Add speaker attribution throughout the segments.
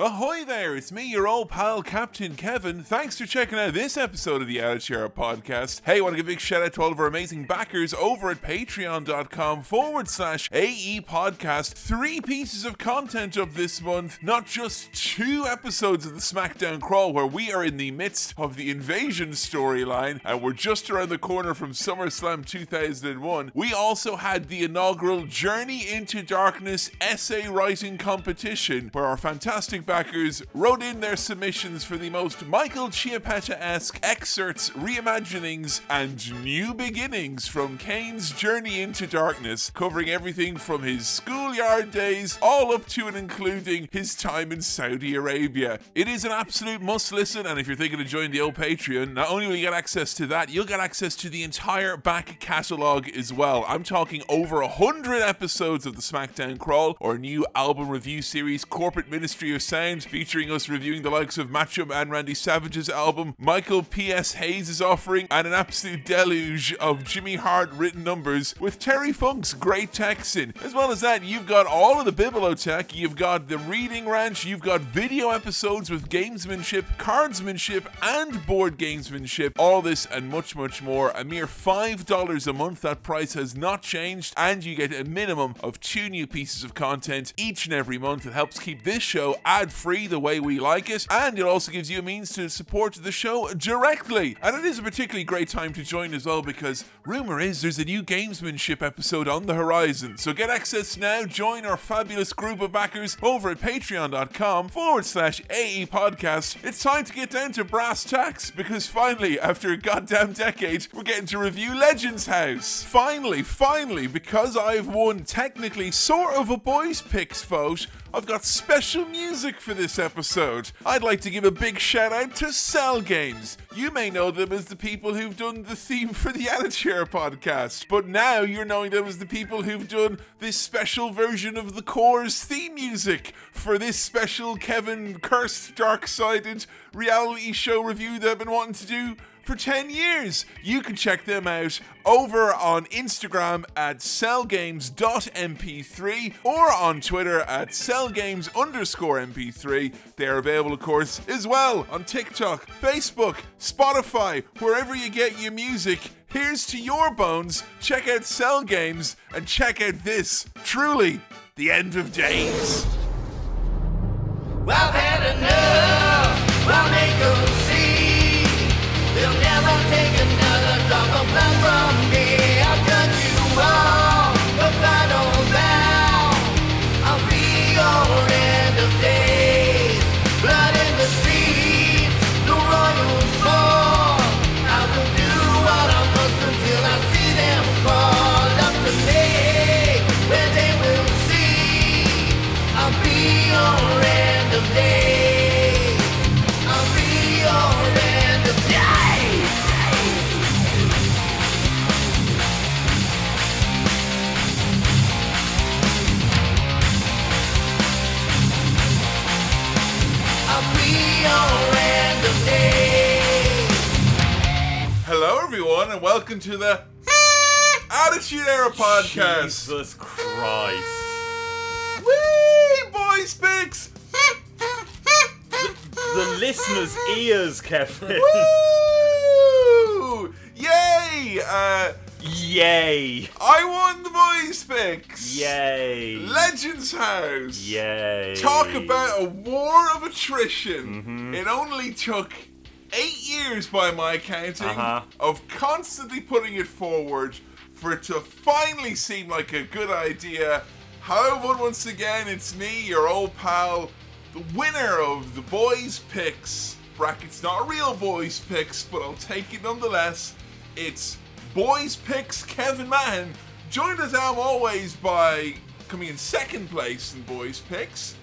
Speaker 1: Ahoy there, it's me, your old pal Captain Kevin. Thanks for checking out this episode of the Out Share podcast. Hey, want to give a big shout out to all of our amazing backers over at patreon.com forward slash AE podcast. Three pieces of content up this month, not just two episodes of the SmackDown Crawl, where we are in the midst of the invasion storyline and we're just around the corner from SummerSlam 2001. We also had the inaugural Journey into Darkness essay writing competition, where our fantastic backers wrote in their submissions for the most Michael Chiapetta esque excerpts, reimaginings, and new beginnings from Kane's journey into darkness, covering everything from his schoolyard days all up to and including his time in Saudi Arabia. It is an absolute must listen, and if you're thinking of joining the old Patreon, not only will you get access to that, you'll get access to the entire back catalogue as well. I'm talking over 100 episodes of the SmackDown Crawl, or new album review series, Corporate Ministry of Sound featuring us reviewing the likes of Matchum and Randy Savage's album, Michael P.S. Hayes' offering, and an absolute deluge of Jimmy Hart written numbers with Terry Funk's Great Texan. As well as that, you've got all of the Bibliotech, you've got the Reading Ranch, you've got video episodes with gamesmanship, cardsmanship, and board gamesmanship. All this and much, much more. A mere $5 a month, that price has not changed, and you get a minimum of two new pieces of content each and every month. It helps keep this show ad free the way we like it, and it also gives you a means to support the show directly. And it is a particularly great time to join as well because rumor is there's a new gamesmanship episode on the horizon. So get access now, join our fabulous group of backers over at patreon.com forward slash AE podcast. It's time to get down to brass tacks because finally, after a goddamn decade, we're getting to review Legends House. Finally, finally, because I've won technically sort of a boys' picks vote, I've got special music for this episode. I'd like to give a big shout out to Cell Games. You may know them as the people who've done the theme for the Attitude podcast, but now you're knowing them as the people who've done this special version of the Core's theme music for this special Kevin cursed dark-sided reality show review that I've been wanting to do for 10 years. You can check them out over on Instagram at cellgames.mp3 or on Twitter at cellgames underscore mp3. They are available, of course, as well on TikTok, Facebook, Spotify, wherever you get your music. Here's to your bones. Check out Cell Games and check out this. Truly, the end of days.
Speaker 2: I've had enough. I'll make 'em see. They'll never take another drop of blood from me. I've done you wrong, but final vow. I'll be your end of days. Blood in the streets, the royal fall. I will do what I must until I see them fall. Up to me, where they will see. I'll be your end of days. I'll be your end of days. I'll be your end of days.
Speaker 1: Hello, everyone, and welcome to the Attitude Era podcast.
Speaker 3: Jesus Christ.
Speaker 1: Wee boys picks.
Speaker 3: The listeners' ears, Kevin.
Speaker 1: Woo! Yay! Uh,
Speaker 3: Yay.
Speaker 1: I won the boys picks.
Speaker 3: Yay.
Speaker 1: Legends House.
Speaker 3: Yay.
Speaker 1: Talk about a war of attrition.
Speaker 3: Mm-hmm.
Speaker 1: It only took eight years, by my counting,
Speaker 3: Uh-huh.
Speaker 1: of constantly putting it forward for it to finally seem like a good idea. However, once again, it's me, your old pal, the winner of the boys' picks. Brackets not real boys' picks, but I'll take it nonetheless. It's boys' picks Kevin Mann. Joined as I'm always by coming in second place in boys' picks.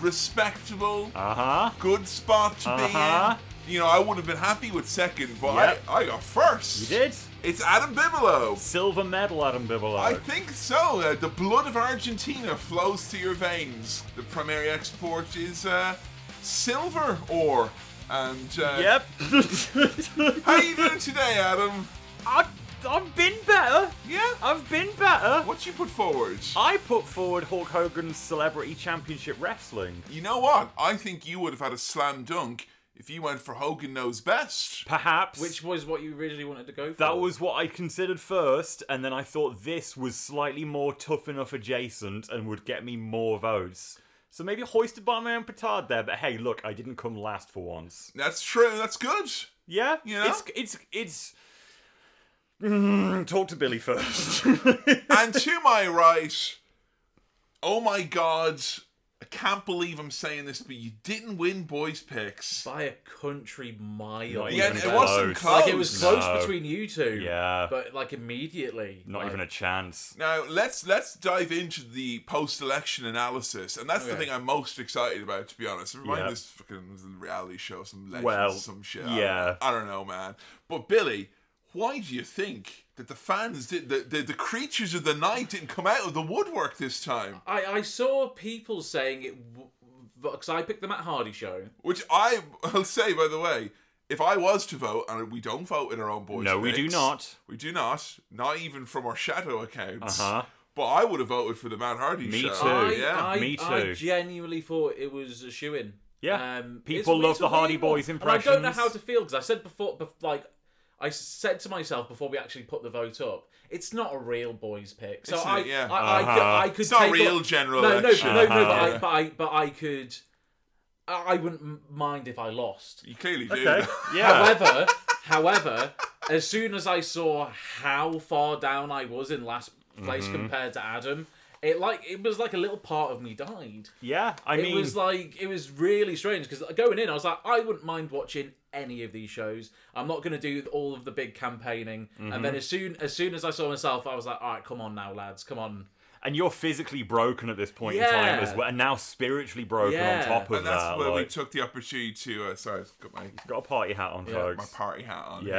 Speaker 1: Respectable,
Speaker 3: Uh huh.
Speaker 1: good spot to
Speaker 3: Uh-huh.
Speaker 1: be in. You know, I would have been happy with second, but
Speaker 3: Yep.
Speaker 1: I, I got first.
Speaker 3: You did?
Speaker 1: It's Adam Bibelow.
Speaker 3: Silver medal, Adam Bibelow.
Speaker 1: I think so. Uh, the blood of Argentina flows to your veins. The primary export is uh, silver ore. And uh,
Speaker 3: Yep.
Speaker 1: how you doing today, Adam?
Speaker 3: I'm I've been better.
Speaker 1: Yeah.
Speaker 3: I've been better.
Speaker 1: What you put forward?
Speaker 3: I put forward Hulk Hogan's Celebrity Championship Wrestling.
Speaker 1: You know what? I think you would have had a slam dunk if you went for Hogan knows best.
Speaker 3: Perhaps.
Speaker 4: Which was what you originally wanted to go for.
Speaker 3: That was what I considered first, and then I thought this was slightly more tough enough adjacent and would get me more votes. So maybe hoisted by my own petard there, but hey, look, I didn't come last for once.
Speaker 1: That's true. That's good.
Speaker 3: Yeah,
Speaker 1: You know?
Speaker 3: it's it's it's. Mm, talk to Billy first.
Speaker 1: and to my right, oh my god, I can't believe I'm saying this, but you didn't win boys' picks.
Speaker 4: by a country mile.
Speaker 3: Not
Speaker 1: Yeah,
Speaker 3: even
Speaker 1: it
Speaker 3: close.
Speaker 1: wasn't close.
Speaker 4: Like it was close
Speaker 3: No.
Speaker 4: between you two.
Speaker 3: Yeah.
Speaker 4: But like immediately.
Speaker 3: Not
Speaker 4: like,
Speaker 3: even a chance.
Speaker 1: Now let's let's dive into the post-election analysis, and that's the
Speaker 4: Okay.
Speaker 1: thing I'm most excited about, to be honest. Remind
Speaker 3: Yeah.
Speaker 1: this fucking reality show, some legends,
Speaker 3: Well,
Speaker 1: some shit.
Speaker 3: yeah.
Speaker 1: I don't, I don't know, man. But Billy, why do you think that the fans did the, the the creatures of the night didn't come out of the woodwork this time?
Speaker 4: I, I saw people saying it because I picked the Matt Hardy show.
Speaker 1: Which I will say, by the way, if I was to vote, and we don't vote in our own boys,
Speaker 3: No, we do
Speaker 1: picks,
Speaker 3: not.
Speaker 1: We do not. Not even from our shadow accounts.
Speaker 3: Uh-huh.
Speaker 1: But I would have voted for the Matt Hardy
Speaker 3: Me
Speaker 1: show.
Speaker 3: too.
Speaker 4: I,
Speaker 1: yeah.
Speaker 4: I,
Speaker 3: me
Speaker 4: I
Speaker 3: too.
Speaker 4: genuinely thought it was a shoe in.
Speaker 3: Yeah. People
Speaker 4: um, it's a-
Speaker 3: love
Speaker 4: it's a
Speaker 3: the Hardy
Speaker 4: weird one.
Speaker 3: Boys
Speaker 4: And I don't know
Speaker 3: impressions.
Speaker 4: how to feel because I said before, bef- like, I s- said to myself before we actually put the vote up, it's not a real boys' pick. So
Speaker 1: Isn't
Speaker 4: I,
Speaker 1: it? Yeah.
Speaker 4: I, I,
Speaker 3: Uh-huh.
Speaker 4: could, I could
Speaker 1: It's not
Speaker 4: take
Speaker 1: real
Speaker 4: up-
Speaker 1: general
Speaker 4: No, no,
Speaker 1: election. Uh-huh.
Speaker 4: no, no. But,
Speaker 1: Yeah.
Speaker 4: I, but I, but I could. I I wouldn't m- mind if I lost.
Speaker 1: You clearly do.
Speaker 3: Okay. Yeah.
Speaker 4: However, however, as soon as I saw how far down I was in last place
Speaker 1: Mm-hmm.
Speaker 4: compared to Adam, it like it was like a little part of me died.
Speaker 3: Yeah. I
Speaker 4: It
Speaker 3: mean,
Speaker 4: was like it was really strange because going in, I was like, I wouldn't mind watching any of these shows. I'm not going to do all of the big campaigning. And
Speaker 3: Mm-hmm.
Speaker 4: then as soon as soon as I saw myself, I was like, all right, come on now, lads, come on.
Speaker 3: and you're physically broken at this point in
Speaker 4: Yeah.
Speaker 3: time as well, and now spiritually broken
Speaker 4: Yeah.
Speaker 3: on top of
Speaker 1: And that's
Speaker 3: that.
Speaker 1: where we
Speaker 3: like-
Speaker 1: took the opportunity to. Uh, sorry, I've got my,
Speaker 3: got a party hat on, folks.
Speaker 1: my party hat on
Speaker 3: Yes.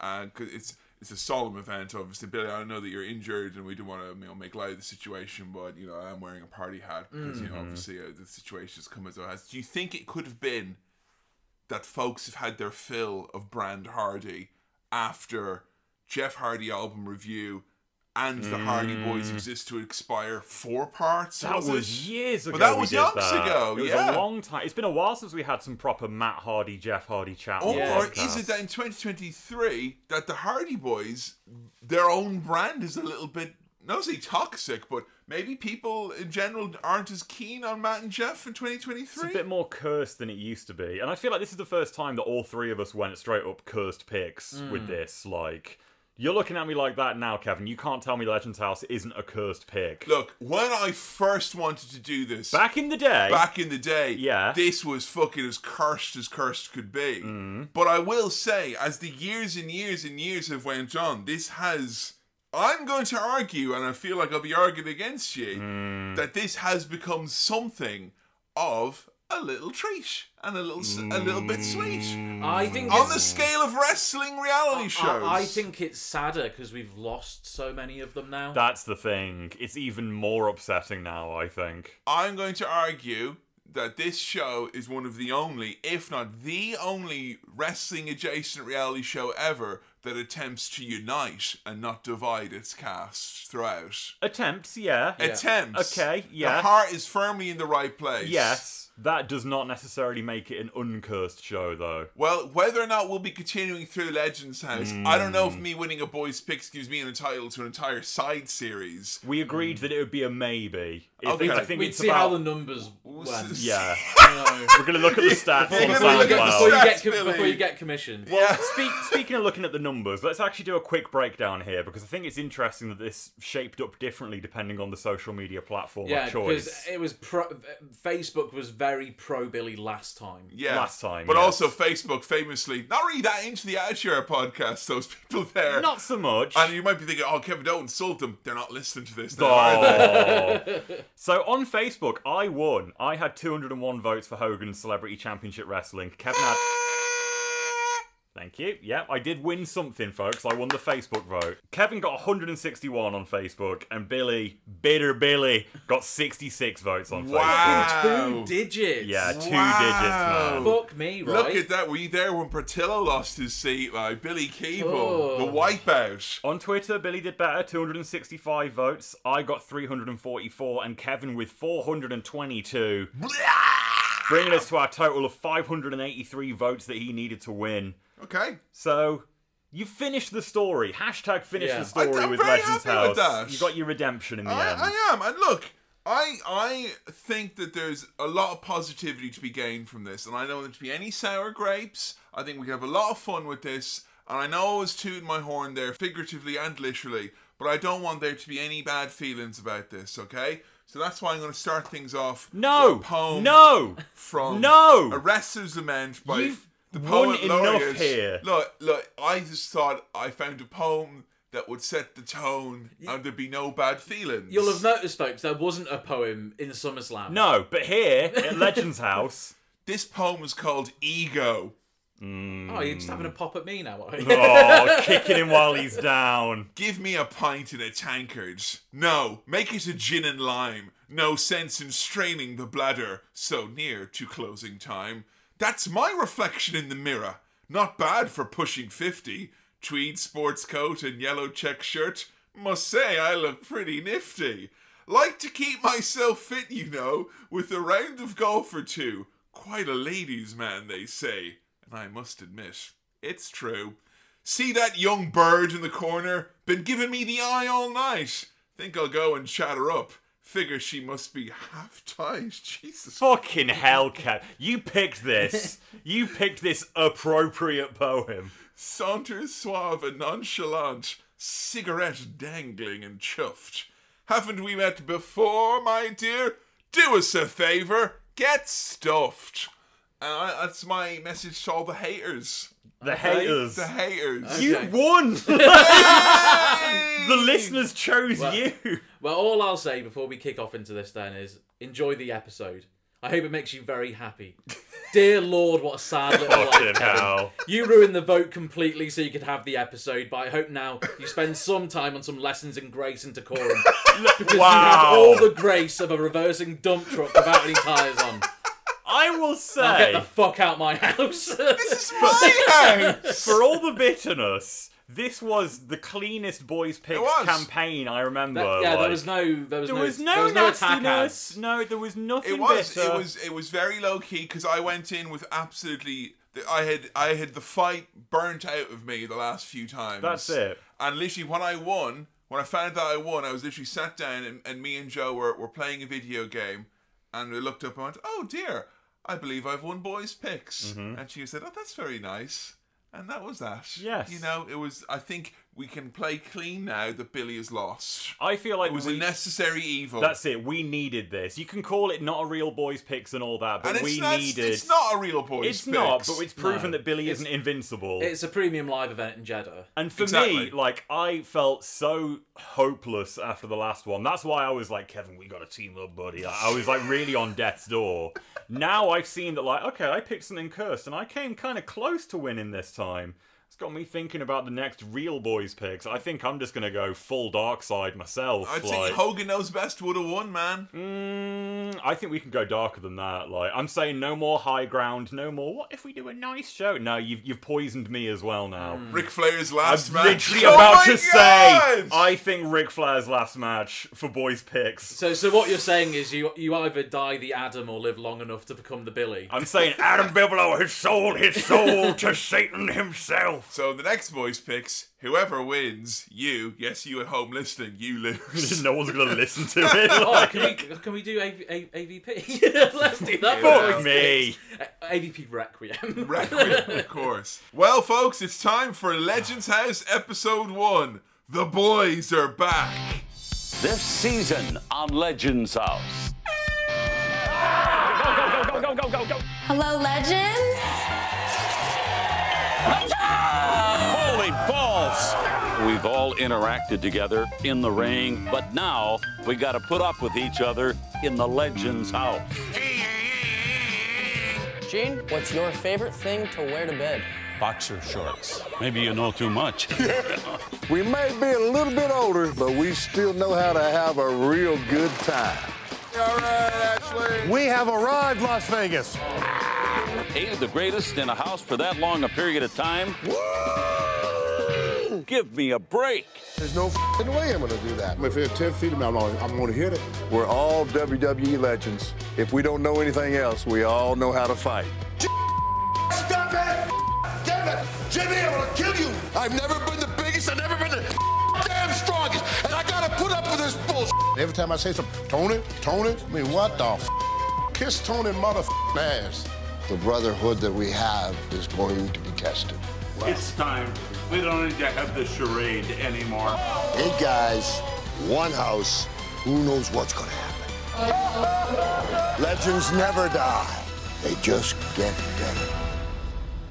Speaker 1: here. Uh, 'cause it's it's a solemn event, obviously. Billy, I know that you're injured, and we don't want to you know make light of the situation, but you know I am wearing a party hat because
Speaker 3: Mm-hmm.
Speaker 1: you know obviously uh, the situation has come as it has. Do you think it could have been that folks have had their fill of Brand Hardy after Jeff Hardy album review? And the Hardy Boys exist to expire four parts.
Speaker 3: Mm. That was,
Speaker 1: it?
Speaker 3: years ago.
Speaker 1: But that
Speaker 3: we
Speaker 1: was
Speaker 3: did
Speaker 1: yonks
Speaker 3: that.
Speaker 1: ago,
Speaker 3: It was
Speaker 1: yeah.
Speaker 3: a long time. It's been a while since we had some proper Matt Hardy, Jeff Hardy chat. on
Speaker 1: Or
Speaker 3: the
Speaker 4: Yeah.
Speaker 1: is
Speaker 3: podcast.
Speaker 1: it that in 2023 that the Hardy Boys, their own brand is a little bit, not say toxic, but maybe people in general aren't as keen on Matt and Jeff in 2023?
Speaker 3: It's a bit more cursed than it used to be, and I feel like this is the first time that all three of us went straight up cursed picks
Speaker 4: Mm.
Speaker 3: with this. Like, you're looking at me like that now, Kevin. You can't tell me Legends House isn't a cursed pick.
Speaker 1: Look, when I first wanted to do this
Speaker 3: Back in the day,
Speaker 1: back in the day,
Speaker 3: Yeah.
Speaker 1: this was fucking as cursed as cursed could be. But I will say, as the years and years and years have went on, this has. I'm going to argue, and I feel like I'll be arguing against you, that this has become something of a little treat and a little s a little bit sweet
Speaker 3: Mm.
Speaker 4: I think
Speaker 1: on
Speaker 4: it's-
Speaker 1: the scale of wrestling reality shows.
Speaker 4: I, I think it's sadder because we've lost so many of them now.
Speaker 3: that's the thing. It's even more upsetting now. I think.
Speaker 1: I'm going to argue that this show is one of the only, if not the only, wrestling adjacent reality show ever that attempts to unite and not divide its cast throughout.
Speaker 3: Attempts, yeah.
Speaker 1: Attempts.
Speaker 3: Okay, yeah.
Speaker 1: The heart is firmly in the right place.
Speaker 3: Yes, that does not necessarily make it an uncursed show, though.
Speaker 1: Well, whether or not we'll be continuing through Legends House, I don't know if me winning a boys' picks gives me an entitle to an entire side series.
Speaker 3: We agreed that it would be a maybe. If-
Speaker 1: Mm. Okay.
Speaker 3: I think
Speaker 4: We'd
Speaker 3: it's
Speaker 4: see
Speaker 3: about.
Speaker 4: how the numbers went. you
Speaker 3: Yeah,
Speaker 4: know.
Speaker 3: we're gonna look at the stats.
Speaker 1: We're
Speaker 3: on
Speaker 1: gonna look at the
Speaker 3: SoundCloud.
Speaker 4: before, you get,
Speaker 1: Stats,
Speaker 4: com- before
Speaker 1: Billy.
Speaker 4: you get commissioned.
Speaker 1: yeah.
Speaker 3: Speak, speaking of looking at the numbers, let's actually do a quick breakdown here because I think it's interesting that this shaped up differently depending on the social media platform
Speaker 4: Yeah,
Speaker 3: of
Speaker 4: because
Speaker 3: choice.
Speaker 4: it was pro- uh, Facebook was very pro Billy last time.
Speaker 1: Yeah.
Speaker 3: last time,
Speaker 1: But
Speaker 3: yes.
Speaker 1: also Facebook famously not really that into the Outshare podcast, those people there.
Speaker 3: Not so much.
Speaker 1: And you might be thinking, oh, Kevin, don't insult them. They're not listening to this. Now, are they?
Speaker 3: Oh. so on Facebook, I won. I had 201 votes for Hogan's Celebrity Championship Wrestling. Kevin had Thank you. Yeah, I did win something, folks. I won the Facebook vote. Kevin got 161 on Facebook, and Billy, bitter Billy, got 66 votes on
Speaker 1: Wow.
Speaker 4: Two digits.
Speaker 3: Facebook. Yeah, two
Speaker 1: Wow.
Speaker 3: digits, man.
Speaker 4: Fuck me, right?
Speaker 1: Look at that. Were you there when Portillo lost his seat by Billy Keeble?
Speaker 4: Oh.
Speaker 1: The wipeout.
Speaker 3: On Twitter, Billy did better, 265 votes. I got 344, and Kevin with 422, bringing us to our total of 583 votes that he needed to win.
Speaker 1: Okay.
Speaker 3: So you finished the story. Hashtag finish
Speaker 4: Yeah.
Speaker 3: the story
Speaker 1: I- I'm
Speaker 3: with
Speaker 1: very
Speaker 3: Legends
Speaker 1: happy with
Speaker 3: House.
Speaker 1: that.
Speaker 3: You got your redemption in the end.
Speaker 1: I, I am, and look, I I think that there's a lot of positivity to be gained from this, and I don't want there to be any sour grapes. I think we can have a lot of fun with this, and I know I was tooting my horn there, figuratively and literally, but I don't want there to be any bad feelings about this. Okay, so that's why I'm going to start things off.
Speaker 3: no,
Speaker 1: with a poem
Speaker 3: no.
Speaker 1: from
Speaker 3: No!
Speaker 1: Arrestor's Lament by
Speaker 3: You've
Speaker 1: the
Speaker 3: won
Speaker 1: poet
Speaker 3: enough
Speaker 1: laureate.
Speaker 3: here.
Speaker 1: Look, look, I just thought I found a poem that would set the tone and there'd be no bad feelings.
Speaker 4: You'll have noticed, folks, there wasn't a poem in SummerSlam.
Speaker 3: No, but here at Legends House,
Speaker 1: This poem was called Ego.
Speaker 4: Oh, you're just having a pop at me now, are you?
Speaker 3: oh, kicking him while he's down.
Speaker 1: Give me a pint in a tankard. No, make it a gin and lime. No sense in straining the bladder so near to closing time. That's my reflection in the mirror. Not bad for pushing 50. Tweed sports coat and yellow check shirt. Must say, I look pretty nifty. Like to keep myself fit, you know, with a round of golf or two. Quite a ladies' man, they say. And I must admit, it's true. See that young bird in the corner? Been giving me the eye all night. Think I'll go and chat her up. Figure she must be half tied. Jesus.
Speaker 3: Fucking hell, Kev. You picked this. You picked this appropriate poem.
Speaker 1: Saunters suave and nonchalant, cigarette dangling and chuffed. Haven't we met before, my dear? Do us a favour. Get stuffed. Uh, that's my message to all the haters.
Speaker 3: The haters.
Speaker 1: The haters.
Speaker 3: You
Speaker 4: Okay.
Speaker 3: won. the listeners chose
Speaker 4: Well-
Speaker 3: you.
Speaker 4: Well, all I'll say before we kick off into this then is enjoy the episode. I hope it makes you very happy. Dear Lord, what a sad
Speaker 1: Oh,
Speaker 4: little
Speaker 3: Fucking
Speaker 4: life.
Speaker 3: hell.
Speaker 4: You ruined the vote completely so you could have the episode, but I hope now you spend some time on some lessons in grace and decorum. because
Speaker 3: Wow.
Speaker 4: you have all the grace of a reversing dump truck without any tyres on.
Speaker 3: I will
Speaker 4: Get
Speaker 3: say.
Speaker 4: the fuck out my house.
Speaker 1: This is my house.
Speaker 3: For all the bitterness, this was the cleanest boys' picks
Speaker 1: was.
Speaker 3: campaign I remember.
Speaker 4: That- yeah, there
Speaker 3: like-
Speaker 4: was no, there was
Speaker 3: there
Speaker 4: no,
Speaker 3: was no
Speaker 4: there was no attack
Speaker 3: nastiness.
Speaker 4: ads.
Speaker 3: No, there was nothing
Speaker 1: It was.
Speaker 3: bitter.
Speaker 1: It was. It was very low key because I went in with absolutely. I had. I had the fight burnt out of me the last few times.
Speaker 3: That's it.
Speaker 1: And literally, when I won, when I found out that I won, I was literally sat down and, and me and Joe were, were playing a video game, and we looked up and went, "Oh dear, I believe I've won boys' picks."
Speaker 3: Mm-hmm.
Speaker 1: And she said, "Oh, that's very nice." And that was that.
Speaker 3: Yes.
Speaker 1: You know, it was. I think we can play clean now that Billy is lost.
Speaker 3: I feel like
Speaker 1: It was
Speaker 3: we,
Speaker 1: a necessary evil.
Speaker 3: that's it. We needed this. you can call it not a real boys' picks and all that, but
Speaker 1: and it's,
Speaker 3: we
Speaker 1: not,
Speaker 3: needed.
Speaker 1: it's not a real boys'
Speaker 3: It's not,
Speaker 1: picks.
Speaker 3: but it's proven
Speaker 4: No.
Speaker 3: that Billy isn't invincible.
Speaker 4: It's a premium live event in Jeddah.
Speaker 3: And for
Speaker 1: Exactly.
Speaker 3: me, like I felt so hopeless after the last one. That's why I was like, Kevin, we got to team up, buddy. I I was like really on death's door. Now I've seen that, like, okay, I picked something cursed, and I came kind of close to winning this time. It's got me thinking about the next real boys picks. I think I'm just gonna go full dark side myself.
Speaker 1: I'd
Speaker 3: like,
Speaker 1: say Hogan knows best would have won, man.
Speaker 3: Mm, I think we can go darker than that. Like, I'm saying no more high ground, no more. What if we do a nice show? No, you've you've poisoned me as well now.
Speaker 1: Ric Flair's
Speaker 3: I'm
Speaker 1: last match.
Speaker 3: literally
Speaker 1: Oh
Speaker 3: about
Speaker 1: my
Speaker 3: to
Speaker 1: God!
Speaker 3: say, I think Ric Flair's last match for boys' picks.
Speaker 4: So, so what you're saying is you you either die the Adam or live long enough to become the Billy.
Speaker 3: I'm saying Adam Bigelow has sold his soul to Satan himself.
Speaker 1: So the next voice picks whoever wins, you, yes, you at home listening, you lose.
Speaker 3: no one's gonna listen to it.
Speaker 4: Oh,
Speaker 3: Like,
Speaker 4: can we can we do AV, A- AVP? Let's do
Speaker 1: Fuck
Speaker 4: that. for
Speaker 3: fuck me.
Speaker 4: A- AVP Requiem.
Speaker 1: Requiem, of course. Well, folks, it's time for Legends House Episode 1. The boys are back.
Speaker 5: This season on Legends House.
Speaker 6: Hello, legends.
Speaker 5: Holy balls! We've all interacted together in the ring, but now we got to put up with each other in the Legends House.
Speaker 7: Gene, what's your favorite thing to wear to bed?
Speaker 5: boxer shorts. Maybe you know too much.
Speaker 7: We may be a little bit older, but we still know how to have a real good time.
Speaker 1: All right, Ashley.
Speaker 8: We have arrived, Las Vegas.
Speaker 5: Eight of the greatest in a house for that long a period of time. Give me a break.
Speaker 7: There's no f***ing way I'm gonna do that.
Speaker 9: If it's 10 feet of me, I'm gonna, I'm gonna hit it.
Speaker 7: We're all WWE legends. If we don't know anything else, we all know how to fight.
Speaker 9: Stop it! Damn it! Jimmy, I'm gonna kill you! I've never been the biggest, I've never been the damn strongest, and I gotta put up with this bullshit. Every time I say something, Tony, Tony, I mean, what the f-? Kiss Tony mother f***ing ass.
Speaker 7: The brotherhood that we have is going to be tested.
Speaker 10: It's time. We don't need to have the charade anymore.
Speaker 9: Eight guys, one house, who knows what's gonna happen? Legends never die, they just get better.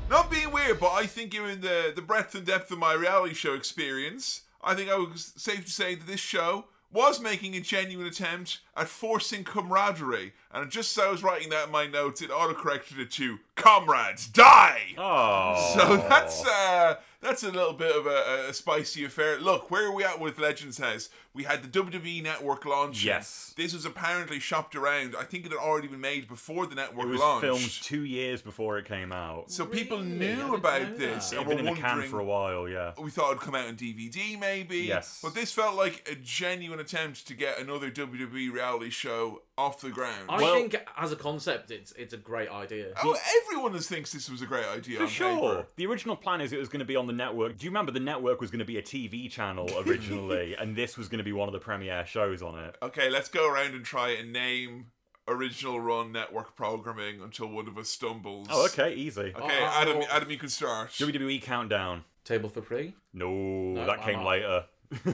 Speaker 1: Not being weird, but I think given the, the breadth and depth of my reality show experience, I think I was safe to say that this show was making a genuine attempt at forcing camaraderie. And just as I was writing that in my notes, it autocorrected it to "Comrades die."
Speaker 3: Oh.
Speaker 1: So that's uh, that's a little bit of a, a spicy affair. Look, where are we at with Legends House? We had the WWE Network launch.
Speaker 3: Yes.
Speaker 1: this was apparently shopped around. I think it had already been made before the network
Speaker 3: It was
Speaker 1: launched.
Speaker 3: filmed two years before it came out.
Speaker 1: So people
Speaker 4: I
Speaker 1: knew
Speaker 4: didn't
Speaker 1: about
Speaker 4: know
Speaker 1: this.
Speaker 3: it
Speaker 1: and
Speaker 3: had
Speaker 1: were
Speaker 3: been in the can
Speaker 1: wondering-
Speaker 3: for a while, yeah.
Speaker 1: we thought it'd come out on DVD maybe.
Speaker 3: Yes.
Speaker 1: But this felt like a genuine attempt to get another WWE reality show off the ground.
Speaker 4: I
Speaker 3: Well-
Speaker 4: think as a concept, it's it's a great idea.
Speaker 1: oh, everyone is- thinks this was a great idea.
Speaker 3: For
Speaker 1: on
Speaker 3: sure.
Speaker 1: Paper.
Speaker 3: The original plan is it was going to be on the network. Do you remember the network was going to be a TV channel originally, and this was going to be one of the premiere shows on it?
Speaker 1: Okay, let's go around and try and name original run network programming until one of us stumbles.
Speaker 3: Oh, okay, easy.
Speaker 1: Okay,
Speaker 4: Oh.
Speaker 1: Adam, Adam, you can start.
Speaker 3: WWE Countdown.
Speaker 4: Table for three.
Speaker 3: No, that
Speaker 4: I'm
Speaker 3: came
Speaker 1: uh-huh.
Speaker 4: not.
Speaker 3: later.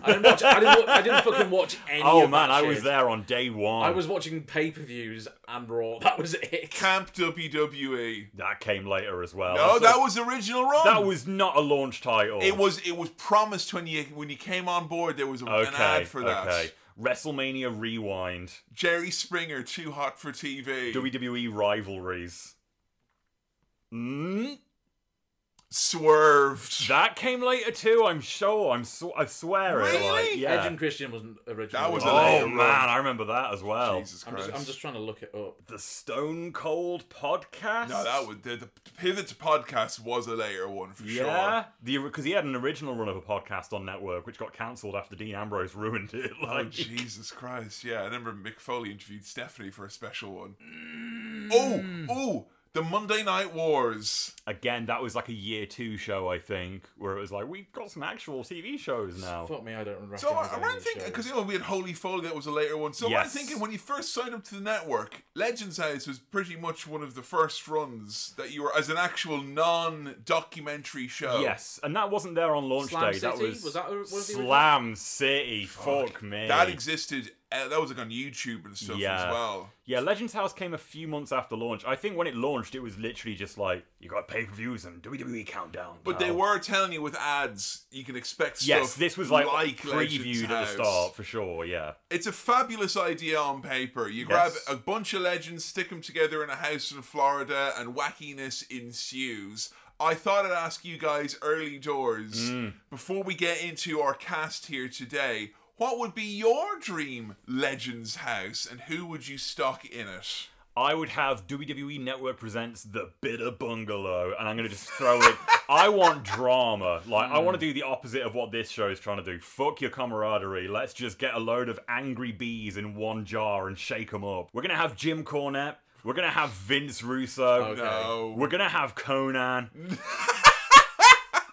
Speaker 4: I didn't watch. I didn't, wa- I didn't fucking watch any.
Speaker 3: Oh
Speaker 4: of
Speaker 3: man,
Speaker 4: that
Speaker 3: I
Speaker 4: shit.
Speaker 3: was there on day one.
Speaker 4: I was watching pay per views and Raw. That was it.
Speaker 1: Camp WWE.
Speaker 3: That came later as well.
Speaker 1: No,
Speaker 3: So-
Speaker 1: that was original run.
Speaker 3: Oh, that was not a launch title.
Speaker 1: It was. It was promised when you when you came on board. There was a,
Speaker 3: okay.
Speaker 1: an ad for that.
Speaker 3: Okay. WrestleMania Rewind.
Speaker 1: Jerry Springer, too hot for TV.
Speaker 3: WWE rivalries.
Speaker 1: Hmm?
Speaker 3: Mm,
Speaker 1: Swerved.
Speaker 3: that came later too. I'm sure. I'm so. I swear it. Like,
Speaker 1: Really?
Speaker 3: yeah.
Speaker 4: Edge and Christian wasn't original.
Speaker 1: That was a
Speaker 3: Oh
Speaker 1: later
Speaker 3: man,
Speaker 1: run.
Speaker 3: I remember that as well.
Speaker 1: Jesus
Speaker 4: I'm
Speaker 1: Christ.
Speaker 4: just, I'm just trying to look it up.
Speaker 3: The Stone Cold podcast.
Speaker 1: No, that would the, the pivot to podcast was a later one for
Speaker 3: Yeah,
Speaker 1: sure.
Speaker 3: because he had an original run of a podcast on network, which got cancelled after Dean Ambrose ruined it.
Speaker 1: Oh
Speaker 3: Like,
Speaker 1: Jesus Christ! Yeah, I remember Mick Foley interviewed Stephanie for a special one. Oh,
Speaker 3: Mm.
Speaker 1: oh, the Monday Night Wars.
Speaker 3: again, that was like a year two show, I think, where it was like we've got some actual TV shows
Speaker 1: Oh.
Speaker 3: now.
Speaker 4: Fuck me, I don't remember.
Speaker 1: So I, I ran thinking because you know we had Holy Foley that was a later one. So I'm
Speaker 3: Yes.
Speaker 1: thinking when you first signed up to the network, Legends House was pretty much one of the first runs that you were as an actual non-documentary show.
Speaker 3: Yes, and that wasn't there on launch
Speaker 4: Slam
Speaker 3: day. that
Speaker 4: City?
Speaker 3: was,
Speaker 4: Was that a- one of the original-
Speaker 3: Slam City. Fuck, me.
Speaker 1: that existed. Uh, that was like on YouTube and stuff as well.
Speaker 3: Yeah, Legends House came a few months after launch. I think when it launched, it was literally just like you got pay per views and WWE countdown. Oh,
Speaker 1: But
Speaker 3: pal."
Speaker 1: they were telling you with ads, you can expect
Speaker 3: Yes,
Speaker 1: stuff.
Speaker 3: this was like,
Speaker 1: Legends
Speaker 3: previewed at the
Speaker 1: House.
Speaker 3: start for sure. Yeah,
Speaker 1: It's a fabulous idea on paper. You grab
Speaker 3: Yes.
Speaker 1: a bunch of legends, stick them together in a house in Florida, and wackiness ensues. I thought I'd ask you guys early doors
Speaker 3: Mm.
Speaker 1: before we get into our cast here today. What would be your dream Legends house, and who would you stock in it?
Speaker 3: I would have WWE Network presents the Bitter Bungalow, and I'm gonna just throw it. I want drama. Like I want
Speaker 1: Hmm.
Speaker 3: to do the opposite of what this show is trying to do. Fuck your camaraderie. Let's just get a load of angry bees in one jar and shake them up. We're gonna have Jim Cornette. We're gonna have Vince Russo.
Speaker 1: Oh,
Speaker 4: Okay.
Speaker 1: No.
Speaker 3: We're gonna have Conan.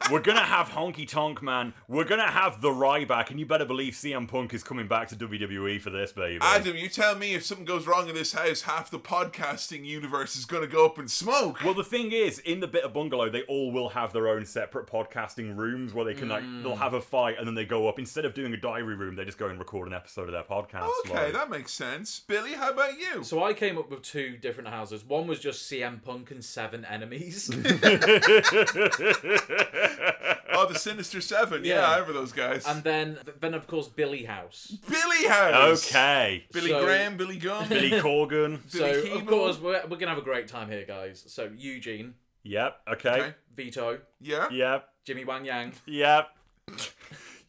Speaker 3: We're gonna have Honky Tonk Man. We're gonna have the Ryback, and you better believe CM Punk is coming back to WWE for this, baby.
Speaker 1: Adam, you tell me if something goes wrong in this house, half the podcasting universe is going to go up in smoke.
Speaker 3: Well, the thing is, in the bit of bungalow, they all will have their own separate podcasting rooms where they can like
Speaker 1: Mm.
Speaker 3: they'll have a fight and then they go up. Instead of doing a diary room, they just go and record an episode of their podcast.
Speaker 1: Okay,
Speaker 3: like-
Speaker 1: that makes sense. Billy, how about you?
Speaker 4: So I came up with two different houses. One was just CM Punk and Seven Enemies.
Speaker 1: oh, the Sinister Seven. Yeah,
Speaker 4: Yeah.
Speaker 1: I remember those guys.
Speaker 4: and then, then of course, Billy House.
Speaker 1: Billy House.
Speaker 3: okay.
Speaker 1: Billy
Speaker 4: So-
Speaker 1: Graham, Billy Gunn.
Speaker 3: Billy Corgan.
Speaker 1: Billy
Speaker 4: so
Speaker 1: Keeble.
Speaker 4: of course we're, we're gonna have a great time here, guys. So Eugene,
Speaker 3: Yep. Okay.
Speaker 4: Vito.
Speaker 1: Yeah.
Speaker 3: Yep.
Speaker 4: Jimmy Wang Yang.
Speaker 3: Yep.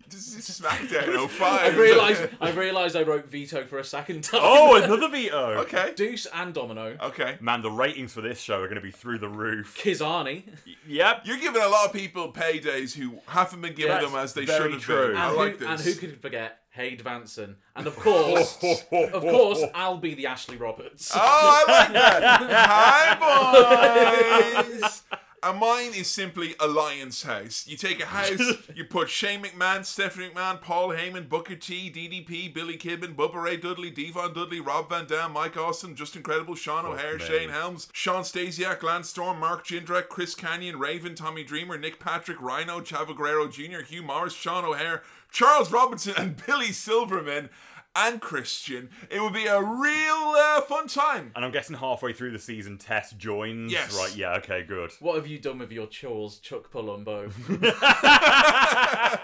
Speaker 1: this is SmackDown 05.
Speaker 4: I realised I realised I wrote Vito for a second time.
Speaker 3: Oh, another veto.
Speaker 1: Okay.
Speaker 4: Deuce and Domino.
Speaker 1: Okay.
Speaker 3: Man, the ratings for this show are going to be through the roof.
Speaker 4: Kizani.
Speaker 3: Yep.
Speaker 1: You're giving a lot of people paydays who haven't been given
Speaker 4: Yes,
Speaker 1: them as they
Speaker 3: very
Speaker 1: should have
Speaker 3: true.
Speaker 1: been.
Speaker 4: And,
Speaker 1: I
Speaker 4: who,
Speaker 1: like this.
Speaker 4: and who could forget Hayd Vanson? And of course, of course, I'll be the Ashley Roberts.
Speaker 1: Oh, I like that. Hi, boys. And mine is simply Alliance House. You take a house, you put Shane McMahon, Stephanie McMahon, Paul Heyman, Booker T, DDP, Billy Kidman, Bubba Ray Dudley, Devon Dudley, Rob Van Dam, Mike Austin, Just Incredible, Sean O'Hare,
Speaker 3: me.
Speaker 1: Shane Helms, Sean Stasiak, Lance Storm, Mark Jindrak, Chris Canyon, Raven, Tommy Dreamer, Nick Patrick, Rhino, Chavo Guerrero Jr., Hugh Morris, Sean O'Hare, Charles Robinson, and Billy Silverman. And Christian, it would be a real uh, fun time.
Speaker 3: And I'm guessing halfway through the season, Tess joins.
Speaker 1: Yes.
Speaker 3: Right. Yeah. Okay. Good.
Speaker 4: What have you done with your chores, Chuck Palumbo?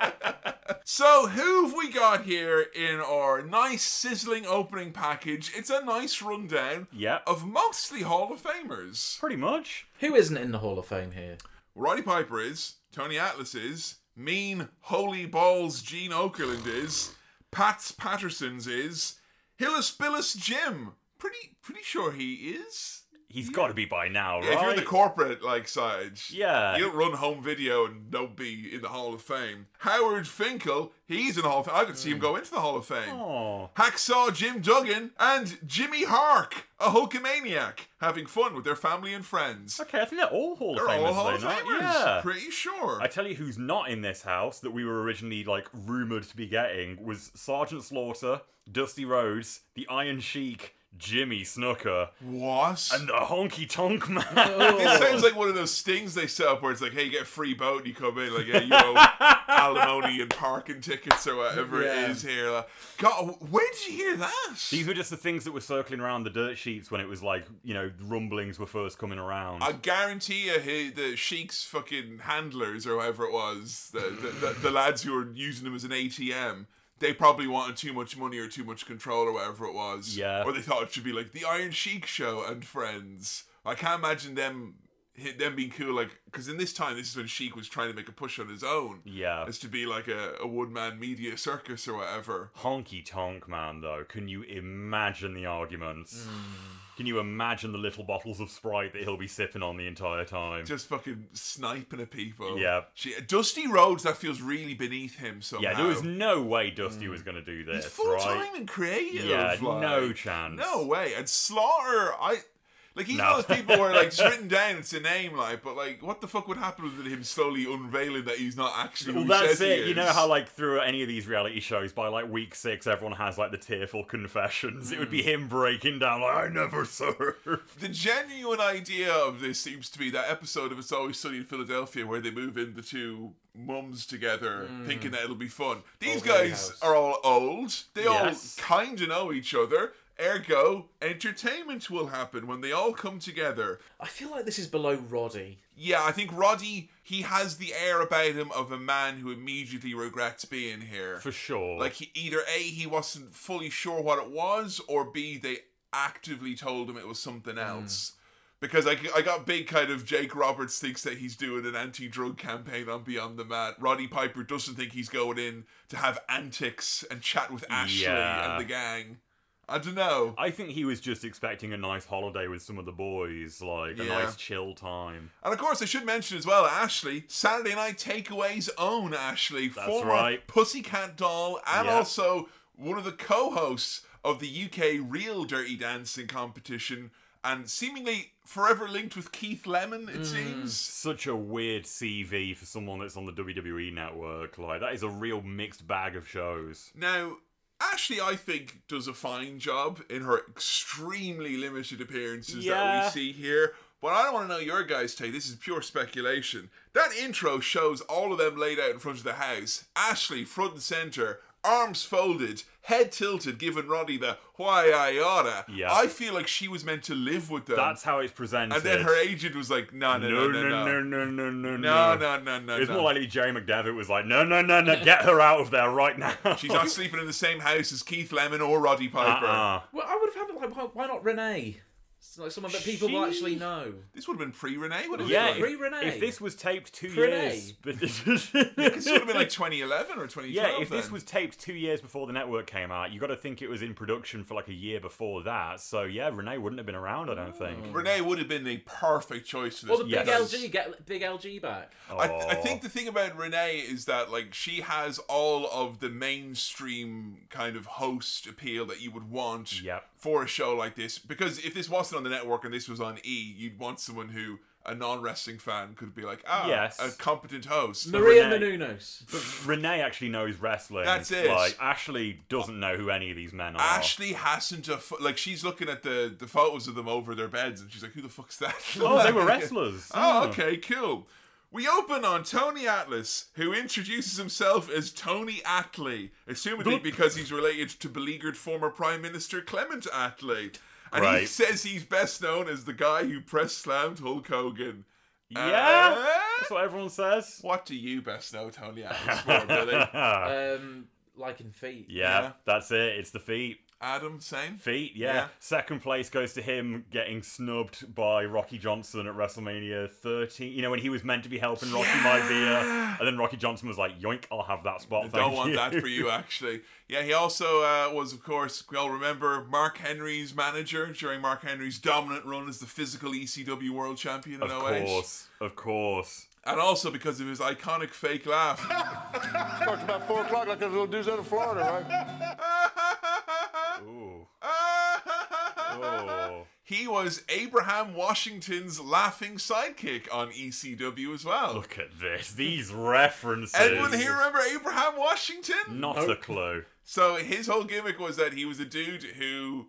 Speaker 1: So, who have we got here in our nice sizzling opening package? It's a nice rundown
Speaker 3: Yeah.
Speaker 1: of mostly Hall of Famers.
Speaker 3: Pretty much.
Speaker 4: Who isn't in the Hall of Fame here?
Speaker 1: Roddy Piper is, Tony Atlas is, Mean Holy Balls Gene Okerlund is, Pats Patterson's is, Hillis Billis Jim. Pretty pretty sure he is.
Speaker 3: He's got to be by now, right?
Speaker 1: If you're in the corporate like side,
Speaker 3: Yeah.
Speaker 1: you don't run home video and don't be in the Hall of Fame. Howard Finkel, he's in the Hall of Fame. I could see him go into the Hall of Fame.
Speaker 3: Hmm. Aw.
Speaker 1: Hacksaw Jim Duggan and Jimmy Hark, a Hulkamaniac, having fun with their family and friends.
Speaker 3: Okay, I think they're all Hall
Speaker 1: They're
Speaker 3: of Famers.
Speaker 1: all Hall
Speaker 3: are
Speaker 1: of
Speaker 3: they not?
Speaker 1: Famers,
Speaker 3: Yeah.
Speaker 1: pretty sure.
Speaker 3: I tell you who's not in this house that we were originally like rumored to be getting was Sergeant Slaughter, Dusty Rhodes, the Iron Sheik, Jimmy Snooker,
Speaker 1: what?
Speaker 3: and the Honky Tonk Man.
Speaker 1: this sounds like one of those stings they set up where it's like, hey, you get a free boat and you come in, like, hey, you owe alimony and parking tickets or whatever
Speaker 4: Yeah.
Speaker 1: it is here. Like, God, where did you hear that?
Speaker 3: These were just the things that were circling around the dirt sheets when it was like, you know, rumblings were first coming around.
Speaker 1: I guarantee you, he, the Sheik's fucking handlers or whoever it was, the, the, the, the lads who were using him as an ATM, they probably wanted too much money or too much control or whatever it was.
Speaker 3: Yeah.
Speaker 1: Or they thought it should be like the Iron Sheik show and friends. I can't imagine them hi- them being cool, like, because in this time, this is when Sheik was trying to make a push on his own.
Speaker 3: yeah.
Speaker 1: As to be like a, a one man media circus or whatever.
Speaker 3: Honky Tonk Man, though, can you imagine the arguments?
Speaker 1: Mm.
Speaker 3: Can you imagine the little bottles of Sprite that he'll be sipping on the entire time?
Speaker 1: Just fucking sniping at people.
Speaker 3: Yeah.
Speaker 1: She, Dusty Rhodes, that feels really beneath him somehow.
Speaker 3: yeah, there was no way Dusty was going to do this,
Speaker 1: He's full
Speaker 3: right?
Speaker 1: time and creative.
Speaker 3: Yeah,
Speaker 1: like,
Speaker 3: no chance.
Speaker 1: No way. And Slaughter, I like he's one
Speaker 3: No.
Speaker 1: of those people where like it's written down, it's a name, like, but like, what the fuck would happen with him slowly unveiling that he's not actually?
Speaker 3: Well,
Speaker 1: who he
Speaker 3: that's
Speaker 1: says he
Speaker 3: it. You know
Speaker 1: is?
Speaker 3: how, like, through any of these reality shows, by like week six, everyone has like the tearful confessions. It would
Speaker 1: Mm.
Speaker 3: be him breaking down, like, "I never served."
Speaker 1: the genuine idea of this seems to be that episode of It's Always Sunny in Philadelphia where they move in the two mums together,
Speaker 3: Hmm.
Speaker 1: thinking that it'll be fun. These
Speaker 4: Old lady
Speaker 1: guys
Speaker 4: house.
Speaker 1: are all old. They
Speaker 3: Yes.
Speaker 1: all kind of know each other. Ergo, entertainment will happen when they all come together.
Speaker 4: I feel like this is below Roddy.
Speaker 1: Yeah, I think Roddy, he has the air about him of a man who immediately regrets being here.
Speaker 3: For sure.
Speaker 1: Like, he, either A, he wasn't fully sure what it was, or B, they actively told him it was
Speaker 3: Hmm.
Speaker 1: something else. Because I, I got big kind of Jake Roberts thinks that he's doing an anti drug campaign on Beyond the Mat. Roddy Piper doesn't think he's going in to have antics and chat with Ashley
Speaker 3: Yeah.
Speaker 1: and the gang. I don't know.
Speaker 3: I think he was just expecting a nice holiday with some of the boys, like a
Speaker 1: Yeah.
Speaker 3: nice chill time.
Speaker 1: And of course, I should mention as well, Ashley, Saturday Night Takeaway's own Ashley,
Speaker 3: That's
Speaker 1: former
Speaker 3: right.
Speaker 1: Pussycat Doll, and
Speaker 3: Yeah.
Speaker 1: also one of the co hosts of the UK Real Dirty Dancing competition, and seemingly forever linked with Keith Lemon,
Speaker 3: Hmm.
Speaker 1: it seems.
Speaker 3: Such a weird CV for someone that's on the WWE network. Like that is a real mixed bag of shows.
Speaker 1: Now, Ashley, I think, does a fine job in her extremely limited appearances that
Speaker 3: Yeah.
Speaker 1: we see here. But I don't want to know your guys' take. This is pure speculation. That intro shows all of them laid out in front of the house. Ashley, front and center, arms folded, head tilted, giving Roddy the why I oughta.
Speaker 3: Yeah.
Speaker 1: I feel like she was meant to live with them.
Speaker 3: That's how it's presented.
Speaker 1: and then her agent was like, no, no, no, no, no.
Speaker 3: no, no, no, no,
Speaker 1: No, no, no, no.
Speaker 3: It's
Speaker 1: no.
Speaker 3: more likely Jerry McDevitt was like, no, no, no, no, get her out of there right now.
Speaker 1: She's not sleeping in the same house as Keith Lemon or Roddy Piper.
Speaker 3: Uh-uh.
Speaker 4: Well, I would have had it like, why, why not Renee? It's like someone that people will
Speaker 3: She-
Speaker 4: actually know.
Speaker 1: This would have been pre Renee, wouldn't
Speaker 3: yeah,
Speaker 1: it?
Speaker 3: if,
Speaker 4: Pre-Renee.
Speaker 3: if this was taped two
Speaker 4: Pre-Renee.
Speaker 3: years, yeah,
Speaker 1: It would have been like 2011 or 2012.
Speaker 3: yeah, if this
Speaker 1: then.
Speaker 3: was taped two years before the network came out, you got to think it was in production for like a year before that. So yeah, Renee wouldn't have been around, I don't think.
Speaker 1: Renee would have been the perfect choice for this.
Speaker 4: Or the big
Speaker 3: Yes.
Speaker 4: LG get big LG back.
Speaker 1: I, th- I think the thing about Renee is that like she has all of the mainstream kind of host appeal that you would want
Speaker 3: Yep.
Speaker 1: for a show like this. Because if this wasn't on the network and this was on E, you'd want someone who a non wrestling fan could be like, ah,
Speaker 3: Yes.
Speaker 1: a competent host.
Speaker 4: Maria
Speaker 3: Renee.
Speaker 4: Menounos.
Speaker 3: But Renee actually knows wrestling.
Speaker 1: That's it.
Speaker 3: Like Ashley doesn't know who any of these men are.
Speaker 1: Ashley hasn't a fo- like she's looking at the the photos of them over their beds and she's like, who the fuck's that?
Speaker 3: Oh, they were wrestlers.
Speaker 1: Oh, okay, cool. We open on Tony Atlas, who introduces himself as Tony Attlee, assumedly because he's related to beleaguered former Prime Minister Clement Attlee. And he
Speaker 3: Right.
Speaker 1: says he's best known as the guy who press slammed Hulk Hogan.
Speaker 3: Yeah,
Speaker 1: Uh,
Speaker 3: that's what everyone says.
Speaker 1: what do you best know Tony Atlas for, Billy?
Speaker 4: Um, like in feet.
Speaker 3: Yeah,
Speaker 1: Yeah.
Speaker 3: that's it. It's the feet.
Speaker 1: Adam, same?
Speaker 3: Feet, yeah.
Speaker 1: Yeah.
Speaker 3: Second place goes to him getting snubbed by Rocky Johnson at WrestleMania 13. You know, when he was meant to be helping Rocky my beer, and then Rocky Johnson was like, "Yoink, I'll have that spot."
Speaker 1: I don't
Speaker 3: thank
Speaker 1: want
Speaker 3: you."
Speaker 1: that for you, actually. Yeah, he also uh, was, of course, we all remember Mark Henry's manager during Mark Henry's dominant run as the physical ECW World Champion in
Speaker 3: Of
Speaker 1: OH.
Speaker 3: course, of course.
Speaker 1: And also because of his iconic fake laugh.
Speaker 7: Starts about 4 o'clock like those little dudes out of Florida, right?
Speaker 3: Ooh. Oh.
Speaker 1: he was Abraham Washington's laughing sidekick on ECW as well.
Speaker 3: Look at this. These references.
Speaker 1: Anyone here remember Abraham Washington?
Speaker 3: Not a clue.
Speaker 1: So his whole gimmick was that he was a dude who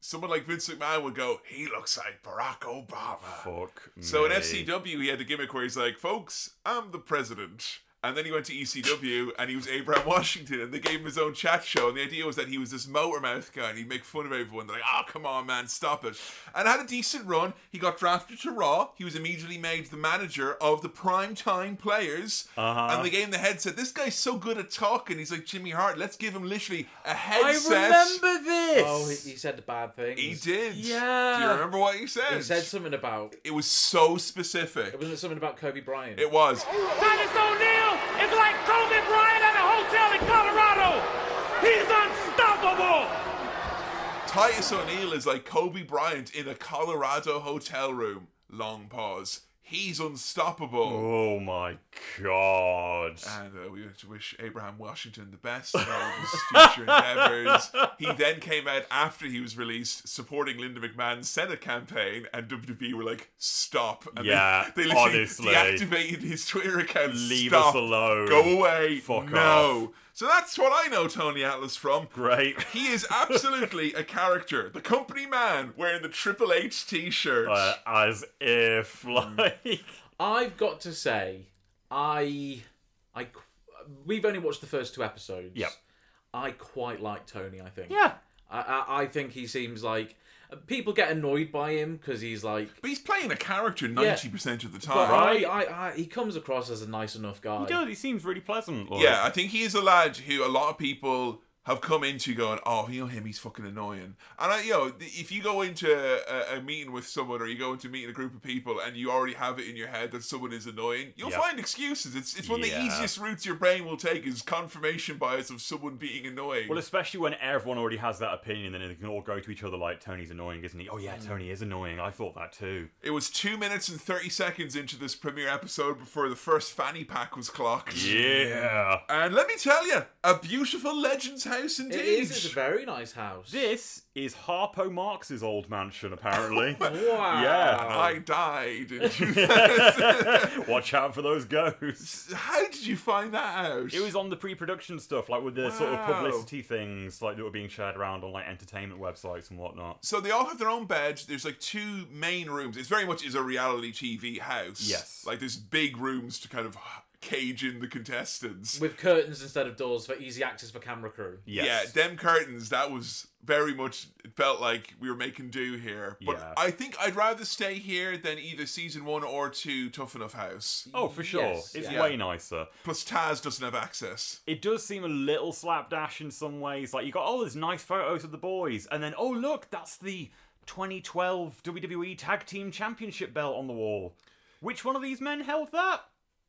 Speaker 1: someone like Vince McMahon would go, he looks like Barack Obama.
Speaker 3: Fuck.
Speaker 1: So in
Speaker 3: me.
Speaker 1: FCW, he had a gimmick where he's like, "Folks, I'm the president." And then he went to ECW, and he was Abraham Washington, and they gave him his own chat show. And the idea was that he was this motor mouth guy, and he'd make fun of everyone. They're like, "Oh, come on, man, stop it!" And had a decent run. He got drafted to Raw. He was immediately made the manager of the prime time players, uh-huh. and they gave him the headset. This guy's so good at talking. He's like Jimmy Hart. Let's give him literally a headset.
Speaker 3: this.
Speaker 4: Oh, he, he said bad things.
Speaker 1: He did.
Speaker 4: Yeah.
Speaker 1: Do you remember what he said?
Speaker 4: He said something about.
Speaker 1: it was so specific.
Speaker 4: Wasn't it something about Kobe Bryant?
Speaker 1: It was.
Speaker 11: Titus O'Neil is like Kobe Bryant at a hotel in Colorado. He's unstoppable.
Speaker 1: Titus O'Neil is like Kobe Bryant in a Colorado hotel room. Long pause. He's unstoppable.
Speaker 3: Oh my god.
Speaker 1: And uh, we want to wish Abraham Washington the best in all of his future endeavors. He then came out after he was released, supporting Linda McMahon's Senate campaign, and WWE were like, "Stop!" And they-
Speaker 3: Yeah,
Speaker 1: they, literally
Speaker 3: honestly.
Speaker 1: deactivated his Twitter account.
Speaker 3: Leave
Speaker 1: Stop.
Speaker 3: us alone.
Speaker 1: Go away.
Speaker 3: Fuck
Speaker 1: no. So that's what I know Tony Atlas from.
Speaker 3: Great.
Speaker 1: He is absolutely a character, the company man wearing the Triple H T-shirt.
Speaker 3: Uh, as if like
Speaker 4: I've got to say, I, I, qu- we've only watched the first two episodes.
Speaker 3: Yep.
Speaker 4: I quite like Tony. I think.
Speaker 3: yeah
Speaker 4: I, I, I think he seems like people get annoyed by him because he's like.
Speaker 1: but he's playing a character ninety percent of the time.
Speaker 4: But
Speaker 3: Right.
Speaker 4: I, I, I, he comes across as a nice enough guy.
Speaker 3: he does he seems really pleasant like.
Speaker 1: Yeah, I think he is a lad who a lot of people have come into going, oh, you know him, he's fucking annoying. And I, you know, th- if you go into a, a meeting with someone or you go into meeting a group of people and you already have it in your head that someone is annoying, you'll
Speaker 3: Yep.
Speaker 1: find excuses. It's it's one of the
Speaker 3: Yeah.
Speaker 1: easiest routes your brain will take is confirmation bias of someone being annoying.
Speaker 3: well especially when everyone already has that opinion then they can all go to each other like tony's annoying isn't he oh yeah tony is annoying i thought that too
Speaker 1: It was two minutes and thirty seconds into this premiere episode before the first fanny pack was clocked.
Speaker 3: yeah
Speaker 1: And let me tell you, a beautiful Legends house indeed.
Speaker 4: It is. It's a very nice house.
Speaker 3: this is harpo marx's old mansion apparently
Speaker 4: Wow.
Speaker 3: yeah
Speaker 1: I died. in 2000.
Speaker 3: watch out for those ghosts
Speaker 1: How did you find that out?
Speaker 3: it was on the pre-production stuff like with the sort of
Speaker 1: Wow.
Speaker 3: publicity things like that were being shared around on like entertainment websites and whatnot
Speaker 1: so they all have their own beds. There's like two main rooms. It's very much is a reality TV house.
Speaker 3: Yes.
Speaker 1: Like there's big rooms to kind of cage in the contestants.
Speaker 4: With curtains instead of doors for easy access for camera crew.
Speaker 3: yes.
Speaker 1: Yeah, them curtains, that was very much it felt like we were making do here. But
Speaker 3: Yeah.
Speaker 1: I think I'd rather stay here than either season one or two Tough Enough House.
Speaker 3: Oh, for sure.
Speaker 4: Yes,
Speaker 3: it's
Speaker 4: yeah.
Speaker 3: way nicer.
Speaker 1: Plus Taz doesn't have access.
Speaker 3: It does seem a little slapdash in some ways. Like you got, oh, there's nice photos of the boys, and then oh, look, that's the 2012 WWE E Tag Team Championship belt on the wall. Which one of these men held that?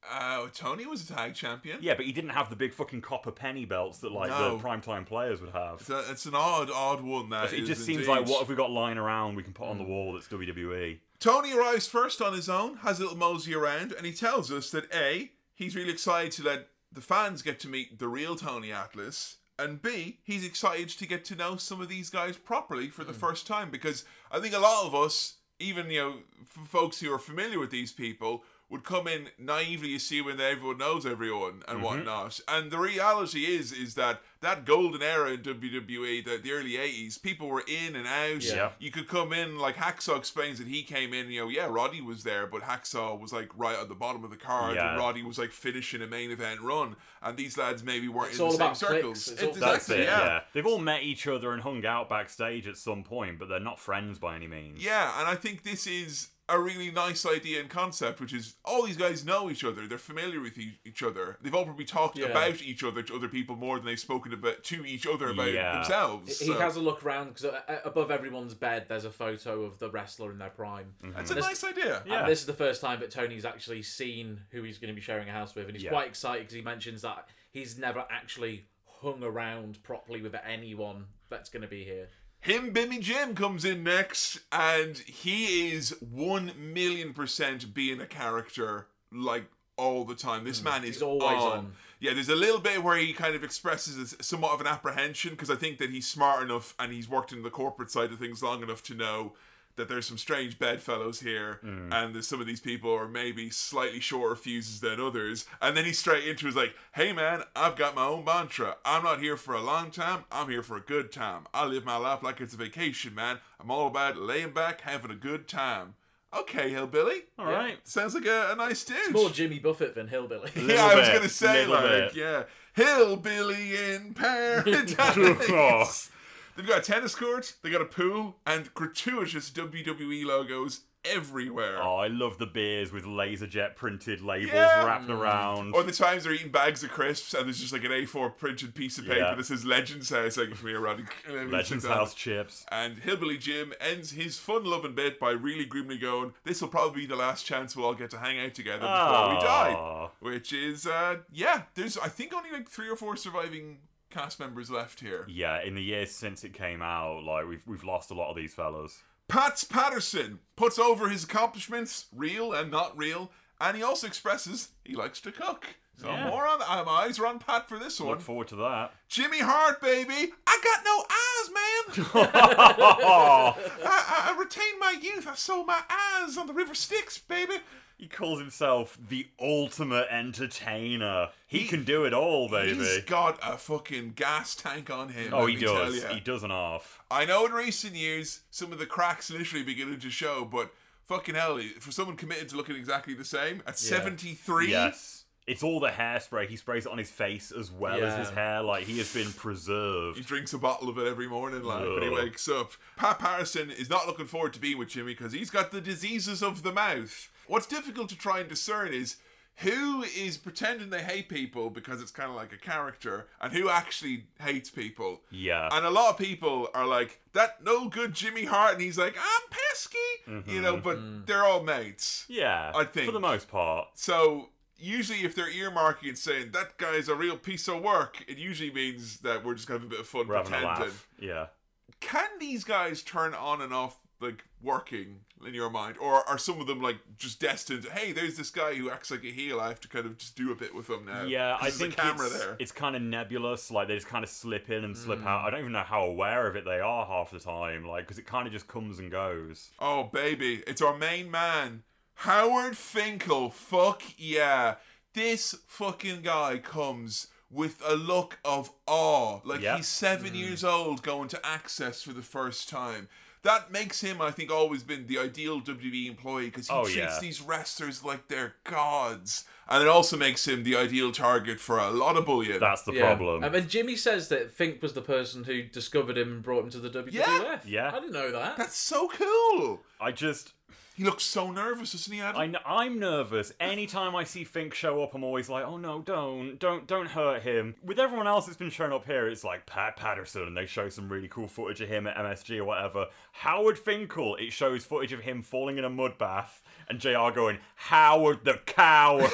Speaker 1: Oh, Tony was a tag champion.
Speaker 3: Yeah, but he didn't have the big fucking copper penny belts that like
Speaker 1: No.
Speaker 3: the primetime players would have.
Speaker 1: It's, a, it's an odd, odd one. That
Speaker 3: it
Speaker 1: is
Speaker 3: just seems
Speaker 1: indeed. Mm.
Speaker 3: like what have we got lying around we can put on the wall that's E? WWE.
Speaker 1: Tony arrives first on his own, has a little mosey around, and he tells us that A, he's really excited to let the fans get to meet the real Tony Atlas, and B, he's excited to get to know some of these guys properly for the first time because I think a lot of us, even you know, f- folks who are familiar with these people, would come in naively assuming that everyone knows everyone and
Speaker 10: Mhm.
Speaker 1: whatnot. And the reality is, is that that golden era in WWE, the, the early '80s, people were in and out.
Speaker 10: Yeah.
Speaker 1: You could come in like Hacksaw explains that he came in. You know, yeah, Roddy was there, but Hacksaw was like right at the bottom of the card,
Speaker 10: Yeah.
Speaker 1: and Roddy was like finishing a main event run, and these lads maybe weren't
Speaker 4: It's
Speaker 1: in the
Speaker 4: all
Speaker 1: same
Speaker 4: about
Speaker 1: circles.
Speaker 4: clicks. It's all-
Speaker 3: That's
Speaker 1: exactly,
Speaker 3: it. Yeah. they've all met each other and hung out backstage at some point, but they're not friends by any means.
Speaker 1: Yeah, and I think this is a really nice idea and concept, which is all these guys know each other. They're familiar with e- each other. They've all probably talked
Speaker 4: Yeah.
Speaker 1: about each other to other people more than they've spoken about to each other about themselves.
Speaker 4: He he
Speaker 1: so-
Speaker 4: has a look around because above everyone's bed there's a photo of the wrestler in their prime.
Speaker 3: Mm-hmm.
Speaker 1: That's a
Speaker 4: And
Speaker 1: nice idea.
Speaker 4: and
Speaker 1: Yeah.
Speaker 4: this is the first time that Tony's actually seen who he's going to be sharing a house with, and he's
Speaker 1: Yeah.
Speaker 4: quite excited because he mentions that he's never actually hung around properly with anyone that's going to be here.
Speaker 1: Him, Bimmy Jim comes in next, and he is one million percent being a character like all the time. This man is
Speaker 4: Hmm. always on.
Speaker 1: Yeah, there's a little bit where he kind of expresses a- somewhat of an apprehension because I think that he's smart enough and he's worked in the corporate side of things long enough to know that there's some strange bedfellows here
Speaker 10: Mm.
Speaker 1: and that some of these people are maybe slightly shorter fuses than others. And then he's straight into is like, hey man, I've got my own mantra. I'm not here for a long time. I'm here for a good time. I live my life like it's a vacation, man. I'm all about laying back, having a good time. Okay, hillbilly.
Speaker 4: All right.
Speaker 1: Sounds like a, a nice dude.
Speaker 4: It's more Jimmy Buffett than Hillbilly.
Speaker 1: yeah, I was gonna say like yeah, hillbilly in paradise. They've got a tennis court, they got a pool, and gratuitous WWE logos everywhere.
Speaker 3: Oh, I love the beers with laser jet printed labels
Speaker 1: Yeah. Oh,
Speaker 3: wrapped around.
Speaker 1: Or the times they're eating bags of crisps and there's just like an A4 printed piece of paper
Speaker 3: Yeah.
Speaker 1: that says Legends House, like from here around.
Speaker 3: Legends House chips.
Speaker 1: And Hillbilly Jim ends his fun loving bit by really grimly going, This will probably be the last chance we'll all get to hang out together before we die.
Speaker 3: Aw.
Speaker 1: Which is, uh, yeah, there's, I think, only like three or four surviving cast members left here.
Speaker 3: Yeah, in the years since it came out, like we've we've lost a lot of these fellas.
Speaker 1: Pats Patterson puts over his accomplishments, real and not real, and he also expresses he likes to cook. So
Speaker 10: Yeah.
Speaker 1: more on uh, my eyes are on Pat for this one.
Speaker 3: Look forward to that.
Speaker 1: Jimmy Hart, baby, I got no eyes, man.
Speaker 3: Aw.
Speaker 1: I, I, I retained my youth. I sold my eyes on the River Styx, baby.
Speaker 3: He calls himself the ultimate entertainer. He, can do it all, baby.
Speaker 1: He's got a fucking gas tank on him.
Speaker 3: oh,
Speaker 1: let
Speaker 3: he
Speaker 1: me tell
Speaker 3: does.
Speaker 1: ya.
Speaker 3: He does an off.
Speaker 1: I know in recent years some of the cracks literally beginning to show, but fucking hell, for someone committed to looking exactly the same at
Speaker 3: Yeah.
Speaker 1: 73,
Speaker 3: Yes. It's all the hairspray. He sprays it on his face as well as
Speaker 1: Yeah.
Speaker 3: his hair. Like he has been preserved.
Speaker 1: He drinks a bottle of it every morning, like when he
Speaker 3: Ugh.
Speaker 1: wakes up. Pat Patterson is not looking forward to being with Jimmy because he's got the diseases of the mouth. What's difficult to try and discern is who is pretending they hate people because it's kind of like a character, and who actually hates people.
Speaker 3: Yeah.
Speaker 1: And a lot of people are like, "That no good Jimmy Hart," and he's like, "I'm pesky," you know. But they're all mates.
Speaker 3: Yeah,
Speaker 1: I think
Speaker 3: for the most part.
Speaker 1: So usually, if they're earmarking and saying that guy's a real piece of work, it usually means that we're just gonna have a bit of fun
Speaker 3: We're having a
Speaker 1: pretending.
Speaker 3: laugh. Yeah.
Speaker 1: Can these guys turn on and off like working in your mind, or are some of them like just destined? Hey, there's this guy who acts like a heel. I have to kind of just do a bit with him now. 'Cause
Speaker 3: Yeah, I
Speaker 1: Uh, there's
Speaker 3: think
Speaker 1: a camera
Speaker 3: it's,
Speaker 1: there.
Speaker 3: it's kind of nebulous. Like they just kind of slip in and slip
Speaker 1: Mm.
Speaker 3: out. I don't even know how aware of it they are half the time. Like because it kind of just comes and goes.
Speaker 1: Oh baby, it's our main man, Howard Finkel. Fuck yeah, this fucking guy comes with a look of awe, like
Speaker 10: Yeah.
Speaker 1: he's seven years old going to Access for the first time. That makes him, I think, always been the ideal WWE employee because he
Speaker 10: Oh,
Speaker 1: treats
Speaker 10: yeah.
Speaker 1: these wrestlers like they're gods, and it also makes him the ideal target for a lot of bullying. That's
Speaker 3: the
Speaker 4: Yeah. Um, and Jimmy says that Fink was the person who discovered him and brought him to the WWF.
Speaker 3: Yeah.
Speaker 4: I didn't know that.
Speaker 1: That's so cool.
Speaker 3: I just
Speaker 1: He looks so nervous, doesn't he, Adam?
Speaker 3: I know, I'm nervous. Anytime I see Fink show up, I'm always like, oh no, don't, don't, don't hurt him. With everyone else that's been shown up here, it's like Pat Patterson, and they show some really cool footage of him at MSG or whatever. Howard Finkel, it shows footage of him falling in a mud bath, and JR going, Howard the coward.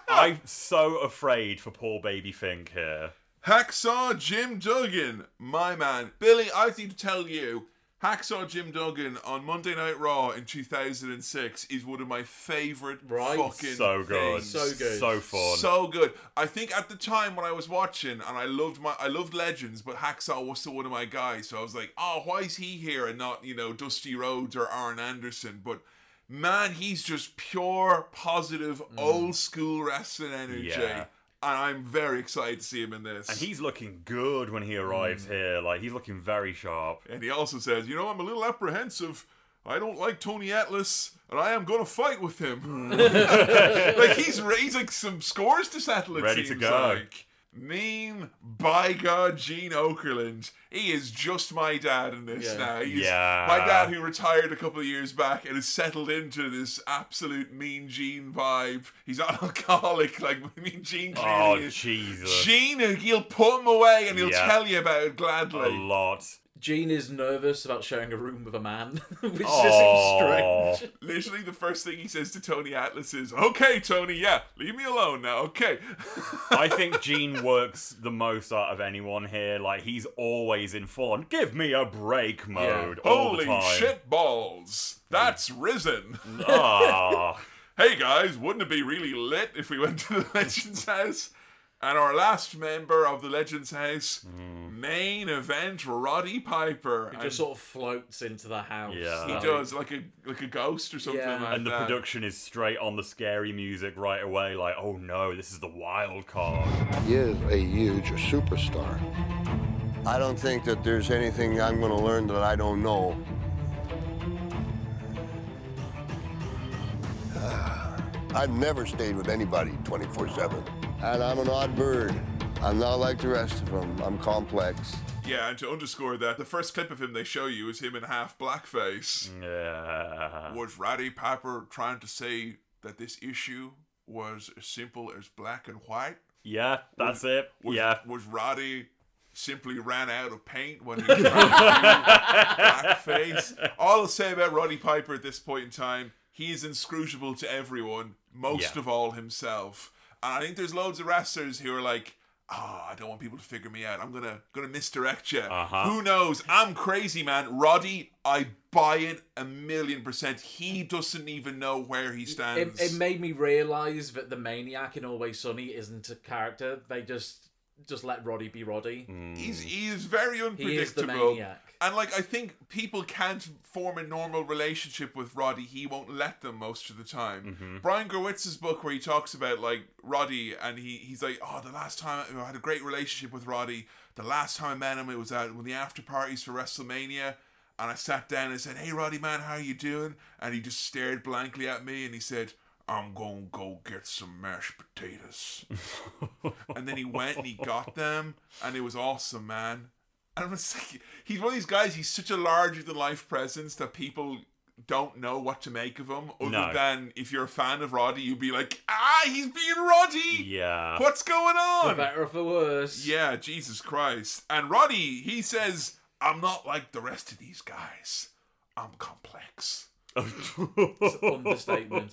Speaker 3: I'm so afraid for poor baby Fink here.
Speaker 1: Hacksaw Jim Duggan, my man. Billy, I need to tell you, Hacksaw Jim Duggan on Monday Night Raw in 2006 is one of my favorite
Speaker 4: Right.
Speaker 1: fucking
Speaker 3: So good.
Speaker 1: things.
Speaker 4: So good.
Speaker 3: So fun.
Speaker 1: So good. I think at the time when I was watching, and I loved my, I loved Legends, but Hacksaw was still one of my guys. So I was like, oh, why is he here and not you know Dusty Rhodes or Arn Anderson? But man, he's just pure positive
Speaker 4: Mm.
Speaker 1: old school wrestling energy,
Speaker 3: Yeah.
Speaker 1: and I'm very excited to see him in this.
Speaker 3: and he's looking good when he arrives here. Like, he's looking very sharp.
Speaker 1: And he also says, you know, I'm a little apprehensive. I don't like Tony Atlas, and I am going to fight with him.
Speaker 3: Hmm.
Speaker 1: like he's raising some scores to settle. It
Speaker 3: Ready to
Speaker 1: seems
Speaker 3: go.
Speaker 1: Like. Meme by God, Gene Okerlund. He is just my dad in this
Speaker 3: Yeah.
Speaker 1: now. He's
Speaker 3: Yeah.
Speaker 1: my dad who retired a couple of years back and has settled into this absolute Mean Gene vibe. He's not alcoholic like Mean Gene. Clearly
Speaker 3: Oh,
Speaker 1: is.
Speaker 3: Jesus.
Speaker 1: Gene, he'll put him away and he'll
Speaker 3: Yeah.
Speaker 1: tell you about it gladly.
Speaker 3: A lot.
Speaker 4: Gene is nervous about sharing a room with a man, which
Speaker 3: Aw.
Speaker 4: just seems strange.
Speaker 1: Literally, the first thing he says to Tony Atlas is, "Okay, Tony, yeah, leave me alone now, okay."
Speaker 3: I think Gene works the most out of anyone here. Like he's always in full on give me a break mode. all
Speaker 1: Holy
Speaker 3: the time.
Speaker 1: shit balls! That's risen.
Speaker 3: Ah.
Speaker 1: hey guys, wouldn't it be really lit if we went to the Legends House? And our last member of the Legends House,
Speaker 3: Mm.
Speaker 1: main event, Roddy Piper.
Speaker 4: He
Speaker 1: And
Speaker 4: just sort of floats into the house.
Speaker 3: Yeah.
Speaker 1: he
Speaker 4: Like,
Speaker 1: does like a like a ghost or something.
Speaker 4: Yeah.
Speaker 1: Like
Speaker 3: And the
Speaker 1: that.
Speaker 3: production is straight on the scary music right away, like, oh no, this is the wild card.
Speaker 7: He is a huge superstar. I don't think that there's anything I'm going to learn that I don't know. I've never stayed with anybody 24 7. And I'm an odd bird. I'm not like the rest of them. I'm complex.
Speaker 1: Yeah, and to underscore that, the first clip of him they show you is him in half blackface.
Speaker 3: Yeah.
Speaker 1: Was Roddy Piper trying to say that this issue was as simple as black and white?
Speaker 3: Yeah, that's it.
Speaker 1: Was,
Speaker 3: yeah.
Speaker 1: Was Roddy simply ran out of paint when he was trying to do blackface? All I'll say about Roddy Piper at this point in time, he is inscrutable to everyone, most
Speaker 3: Yeah.
Speaker 1: of all himself. And I think there's loads of wrestlers who are like, "Ah, I don't want people to figure me out. I'm gonna gonna misdirect you.
Speaker 3: Uh-huh.
Speaker 1: Who knows? I'm crazy, man. Roddy, I buy it a million percent. He doesn't even know where he
Speaker 4: It,
Speaker 1: stands.
Speaker 4: it made me realize that the maniac in Always Sunny isn't a character. They just just let Roddy be Roddy.
Speaker 3: Mm.
Speaker 1: He's he is very unpredictable.
Speaker 4: He is the maniac.
Speaker 1: And like I think people can't form a normal relationship with Roddy. He won't let them most of the time. Brian Gerwitz's book where he talks about like Roddy and he he's like, Oh, the last time I had a great relationship with Roddy, the last time I met him it was at one of the after parties for WrestleMania and I sat down and said, Hey Roddy man, how you doing? And he just stared blankly at me and he said, I'm gonna go get some mashed potatoes and then he went and he got them, and it was awesome, man. And I was like, he's one of these guys. He's such a larger than life presence that people don't know what to make of him. Other
Speaker 3: No.
Speaker 1: than if you're a fan of Roddy, you'd be like, ah, he's being Roddy.
Speaker 3: Yeah.
Speaker 1: What's going
Speaker 4: For
Speaker 1: on?
Speaker 4: better or for worse.
Speaker 1: Yeah, Jesus Christ. And Roddy, he says, I'm not like the rest of these guys. I'm complex.
Speaker 4: Understatement.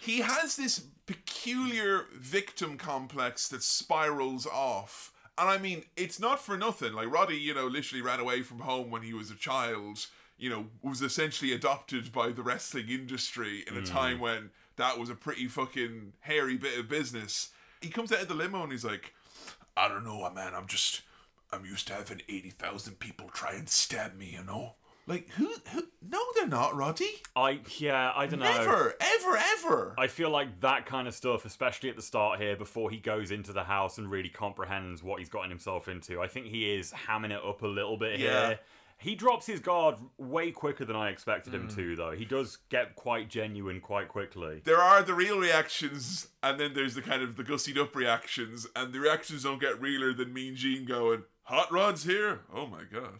Speaker 1: he has this peculiar victim complex that spirals off. And I mean, it's not for nothing. Like Roddy, you know, literally ran away from home when he was a child. You know, was essentially adopted by the wrestling industry in a time when that was a pretty fucking hairy bit of business. He comes out of the limo and he's like, "I don't know, man. I'm just, I'm used to having eighty thousand people try and stab me. You know, like who? who? No, they're not, Roddy.
Speaker 3: I yeah, I don't know.
Speaker 1: Never, ever, ever.
Speaker 3: I feel like that kind of stuff, especially at the start here, before he goes into the house and really comprehends what he's gotten himself into. I think he is hamming it up a little bit
Speaker 1: Yeah.
Speaker 3: here. He drops his guard way quicker than I expected him to, though. He does get quite genuine quite quickly.
Speaker 1: there are the real reactions, and then there's the kind of the gussied up reactions, and the reactions don't get realer than Mean Gene going, Hot Rod's here. Oh my God.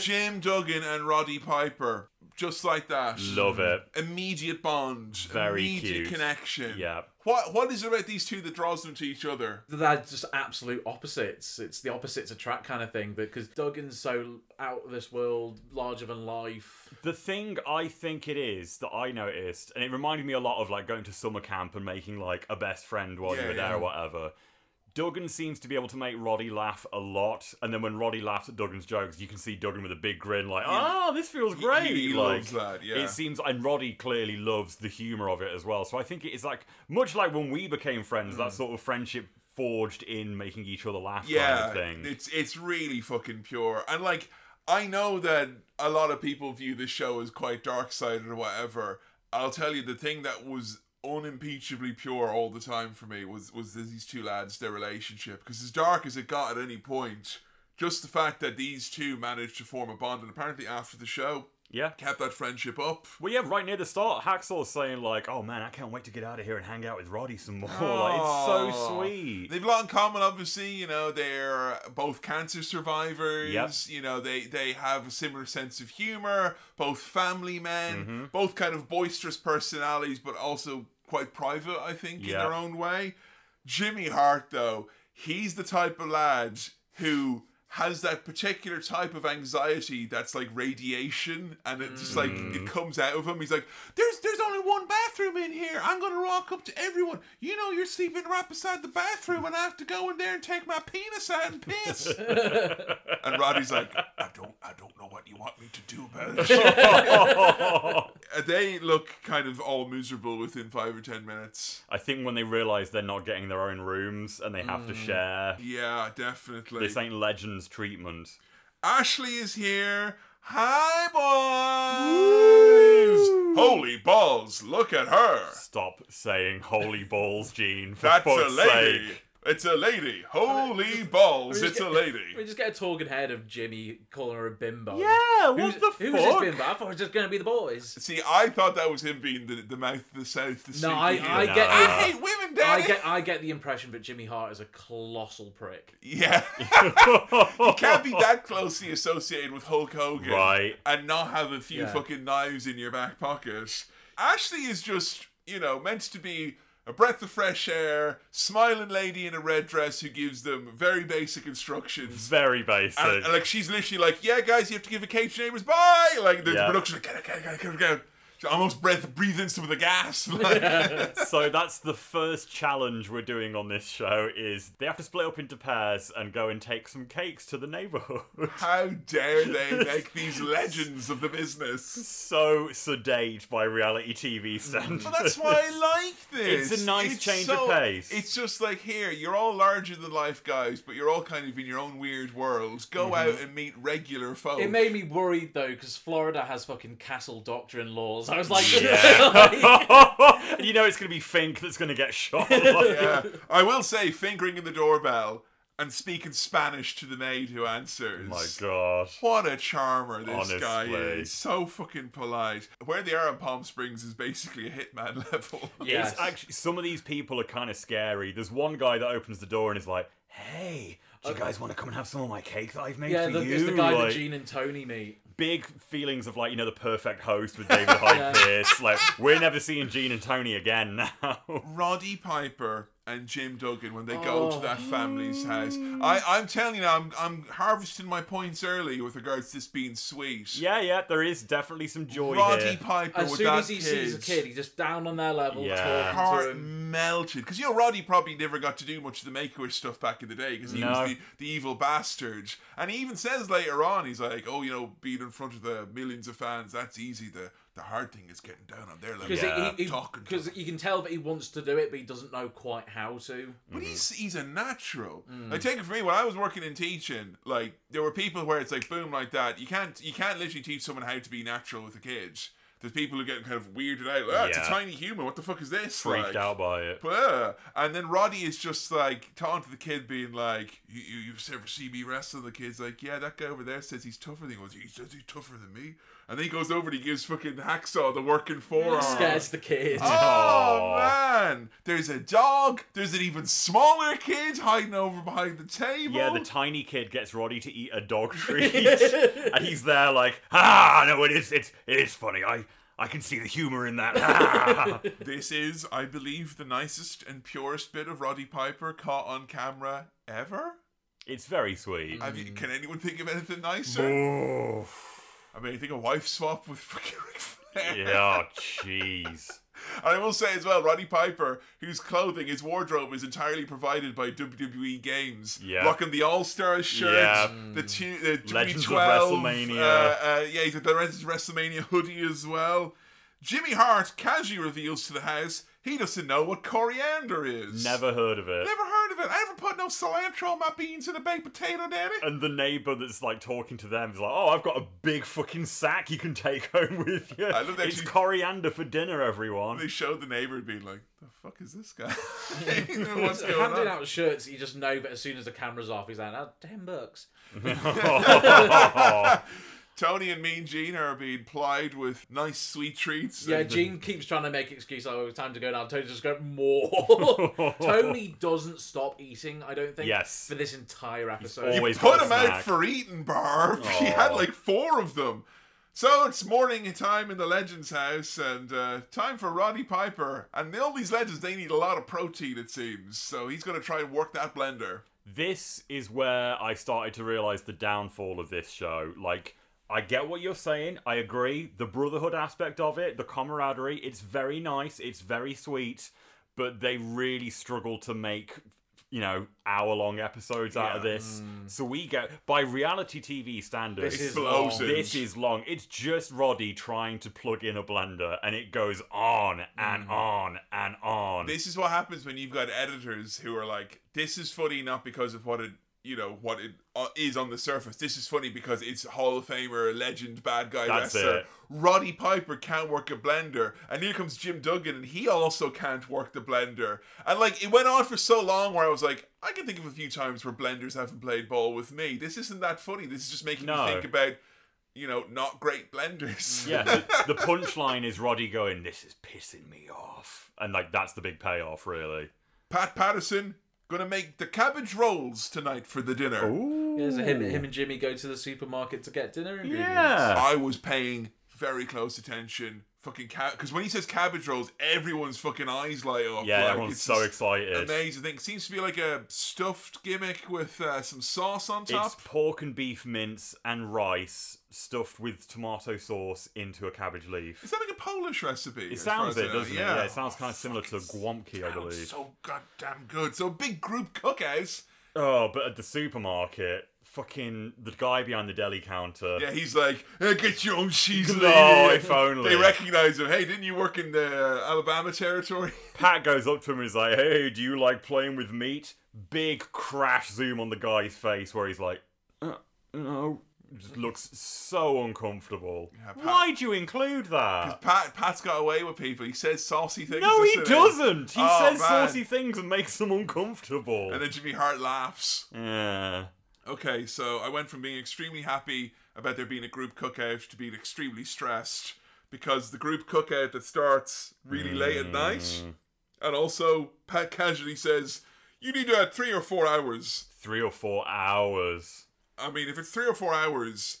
Speaker 1: Jim Duggan and Roddy Piper. Just like that.
Speaker 3: Love it.
Speaker 1: Immediate bond.
Speaker 3: Very
Speaker 1: immediate
Speaker 3: cute.
Speaker 1: connection.
Speaker 3: Yeah.
Speaker 1: What What is it about these two that draws them to each other?
Speaker 4: They're just absolute opposites. It's the opposites attract kind of thing because Duggan's so out of this world, larger than life.
Speaker 3: The thing I think it is that I noticed, and it reminded me a lot of like going to summer camp and making like a best friend while
Speaker 1: Yeah,
Speaker 3: you were
Speaker 1: yeah.
Speaker 3: there or whatever. Duggan seems to be able to make Roddy laugh a lot, and then when Roddy laughs at Duggan's jokes, you can see Duggan with a big grin, like, "Ah, this feels great."
Speaker 1: he
Speaker 3: like,
Speaker 1: loves that, yeah.
Speaker 3: It seems, and Roddy clearly loves the humor of it as well. So I think it is like much like when we became friends,
Speaker 1: Hmm.
Speaker 3: that sort of friendship forged in making each other laugh kind
Speaker 1: yeah,
Speaker 3: of thing.
Speaker 1: It's it's really fucking pure. And like I know that a lot of people view this show as quite dark sided or whatever. I'll tell you the thing that was unimpeachably pure all the time for me was was these two lads their relationship because as dark as it got at any point just the fact that these two managed to form a bond and apparently after the show
Speaker 3: Yeah.
Speaker 1: kept that friendship up
Speaker 3: Well, yeah, right near the start, Hacksaw's saying like, "Oh man, I can't wait to get out of here and hang out with Roddy some more." Oh, like, it's so
Speaker 1: Aw.
Speaker 3: sweet.
Speaker 1: They've a lot in common, obviously. You know, they're both cancer survivors.
Speaker 3: Yep.
Speaker 1: You know, they they have a similar sense of humor. Both family men.
Speaker 3: Mm-hmm.
Speaker 1: Both kind of boisterous personalities, but also quite private. I think in
Speaker 3: Yeah.
Speaker 1: their own way. Jimmy Hart, though, he's the type of lad who has that particular type of anxiety that's like radiation and it just like it comes out of him he's like there's there's only one bathroom in here i'm gonna rock up to everyone you know you're sleeping right beside the bathroom and i have to go in there and take my penis out and piss and roddy's like i don't i don't know what you want me to do about it Uh, they look kind of all miserable within five or ten minutes
Speaker 3: I think when they realise they're not getting their own rooms and they have to
Speaker 1: Hmm.
Speaker 3: share,
Speaker 1: yeah definitely
Speaker 3: this ain't Legends treatment.
Speaker 1: Ashley is here. Hi, boys! Holy balls, look at her.
Speaker 3: Stop saying "holy balls," Gene. For
Speaker 1: That's a
Speaker 3: fuck's
Speaker 1: lady.
Speaker 3: sake.
Speaker 1: It's a lady. Holy balls,
Speaker 4: just
Speaker 1: it's a
Speaker 4: get- We
Speaker 1: lady.
Speaker 4: just get a talking head of Jimmy calling her a bimbo.
Speaker 3: Yeah, what
Speaker 4: who's,
Speaker 3: the
Speaker 4: who's this
Speaker 3: fuck?
Speaker 4: bimbo? I thought it was just going to be the boys.
Speaker 1: See, I thought that was him being the, the mouth of the south. The sneaky
Speaker 4: No, I,
Speaker 1: hero.
Speaker 4: I
Speaker 3: No.
Speaker 4: get
Speaker 1: I
Speaker 4: the-
Speaker 1: hate women,
Speaker 4: I
Speaker 1: Daddy.
Speaker 4: get I get the impression that Jimmy Hart is a colossal prick.
Speaker 1: Yeah, you can't be that closely associated with Hulk Hogan,
Speaker 3: Right.
Speaker 1: And not have a few
Speaker 4: Yeah.
Speaker 1: fucking knives in your back pocket. Ashley is just, you know, meant to be a breath of fresh air, smiling lady in a red dress who gives them very basic instructions.
Speaker 3: Very basic.
Speaker 1: And, and, like she's literally like, "Yeah, guys, you have to give a cage to neighbors. Bye." Like the, the
Speaker 3: Yeah.
Speaker 1: production, like, "Get out, get out, get out, get out, get out." She almost breath breathe in some of the gas. Like,
Speaker 3: so that's the first challenge we're doing on this show is they have to split up into pairs and go and take some cakes to the neighborhood.
Speaker 1: how dare they make these legends of the business?
Speaker 3: so sedate by reality TV standards.
Speaker 1: Well, that's why I like this.
Speaker 3: It's a nice change of pace.
Speaker 1: It's just like here, you're all larger than life guys, but you're all kind of in your own weird worlds. Go
Speaker 3: Mm-hmm.
Speaker 1: out and meet regular folk.
Speaker 4: It made me worried though because Florida has fucking castle doctrine laws. I was like, like,
Speaker 3: you know it's going to be Fink that's going to get shot. Oh
Speaker 1: yeah. Uh, I will say, fingering in the doorbell and speaking Spanish to the maid who answers.
Speaker 3: My God.
Speaker 1: What a charmer this guy
Speaker 3: Honestly.
Speaker 1: is. So fucking polite. Where they are in Palm Springs is basically a hitman level.
Speaker 4: Yes.
Speaker 3: It's actually some of these people are kind of scary. There's one guy that opens the door and is like, "Hey, do you guys want to come and have some of my cake that I've made
Speaker 4: yeah,
Speaker 3: for
Speaker 4: the,
Speaker 3: you?"
Speaker 4: it's the guy
Speaker 3: like,
Speaker 4: that Gene and Tony meet.
Speaker 3: big feelings of like you know the perfect host with David Hyde Pierce. Like we're never seeing Gene and Tony again now.
Speaker 1: Roddy Piper and Jim Duggan when they go to that family's house. I, I'm telling you, now, I'm, I'm harvesting my points early with regards to this being sweet.
Speaker 3: yeah, yeah, there is definitely some joy
Speaker 1: Roddy
Speaker 3: here.
Speaker 1: Piper
Speaker 4: As
Speaker 1: with
Speaker 4: soon
Speaker 1: that
Speaker 4: as he sees a kid, he's just down on their level,
Speaker 3: Yeah.
Speaker 4: talking to
Speaker 1: Heart
Speaker 4: him.
Speaker 1: melted because you know Roddy probably never got to do much of the Make-A-Wish stuff back in the day because he
Speaker 3: No.
Speaker 1: was the, the evil bastard. And he even says later on, he's like, "Oh, you know, being in front of the millions of fans, that's easy. The the hard thing is getting down on their level,
Speaker 4: Because
Speaker 3: Yeah.
Speaker 4: he, he,
Speaker 1: talking to
Speaker 4: because you can tell that he wants to do it, but he doesn't know quite how to.
Speaker 1: But
Speaker 3: Mm-hmm.
Speaker 1: he's he's a natural.
Speaker 3: Mm.
Speaker 1: Like take it from me, when I was working in teaching, like there were people where it's like boom like that. You can't you can't literally teach someone how to be natural with the kids. There's people who get kind of weirded out. Like, "Ah, It's a
Speaker 3: Yeah.
Speaker 1: tiny human. What the fuck is this?
Speaker 3: Freaked
Speaker 1: like,
Speaker 3: out by it.
Speaker 1: Blah. And then Roddy is just like talking to the kid, being like, "You you you've ever seen me wrestle?" The kid's like, "Yeah, that guy over there says he's tougher than you." He says he's tougher than me. And then he goes over and he gives fucking Hacksaw the working forearm.
Speaker 4: Scares the kid.
Speaker 1: Oh, man. There's a dog. There's an even smaller kid hiding over behind the table.
Speaker 3: Yeah, the tiny kid gets Roddy to eat a dog treat, and he's there like, ah, no, it is, it's, it is funny. I, I can see the humor in that. Ah."
Speaker 1: this is, I believe, the nicest and purest bit of Roddy Piper caught on camera ever.
Speaker 3: It's very sweet.
Speaker 1: Have you, can anyone think of anything nicer? I mean, I think a wife swap with fucking Ric Flair.
Speaker 3: yeah, oh, jeez.
Speaker 1: And I will say as well, Roddy Piper, whose clothing, his wardrobe is entirely provided by WWE Games.
Speaker 3: Yeah.
Speaker 1: Rocking the All Stars shirt,
Speaker 3: Yeah. Mm.
Speaker 1: the, two, the
Speaker 3: Legends of
Speaker 1: 2012,
Speaker 3: WrestleMania.
Speaker 1: Uh, uh, yeah, he's got the Legends of WrestleMania hoodie as well. Jimmy Hart casually reveals to the house he doesn't know what coriander is.
Speaker 3: Never heard of it.
Speaker 1: Never heard of it. I haven't put no cilantro on my beans and a baked potato, daddy.
Speaker 3: And the neighbour that's like talking to them is like, "Oh, I've got a big fucking sack you can take home with you.
Speaker 1: I love that
Speaker 3: it's
Speaker 1: she-
Speaker 3: coriander for dinner, everyone."
Speaker 1: They showed the neighbor being like, the fuck is this guy? What's
Speaker 4: Handing
Speaker 1: going on?
Speaker 4: out shirts, that you just know that as soon as the camera's off, he's like, oh, 10 bucks.
Speaker 1: Tony and Mean Gene are being plied with nice sweet treats.
Speaker 4: Yeah,
Speaker 1: and-
Speaker 4: Gene keeps trying to make excuse. Oh, it's time to go now. Tony's just going more. Tony doesn't stop eating. I don't think.
Speaker 3: Yes.
Speaker 4: For this entire episode,
Speaker 3: always
Speaker 1: Put
Speaker 3: got a
Speaker 1: him out
Speaker 3: snack.
Speaker 1: for eating, Barb. He had like four of them. So it's morning time in the Legends house, and uh, time for Roddy Piper. And all these legends, they need a lot of protein, it seems. So he's going to try and work that blender.
Speaker 3: this is where I started to realize the downfall of this show. Like, I get what you're saying. I agree. The brotherhood aspect of it, the camaraderie, it's very nice. It's very sweet. But they really struggle to make, you know, hour long episodes out of
Speaker 1: Yeah.
Speaker 3: this. So we get, by reality TV standards,
Speaker 4: Mm. This is
Speaker 1: Explosives.
Speaker 4: long.
Speaker 3: this is long. It's just Roddy trying to plug in a blender, and it goes on
Speaker 4: Mm.
Speaker 3: and on and on.
Speaker 1: This is what happens when you've got editors who are like, "This is funny not because of what it, you know, what it uh, is on the surface. This is funny because it's Hall of Famer, legend, bad guy
Speaker 3: That's
Speaker 1: wrestler.
Speaker 3: it.
Speaker 1: Roddy Piper can't work a blender, and here comes Jim Duggan, and he also can't work the blender. And like, it went on for so long where I was like, I can think of a few times where blenders haven't played ball with me. This isn't that funny. This is just making
Speaker 3: No.
Speaker 1: me think about, you know, not great blenders.
Speaker 3: yeah, the, the punchline is Roddy going, "This is pissing me off," and like that's the big payoff, really.
Speaker 1: Pat Patterson gonna make the cabbage rolls tonight for the dinner.
Speaker 4: Yeah, so him, him and Jimmy go to the supermarket to get dinner ingredients.
Speaker 3: Yeah,
Speaker 1: I was paying very close attention. Fucking cab, because when he says cabbage rolls, everyone's fucking eyes light up.
Speaker 3: yeah,
Speaker 1: like,
Speaker 3: everyone's
Speaker 1: it's
Speaker 3: so
Speaker 1: this
Speaker 3: excited.
Speaker 1: Amazing thing. Seems to be like a stuffed gimmick with uh, some sauce on top.
Speaker 3: It's pork and beef mince and rice stuffed with tomato sauce into a cabbage leaf.
Speaker 1: Is that like a Polish recipe?
Speaker 3: It
Speaker 1: as far
Speaker 3: sounds
Speaker 1: as I
Speaker 3: it,
Speaker 1: know?
Speaker 3: doesn't it? Yeah, it sounds kind of similar to guamki, I believe.
Speaker 1: So goddamn good. So big group cookouts.
Speaker 3: Oh, but at the supermarket, fucking the guy behind the deli counter.
Speaker 1: Yeah, he's like, hey, get your own cheese.
Speaker 3: No,
Speaker 1: lady."
Speaker 3: if only.
Speaker 1: They recognize him. Hey, didn't you work in the Alabama territory?
Speaker 3: Pat goes up to him and is like, "Hey, do you like playing with meat?" Big crash zoom on the guy's face where he's like, uh, "No." Just looks so uncomfortable.
Speaker 1: Pat-
Speaker 3: Why'd you include that?
Speaker 1: Pat, Pat's got away with people. He says saucy things.
Speaker 3: No, he
Speaker 1: doesn't
Speaker 3: doesn't. He
Speaker 1: Oh,
Speaker 3: says
Speaker 1: man.
Speaker 3: saucy things and makes them uncomfortable.
Speaker 1: And then Jimmy Hart laughs.
Speaker 3: yeah.
Speaker 1: Okay, so I went from being extremely happy about there being a group cookout to being extremely stressed because the group cookout that starts really late at night,
Speaker 3: Mm.
Speaker 1: and also Pat casually says, You need to add three or four hours.
Speaker 3: Three or four hours.
Speaker 1: I mean, if it's three or four hours,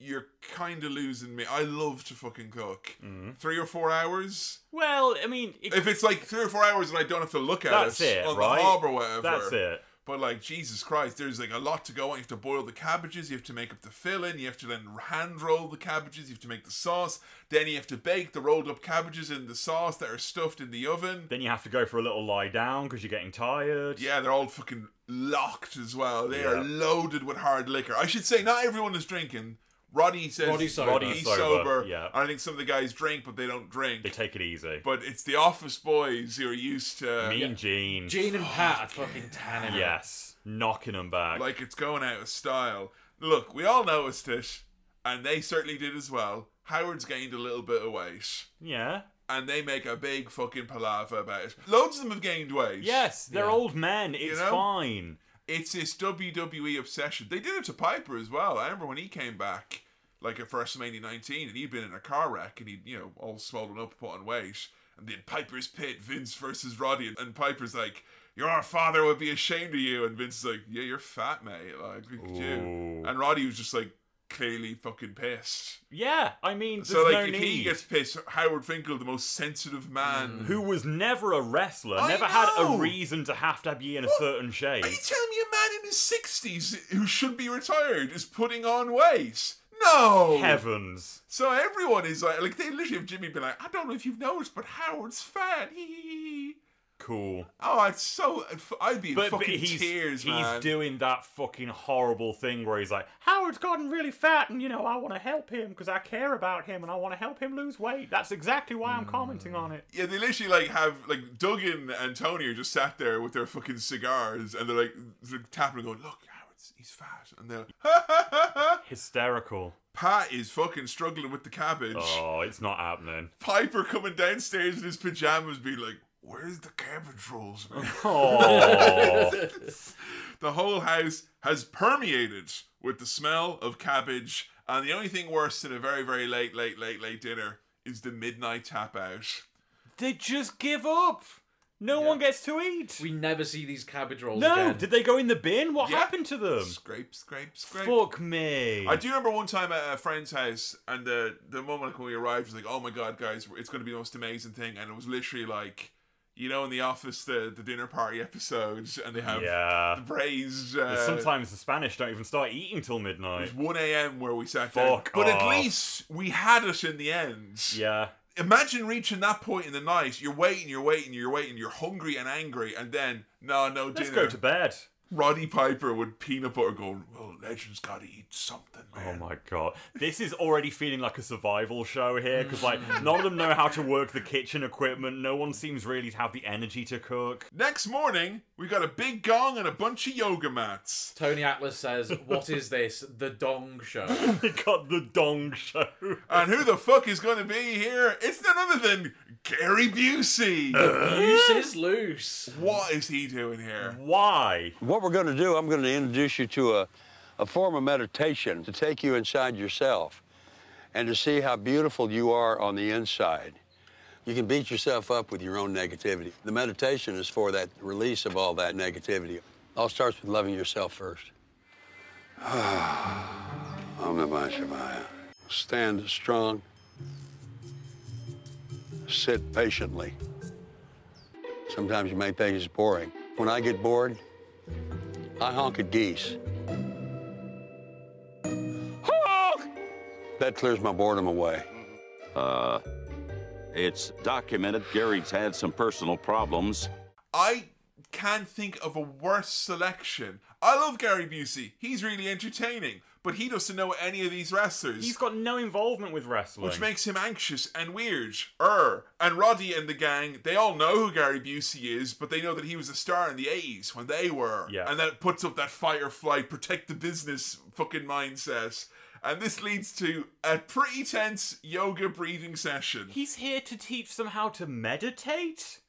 Speaker 1: you're kind of losing me. I love to fucking cook.
Speaker 3: Mm.
Speaker 1: Three or four hours?
Speaker 3: Well, I mean, it,
Speaker 1: If it's like three or four hours and I don't have to look at
Speaker 3: that's
Speaker 1: it,
Speaker 3: it,
Speaker 1: on
Speaker 3: right?
Speaker 1: the hob or whatever.
Speaker 3: That's it.
Speaker 1: But like Jesus Christ, there's like a lot to go on. You have to boil the cabbages, you have to make up the filling, you have to then hand roll the cabbages, you have to make the sauce, then you have to bake the rolled up cabbages in the sauce that are stuffed in the oven.
Speaker 3: Then you have to go for a little lie down because you're getting tired.
Speaker 1: Yeah, they're all fucking locked as well. They are
Speaker 3: Yeah.
Speaker 1: loaded with hard liquor. I should say not everyone is drinking. Roddy says
Speaker 4: Roddy's sober.
Speaker 1: he's
Speaker 3: Roddy's sober,
Speaker 1: sober.
Speaker 3: yeah.
Speaker 1: And I think some of the guys drink, but they don't drink.
Speaker 3: They take it easy.
Speaker 1: but it's the office boys who are used to
Speaker 3: mean Gene.
Speaker 4: Gene and Pat are fucking tanning. it.
Speaker 3: Yes, knocking them back.
Speaker 1: like it's going out of style. Look, we all noticed it, and they certainly did as well. Howard's gained a little bit of weight,
Speaker 3: yeah.
Speaker 1: and they make a big fucking palaver about it. Loads of them have gained weight.
Speaker 3: Yes, they're
Speaker 4: Yeah.
Speaker 3: old men. It's
Speaker 1: know?
Speaker 3: fine.
Speaker 1: E It's this WWE obsession. They did it to Piper as well. I remember when he came back. like at WrestleMania 19, and he'd been in a car wreck and he'd, you know, all swollen up, put on weight. And then Piper's Pit, Vince versus Roddy, and, and Piper's like, Your father would be ashamed of you. And Vince's like, Yeah, you're fat, mate. Like, look at you.
Speaker 3: Ooh.
Speaker 1: And Roddy was just like, clearly fucking pissed.
Speaker 3: Yeah, I mean,
Speaker 1: So,
Speaker 3: there's
Speaker 1: like,
Speaker 3: no
Speaker 1: if
Speaker 3: need. Mm.
Speaker 1: he gets pissed, Howard Finkel, the most sensitive man.
Speaker 3: who was never a wrestler,
Speaker 1: I
Speaker 3: never had
Speaker 1: know!
Speaker 3: a reason to have to be in a certain shape.
Speaker 1: Are you telling me a man in his 60s who should be retired is putting on weight? No!
Speaker 3: Heavens.
Speaker 1: So everyone is like, like they literally have Jimmy be like, I don't know if you've noticed, but Howard's fat.
Speaker 3: Cool.
Speaker 1: oh, it's so. I'd be in
Speaker 3: But, but
Speaker 1: fucking
Speaker 3: he's,
Speaker 1: tears,
Speaker 3: he's
Speaker 1: man.
Speaker 3: doing that fucking horrible thing where he's like, Howard's gotten really fat, and you know, I want to help him because I care about him and I want to help him lose weight. That's exactly why I'm commenting
Speaker 1: Hmm.
Speaker 3: on it.
Speaker 1: yeah, they literally like have like Duggan and Tony are just sat there with their fucking cigars, and they're like, they're tapping and going, "Look, Howard's he's fat," and they're like,
Speaker 3: Hysterical.
Speaker 1: Pat is fucking struggling with the cabbage.
Speaker 3: Oh, it's not happening.
Speaker 1: Piper coming downstairs in his pajamas, being like, "Where's the cabbage rolls, man?"
Speaker 3: Uh-huh. Oh.
Speaker 1: the whole house has permeated with the smell of cabbage, and the only thing worse than a very, very late, late, late, late dinner is the midnight tap out.
Speaker 3: they just give up. No one gets to eat.
Speaker 4: We never see these cabbage rolls
Speaker 3: no,
Speaker 4: again.
Speaker 3: did they go in the bin? What
Speaker 1: Yeah.
Speaker 3: happened to them?
Speaker 1: Scrape, scrape, scrape.
Speaker 3: Fuck me.
Speaker 1: I do remember one time at a friend's house, and the the moment when we arrived was like, "Oh my god, guys, it's going to be the most amazing thing!" And it was literally like, you know, in the office, the the dinner party episodes, and they have
Speaker 3: Yeah.
Speaker 1: the braised.
Speaker 3: But
Speaker 1: Uh,
Speaker 3: Sometimes the Spanish don't even start eating till
Speaker 1: it was
Speaker 3: midnight.
Speaker 1: one a.m. where we sat
Speaker 3: Fuck
Speaker 1: down, but at
Speaker 3: off.
Speaker 1: least we had it in the end.
Speaker 3: Yeah.
Speaker 1: Imagine reaching that point in the night. You're waiting, you're waiting, you're waiting. You're hungry and angry, and then no, no
Speaker 3: Let's
Speaker 1: dinner.
Speaker 3: go to bed.
Speaker 1: Roddy Piper with peanut butter going. Well, legends gotta eat something,
Speaker 3: Oh
Speaker 1: man.
Speaker 3: my god. This is already feeling like a survival show here because, like, none of them know how to work the kitchen equipment. No one seems really to have the energy to cook.
Speaker 1: Next morning, we got a big gong and a bunch of yoga mats.
Speaker 4: Tony Atlas says, "What is this? The Dong Show."
Speaker 3: They got the dong show.
Speaker 1: And who the fuck is going to be here? It's none other than Gary Busey.
Speaker 4: Loose is loose.
Speaker 1: what is he doing here?
Speaker 3: Why?
Speaker 7: What we're going to do, I'm going to introduce you to a, a form of meditation to take you inside yourself and to see how beautiful you are on the inside. You can beat yourself up with your own negativity. The meditation is for that release of all that negativity. All starts with loving yourself first. Om Namah Shivaya. Stand strong. Sit patiently. Sometimes you may think it's boring. When I get bored, I honk at geese. Honk! That clears my boredom away.
Speaker 5: Uh, it's documented Gary's had some personal problems.
Speaker 1: I can't think of a worse selection. I love Gary Busey. He's really entertaining, but he doesn't know any of these wrestlers.
Speaker 3: He's got no involvement with wrestling.
Speaker 1: which makes him anxious and weird. Er, and Roddy and the gang, they all know who Gary Busey is, but they know that he was a star in the 80s when they were.
Speaker 3: Yeah.
Speaker 1: And that puts up that fight or flight, protect the business fucking mindset. And this leads to a pretty tense yoga breathing session.
Speaker 3: He's here to teach them how to meditate?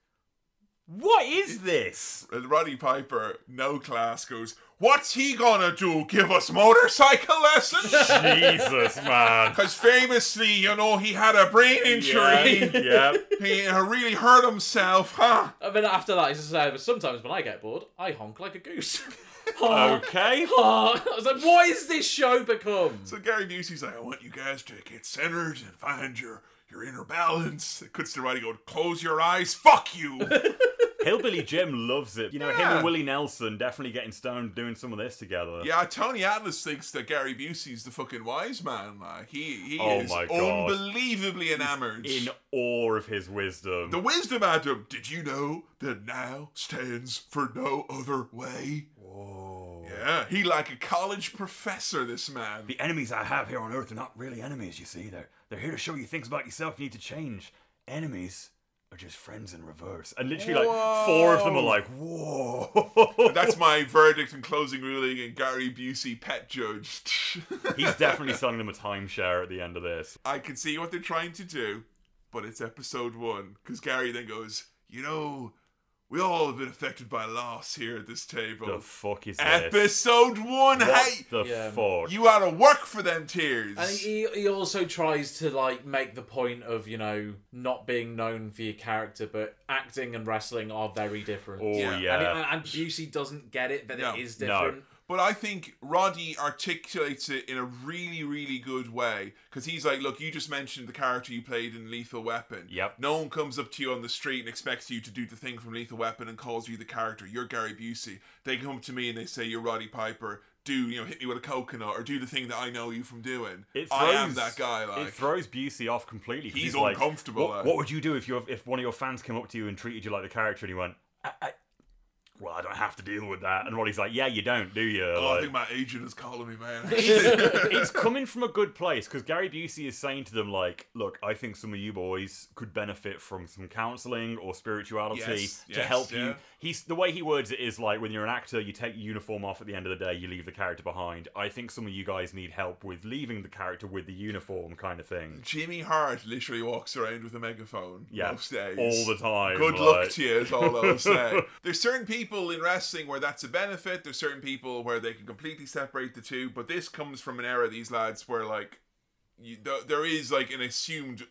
Speaker 3: What is this?
Speaker 1: And Roddy Piper, no class, goes, What's he gonna do? Give us motorcycle lessons?
Speaker 3: Jesus, man.
Speaker 1: Because famously, you know, he had a brain injury.
Speaker 3: Yeah.
Speaker 1: He uh, really hurt himself, huh?
Speaker 4: And then after that, he says, uh, "Sometimes when I get bored, I honk like a goose." Honk,
Speaker 3: Okay.
Speaker 4: honk. I was like, "What is this show become?"
Speaker 1: So Gary Busey's like, I want you guys to get centered and find your your inner balance. Cuts to Roddy going, close your eyes, fuck you.
Speaker 3: Hillbilly Jim loves it. You know, him
Speaker 1: Yeah.
Speaker 3: and Willie Nelson definitely getting stoned doing some of this together.
Speaker 1: yeah, Tony Atlas thinks that Gary Busey's the fucking wise man. Like he he
Speaker 3: Oh
Speaker 1: is
Speaker 3: my God.
Speaker 1: unbelievably enamored.
Speaker 3: In awe of his wisdom.
Speaker 1: the wisdom, Adam. Did you know that now stands for no other way? Whoa. Yeah, he like a college professor. This man.
Speaker 3: The enemies I have here on Earth are not really enemies, you see. They're they're here to show you things about yourself you need to change. Enemies are just friends in reverse. And literally, like four of them are like, "Whoa!"
Speaker 1: That's my verdict and closing ruling. And Gary Busey pet judge.
Speaker 3: He's definitely selling them a timeshare at the end of this.
Speaker 1: I can see what they're trying to do, but it's episode one. Because Gary then goes, You know, We all have been affected by loss here at this table.
Speaker 3: The fuck is this?
Speaker 1: Episode one.
Speaker 3: What
Speaker 1: hey,
Speaker 3: the
Speaker 4: Yeah.
Speaker 3: fuck?
Speaker 1: you out of work for them tears.
Speaker 4: And he he also tries to like make the point of you know not being known for your character, but acting and wrestling are very different.
Speaker 3: Oh, Yeah. yeah.
Speaker 4: And, and, and Busey doesn't get it that
Speaker 1: No.
Speaker 4: it is different.
Speaker 1: But I think Roddy articulates it in a really, really good way because he's like, "Look, you just mentioned the character you played in Lethal Weapon.
Speaker 3: Yep.
Speaker 1: No one comes up to you on the street and expects you to do the thing from Lethal Weapon and calls you the character. You're Gary Busey. They come up to me and they say you're Roddy Piper. Do you know hit me with a coconut or do the thing that I know you from doing?
Speaker 3: It
Speaker 1: I am
Speaker 3: throws-
Speaker 1: that guy. Like
Speaker 3: it throws Busey off completely. 'cause
Speaker 1: He's
Speaker 3: like,
Speaker 1: uncomfortable,
Speaker 3: what,
Speaker 1: like."
Speaker 3: what would you do if your if one of your fans came up to you and treated you like the character, and he went, I, I, "Well, I don't have to deal with that." And Roddy's like, "Yeah, you don't, do you?"
Speaker 1: Oh, I
Speaker 3: Like-
Speaker 1: think my agent is calling me, man.
Speaker 3: it's coming from a good place because Gary Busey is saying to them like, "Look, I think some of you boys could benefit from some counselling or spirituality
Speaker 1: Yes,
Speaker 3: to
Speaker 1: yes,
Speaker 3: help
Speaker 1: yeah.
Speaker 3: you." He's the way he words it is like when you're an actor, you take your uniform off at the end of the day, you leave the character behind. I think some of you guys need help with leaving the character with the uniform kind of thing.
Speaker 1: Jimmy Hart literally walks around with a megaphone
Speaker 3: Yeah,
Speaker 1: most days.
Speaker 3: all the time,
Speaker 1: Good luck
Speaker 3: like-
Speaker 1: to you, is all I'll say. There's certain people in wrestling where that's a benefit. There's certain people where they can completely separate the two. But this comes from an era, these lads, where like you, th- there is like an assumed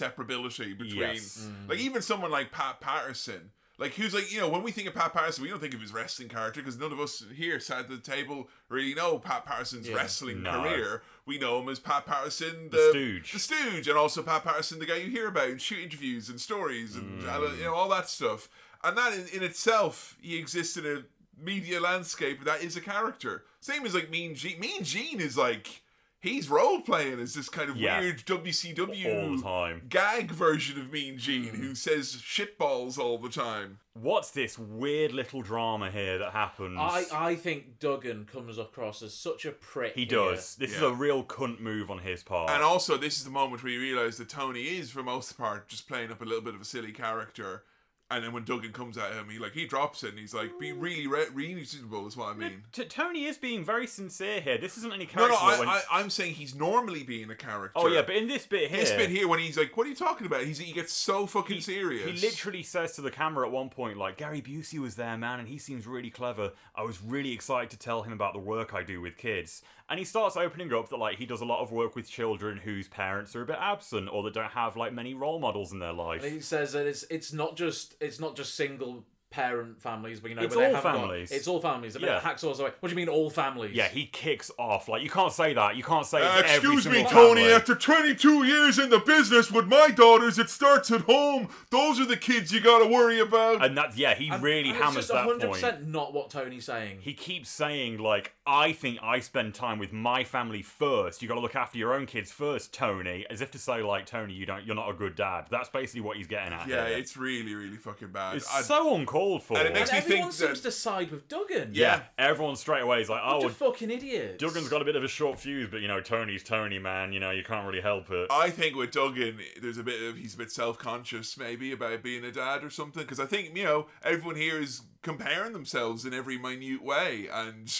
Speaker 1: inseparability between,
Speaker 3: Yes.
Speaker 1: like even someone like Pat Patterson. Like who's like you know when we think of Pat Patterson we don't think of his wrestling character because none of us here sat at the table really know Pat Patterson's
Speaker 4: Yeah.
Speaker 1: wrestling
Speaker 3: No.
Speaker 1: career. We know him as Pat Patterson, the,
Speaker 3: The Stooge.
Speaker 1: the Stooge, and also Pat Patterson, the guy you hear about in shoot interviews and stories and
Speaker 3: Mm.
Speaker 1: uh, you know all that stuff. And that in, in itself, he exists in a media landscape that is a character. Same as like Mean Gene. Mean Gene is like he's role playing as this kind of
Speaker 3: Yeah.
Speaker 1: weird
Speaker 3: All the
Speaker 1: WCW
Speaker 3: time. Mm.
Speaker 1: gag version of Mean Gene who says shitballs all the time.
Speaker 3: What's this weird little drama here that happens?
Speaker 4: I I think Duggan comes across as such a prick.
Speaker 3: he
Speaker 4: here.
Speaker 3: does. This is
Speaker 1: Yeah.
Speaker 3: a real cunt move on his part.
Speaker 1: And also, this is the moment where you realise that Tony is, for most part, just playing up a little bit of a silly character. And then when Duggan comes at him, he like he drops it, and he's like, "Be really re- reasonable," is what I mean.
Speaker 3: T- Tony is being very sincere here. This isn't any
Speaker 1: No,
Speaker 3: character.
Speaker 1: no, I,
Speaker 3: that when-
Speaker 1: I, I'm saying he's normally being a character.
Speaker 3: Oh yeah, but in this bit here,
Speaker 1: this bit here when he's like, "What are you talking about?" He's he gets so fucking
Speaker 3: He
Speaker 1: serious.
Speaker 3: literally says to the camera at one point, like, Gary Busey was there, man, and he seems really clever. I was really excited to tell him about the work I do with kids. And he starts opening up that, like, he does a lot of work with children whose parents are a bit absent or that don't have, like, many role models in their life.
Speaker 4: And he says that it's it's not just it's not just single parent families, but you know,
Speaker 3: It's
Speaker 4: but they
Speaker 3: all
Speaker 4: haven't got-
Speaker 3: families.
Speaker 4: it's all families. I mean,
Speaker 3: Yeah.
Speaker 4: hacksaw's away. What do you mean all families?
Speaker 3: Yeah, he kicks off. Like, you can't say that. You can't say
Speaker 1: Uh,
Speaker 3: it's every
Speaker 1: excuse me,
Speaker 3: single
Speaker 1: Tony.
Speaker 3: family.
Speaker 1: After 22 years in the business with my daughters, it starts at home. Those are the kids you gotta worry about.
Speaker 3: And that, yeah, he really
Speaker 4: And
Speaker 3: hammers
Speaker 4: it's just
Speaker 3: that
Speaker 4: 100%
Speaker 3: point.
Speaker 4: not what Tony's saying.
Speaker 3: he keeps saying like i think i spend time with my family first you gotta look after your own kids first tony as if to say like tony you don't you're not a good dad that's basically what he's getting at
Speaker 1: yeah,
Speaker 3: here.
Speaker 1: it's really, really fucking bad.
Speaker 3: It's
Speaker 1: I-
Speaker 3: so uncalled for
Speaker 1: And it makes
Speaker 4: and
Speaker 1: me
Speaker 4: everyone
Speaker 1: think
Speaker 4: seems
Speaker 1: that-
Speaker 4: to side with Duggan.
Speaker 1: Yeah.
Speaker 3: everyone straight away is like oh
Speaker 4: Bunch
Speaker 3: well,
Speaker 4: of fucking idiots.
Speaker 3: duggan's got a bit of a short fuse but you know tony's tony man you know you can't really help it
Speaker 1: I think with Duggan, there's a bit of he's a bit self-conscious maybe about being a dad or something because I think you know everyone here is comparing themselves in every minute way, and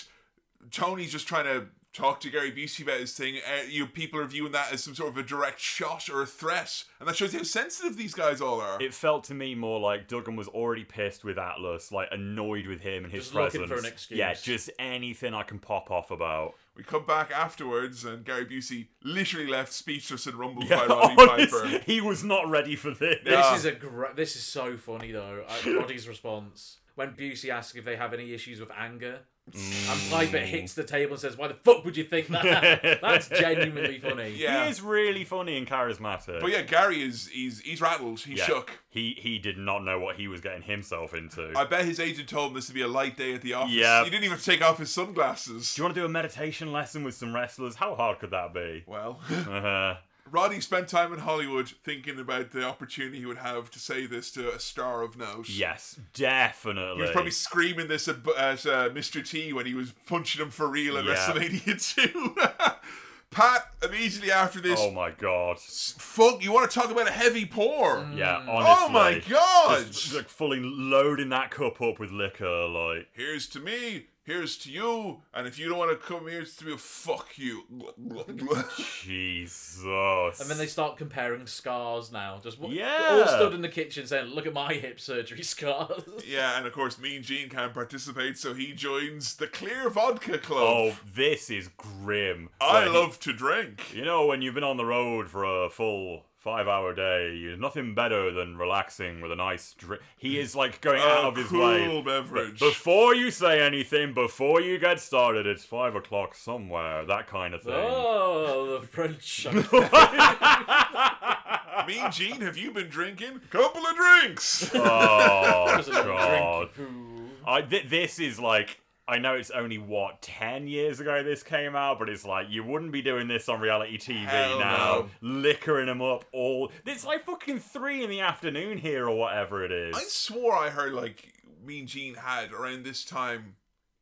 Speaker 1: Tony's just trying to talk to Gary Busey about his thing. Uh, you people are viewing that as some sort of a direct shot or a threat, and that shows you how sensitive these guys all are.
Speaker 3: it felt to me more like Duggan was already pissed with Atlas, like annoyed with him and his
Speaker 4: Just
Speaker 3: presence.
Speaker 4: looking for an excuse.
Speaker 3: Yeah, just anything I can pop off about.
Speaker 1: we come back afterwards, and Gary Busey literally left speechless and rumbled by Roddy
Speaker 3: Honestly,
Speaker 1: Piper.
Speaker 3: he was not ready for this.
Speaker 4: This is a gr- this is so funny though. Uh, Roddy's response when Busey asks if they have any issues with anger,
Speaker 3: Mm.
Speaker 4: and Piper hits the table and says, "Why the fuck would you think that?" That's genuinely funny.
Speaker 1: Yeah.
Speaker 3: He is really funny and charismatic.
Speaker 1: But yeah, Gary is he's he's rattled, he's
Speaker 3: Yeah.
Speaker 1: shook.
Speaker 3: He he did not know what he was getting himself into.
Speaker 1: I bet his agent told him this would be a light day at the office.
Speaker 3: Yeah.
Speaker 1: He didn't even take off his sunglasses.
Speaker 3: Do you want to do a meditation lesson with some wrestlers? How hard could that be?
Speaker 1: Well,
Speaker 3: Uh,
Speaker 1: Roddy spent time in Hollywood thinking about the opportunity he would have to say this to a star of note.
Speaker 3: yes,
Speaker 1: He
Speaker 3: definitely.
Speaker 1: was probably screaming this at, at uh, Mr. T when he was punching him for real at
Speaker 3: Yeah.
Speaker 1: WrestleMania 2. Pat, immediately after this,
Speaker 3: oh my god.
Speaker 1: fuck, you want to talk about a heavy pour?
Speaker 3: Mm. Yeah,
Speaker 4: Mm.
Speaker 3: honestly.
Speaker 1: Oh my god!
Speaker 3: Just, like fully loading that cup up with liquor, like
Speaker 1: Here's to me, Here's to you, and if you don't want to come here, it's to you. Fuck you.
Speaker 3: Jesus.
Speaker 4: And then they start comparing scars now. Just what,
Speaker 1: Yeah.
Speaker 4: all stood in the kitchen saying, "Look at my hip surgery scars."
Speaker 1: yeah, and of course, Mean Gene can't participate, so he joins the Clear Vodka Club.
Speaker 3: Oh, this is grim.
Speaker 1: I
Speaker 3: When-
Speaker 1: love to drink.
Speaker 3: You know, when you've been on the road for a full five hour day, you nothing better than relaxing with a nice drink. He is like going
Speaker 1: A
Speaker 3: out of his way.
Speaker 1: cool beverage.
Speaker 3: Be- Before you say anything, before you get started, it's five o'clock somewhere, that kind of thing.
Speaker 4: Oh, the French.
Speaker 1: mean Gene, have you been drinking? Couple of drinks.
Speaker 3: Oh, God. I, th- this is like. I know it's only what ten years ago this came out, but it's like you wouldn't be doing this on reality TV
Speaker 1: Hell
Speaker 3: now, liquoring them up all. It's like fucking three in the afternoon here or whatever it is.
Speaker 1: I swore I heard like Mean Gene had around this time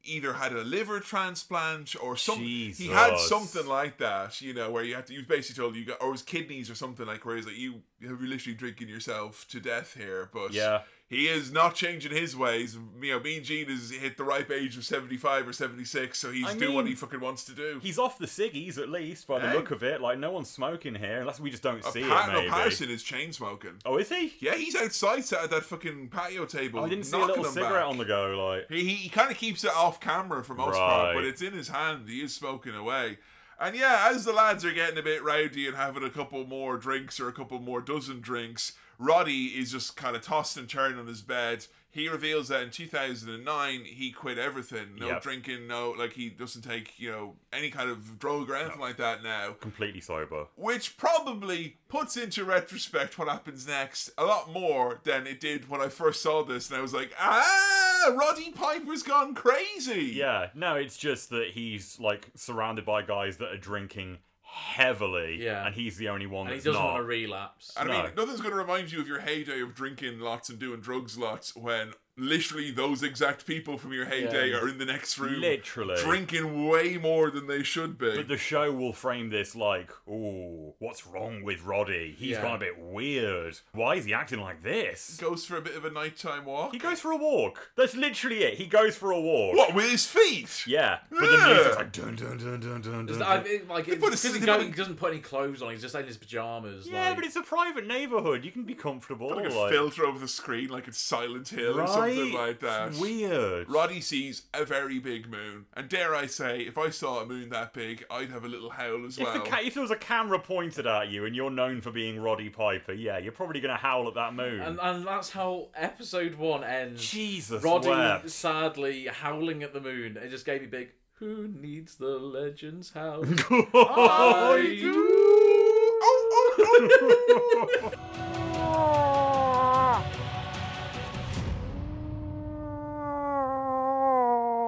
Speaker 1: either had a liver transplant or something. He had
Speaker 3: Jesus.
Speaker 1: something like that, you know, where you had to. You basically told you got or his kidneys or something like where he's like you you're literally drinking yourself to death here, but
Speaker 3: Yeah.
Speaker 1: He is not changing his ways. You know, Mean Gene has hit the ripe age of seventy-five or seventy-six, so he's
Speaker 3: I
Speaker 1: doing what
Speaker 3: mean,
Speaker 1: he fucking wants to do.
Speaker 3: He's off the ciggies at least by the
Speaker 1: Hey.
Speaker 3: look of it. Like no one's smoking here unless we just don't
Speaker 1: Uh,
Speaker 3: see
Speaker 1: Pat-
Speaker 3: it.
Speaker 1: no,
Speaker 3: Maybe.
Speaker 1: Patterson is chain smoking.
Speaker 3: Oh, is he?
Speaker 1: Yeah, he's outside sat at that fucking patio table.
Speaker 3: Oh, I didn't see a
Speaker 1: knocking
Speaker 3: little
Speaker 1: them
Speaker 3: cigarette
Speaker 1: back.
Speaker 3: on the go. Like
Speaker 1: He, he, he kind of keeps it off camera for most part, but
Speaker 3: Right.
Speaker 1: it's in his hand. He is smoking away. And yeah, as the lads are getting a bit rowdy and having a couple more drinks or a couple more dozen drinks, Roddy is just kind of tossed and turned on his bed. He reveals that in 2009 he quit everything. No
Speaker 3: Yep.
Speaker 1: drinking, no like he doesn't take, you know, any kind of drug or anything like that now
Speaker 3: completely sober.
Speaker 1: which probably puts into retrospect what happens next a lot more than it did when I first saw this, and I was like, ah, Roddy Piper's gone crazy.
Speaker 3: Yeah, no, it's just that he's like surrounded by guys that are drinking heavily,
Speaker 4: Yeah.
Speaker 3: and he's the only one
Speaker 4: and he
Speaker 3: that's
Speaker 4: doesn't
Speaker 3: not.
Speaker 4: want to relapse.
Speaker 1: And I mean,
Speaker 3: No.
Speaker 1: nothing's going to remind you of your heyday of drinking lots and doing drugs lots when literally those exact people from your heyday
Speaker 3: Yeah.
Speaker 1: are in the next room.
Speaker 3: Literally.
Speaker 1: Drinking way more than they should be.
Speaker 3: But the show will frame this like, "Ooh, what's wrong with Roddy? He's
Speaker 1: Yeah.
Speaker 3: gone a bit weird. Why is he acting like this?"
Speaker 1: Goes for a bit of a nighttime walk.
Speaker 3: He goes for a walk. That's literally it. He goes for a walk.
Speaker 1: What, with his feet?
Speaker 3: Yeah. But
Speaker 1: Yeah.
Speaker 3: the music's like dun dun dun dun dun dun.
Speaker 4: Just-
Speaker 3: dun.
Speaker 4: I think, like,
Speaker 3: They
Speaker 4: it,
Speaker 3: put a
Speaker 4: because he,
Speaker 3: city
Speaker 4: don't-
Speaker 3: on-
Speaker 4: he doesn't put any clothes on. He's just in his pajamas.
Speaker 3: yeah,
Speaker 4: like.
Speaker 3: but it's a private neighborhood. You can be comfortable.
Speaker 1: Put, like a
Speaker 3: like-
Speaker 1: filter over the screen, like it's Silent Hill or something
Speaker 3: Right?
Speaker 1: like that.
Speaker 3: It's weird.
Speaker 1: Roddy sees a very big moon, and dare I say, if I saw a moon that big, I'd have a little howl as
Speaker 3: If,
Speaker 1: well.
Speaker 3: the ca- if there was a camera pointed at you and you're known for being Roddy Piper, yeah, you're probably going to howl at that moon.
Speaker 4: And, and that's how episode one ends.
Speaker 3: Jesus
Speaker 4: Roddy
Speaker 3: wept.
Speaker 4: sadly howling at the moon. It just gave me big. Who needs the legends house?
Speaker 3: Oh,
Speaker 4: I do.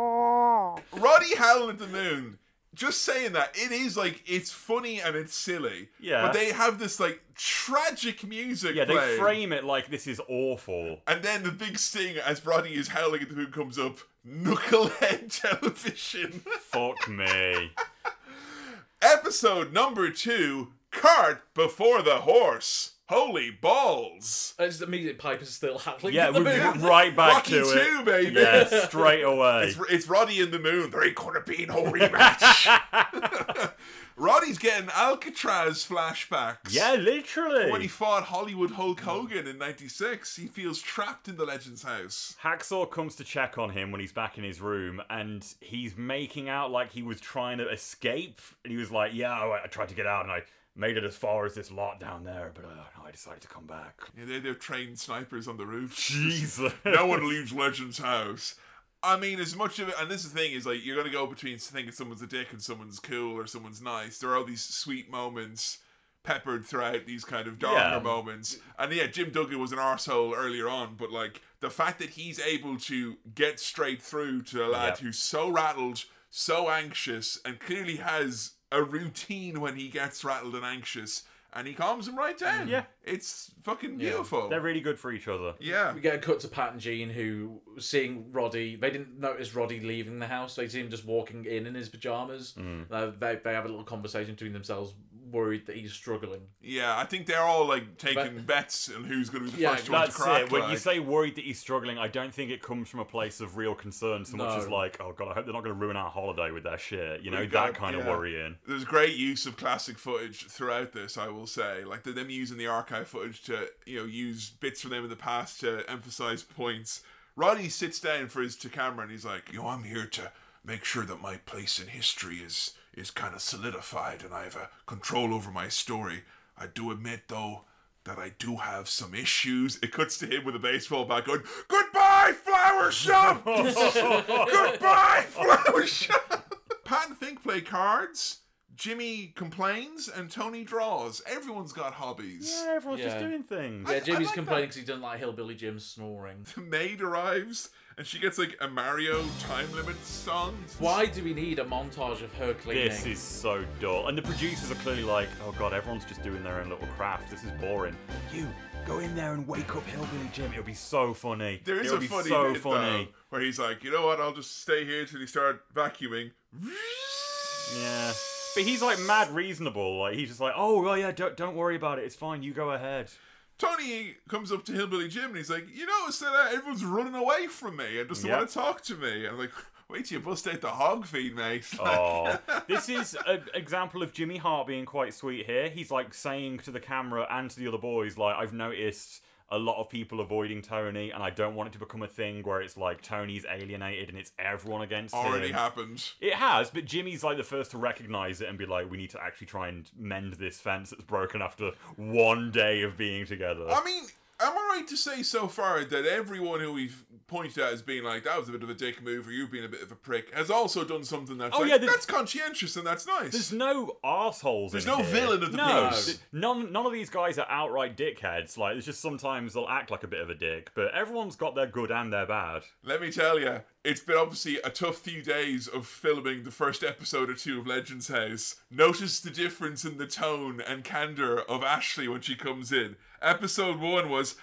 Speaker 1: Roddy howling at the moon. Just saying that it is like it's funny and it's silly.
Speaker 3: Yeah.
Speaker 1: But they have this like tragic music.
Speaker 3: yeah, they
Speaker 1: playing.
Speaker 3: frame it like this is awful.
Speaker 1: And then the big sting as Roddy is howling at the moon comes up. Knucklehead television.
Speaker 3: Fuck me.
Speaker 1: Episode number two. Cart before the horse. Holy balls.
Speaker 4: It's immediate Piper's still howling
Speaker 3: Yeah,
Speaker 4: at the
Speaker 3: we're
Speaker 4: moon.
Speaker 3: right back
Speaker 1: Rocky
Speaker 3: to it.
Speaker 1: two, baby.
Speaker 3: Yeah, straight away.
Speaker 1: It's, it's Roddy in the Moon, three quarter beanhole rematch. Roddy's getting Alcatraz flashbacks.
Speaker 3: yeah, literally.
Speaker 1: When he fought Hollywood Hulk Hogan in 96, he feels trapped in the Legends house.
Speaker 3: Hacksaw comes to check on him when he's back in his room, and he's making out like he was trying to escape. And he was like, "Yeah, I I tried to get out, and I made it as far as this lot down there, but uh, I decided to come back."
Speaker 1: Yeah, they're, they're trained snipers on the roof.
Speaker 3: Jesus.
Speaker 1: no one leaves Legends house. I mean, as much of it, and this is the thing is like you're gonna go between thinking someone's a dick and someone's cool or someone's nice. There are all these sweet moments peppered throughout these kind of darker
Speaker 3: Yeah.
Speaker 1: moments. And yeah, Jim Duggan was an arsehole earlier on, but like the fact that he's able to get straight through to a lad
Speaker 3: Yep.
Speaker 1: who's so rattled, so anxious, and clearly has a routine when he gets rattled and anxious, and he calms him right down.
Speaker 3: Yeah.
Speaker 1: It's fucking beautiful.
Speaker 3: They're really good for each other.
Speaker 1: yeah.
Speaker 4: We get a cut to Pat and Jean who seeing Roddy. They didn't notice Roddy leaving
Speaker 3: Mm.
Speaker 4: the house. They see him just walking in in his pajamas. Uh, they they have a little conversation between themselves. worried that he's struggling.
Speaker 1: Yeah, I think they're all like taking bets on who's going to be the first one to
Speaker 3: That's
Speaker 1: crack.
Speaker 3: it. When you
Speaker 1: like.
Speaker 3: say worried that he's struggling, I don't think it comes from a place of real concern so much
Speaker 1: No.
Speaker 3: as like, oh god, I hope they're not going to ruin our holiday with their shit. You know,
Speaker 1: We've
Speaker 3: that
Speaker 1: got-
Speaker 3: kind of
Speaker 1: yeah.
Speaker 3: worrying.
Speaker 1: There's great use of classic footage throughout this, I will say. Like the- them using the archive footage to, you know, use bits from them in the past to emphasize points. Roddy sits down for his to camera and he's like, "You know, I'm here to make sure that my place in history is is kind of solidified and I have a control over my story. I do admit though that I do have some issues." It cuts to him with a baseball bat going, "Goodbye, flower shop. Goodbye, flower shop." Pat and Oh. Think play cards. Jimmy complains and Tony draws. Everyone's got hobbies.
Speaker 3: Yeah, everyone's
Speaker 4: just Yeah. doing
Speaker 3: things.
Speaker 4: Yeah, Jimmy's complaining because he doesn't like hillbilly Jim snoring.
Speaker 1: Maid arrives and she gets like a Mario time limit song.
Speaker 4: Why do we need a montage of her cleaning?
Speaker 3: This is so dull. And the producers are clearly like, oh god, everyone's just doing their own little craft. This is boring. You go in there and wake up Hillbilly Jim. It'll be so funny.
Speaker 1: There is
Speaker 3: It'll
Speaker 1: a
Speaker 3: be
Speaker 1: funny
Speaker 3: so
Speaker 1: bit
Speaker 3: funny.
Speaker 1: though, where he's like, you know what? I'll just stay here till you start vacuuming.
Speaker 3: Yeah. But he's like mad reasonable. Like he's just like, oh well, yeah, don't don't worry about it. It's fine. You go ahead.
Speaker 1: Tony comes up to Hillbilly Jim and he's like, you notice that uh, everyone's running away from me and doesn't
Speaker 3: Yep.
Speaker 1: want to talk to me. I'm like, wait till you bust out the hog feed, mate.
Speaker 3: Oh, this is an example of Jimmy Hart being quite sweet here. He's like saying to the camera and to the other boys, like, I've noticed a lot of people avoiding Tony, and I don't want it to become a thing where it's like Tony's alienated and it's everyone against him.
Speaker 1: Already happened.
Speaker 3: It has, but Jimmy's like the first to recognize it and be like, we need to actually try and mend this fence that's broken after one day of being together.
Speaker 1: I mean, am I right to say so far that everyone who we've pointed out as being like, that was a bit of a dick move, or you've been a bit of a prick, has also done something that's
Speaker 3: Oh,
Speaker 1: like,
Speaker 3: yeah, there's-
Speaker 1: that's conscientious and that's nice.
Speaker 3: There's no arseholes
Speaker 1: There's
Speaker 3: in
Speaker 1: no
Speaker 3: here.
Speaker 1: villain of the
Speaker 3: no,
Speaker 1: piece.
Speaker 3: th- None, none of these guys are outright dickheads. Like, it's just sometimes they'll act like a bit of a dick, but everyone's got their good and their bad.
Speaker 1: Let me tell you, it's been obviously a tough few days of filming the first episode or two of Legends House. Notice the difference in the tone and candor of Ashley when she comes in. Episode one was,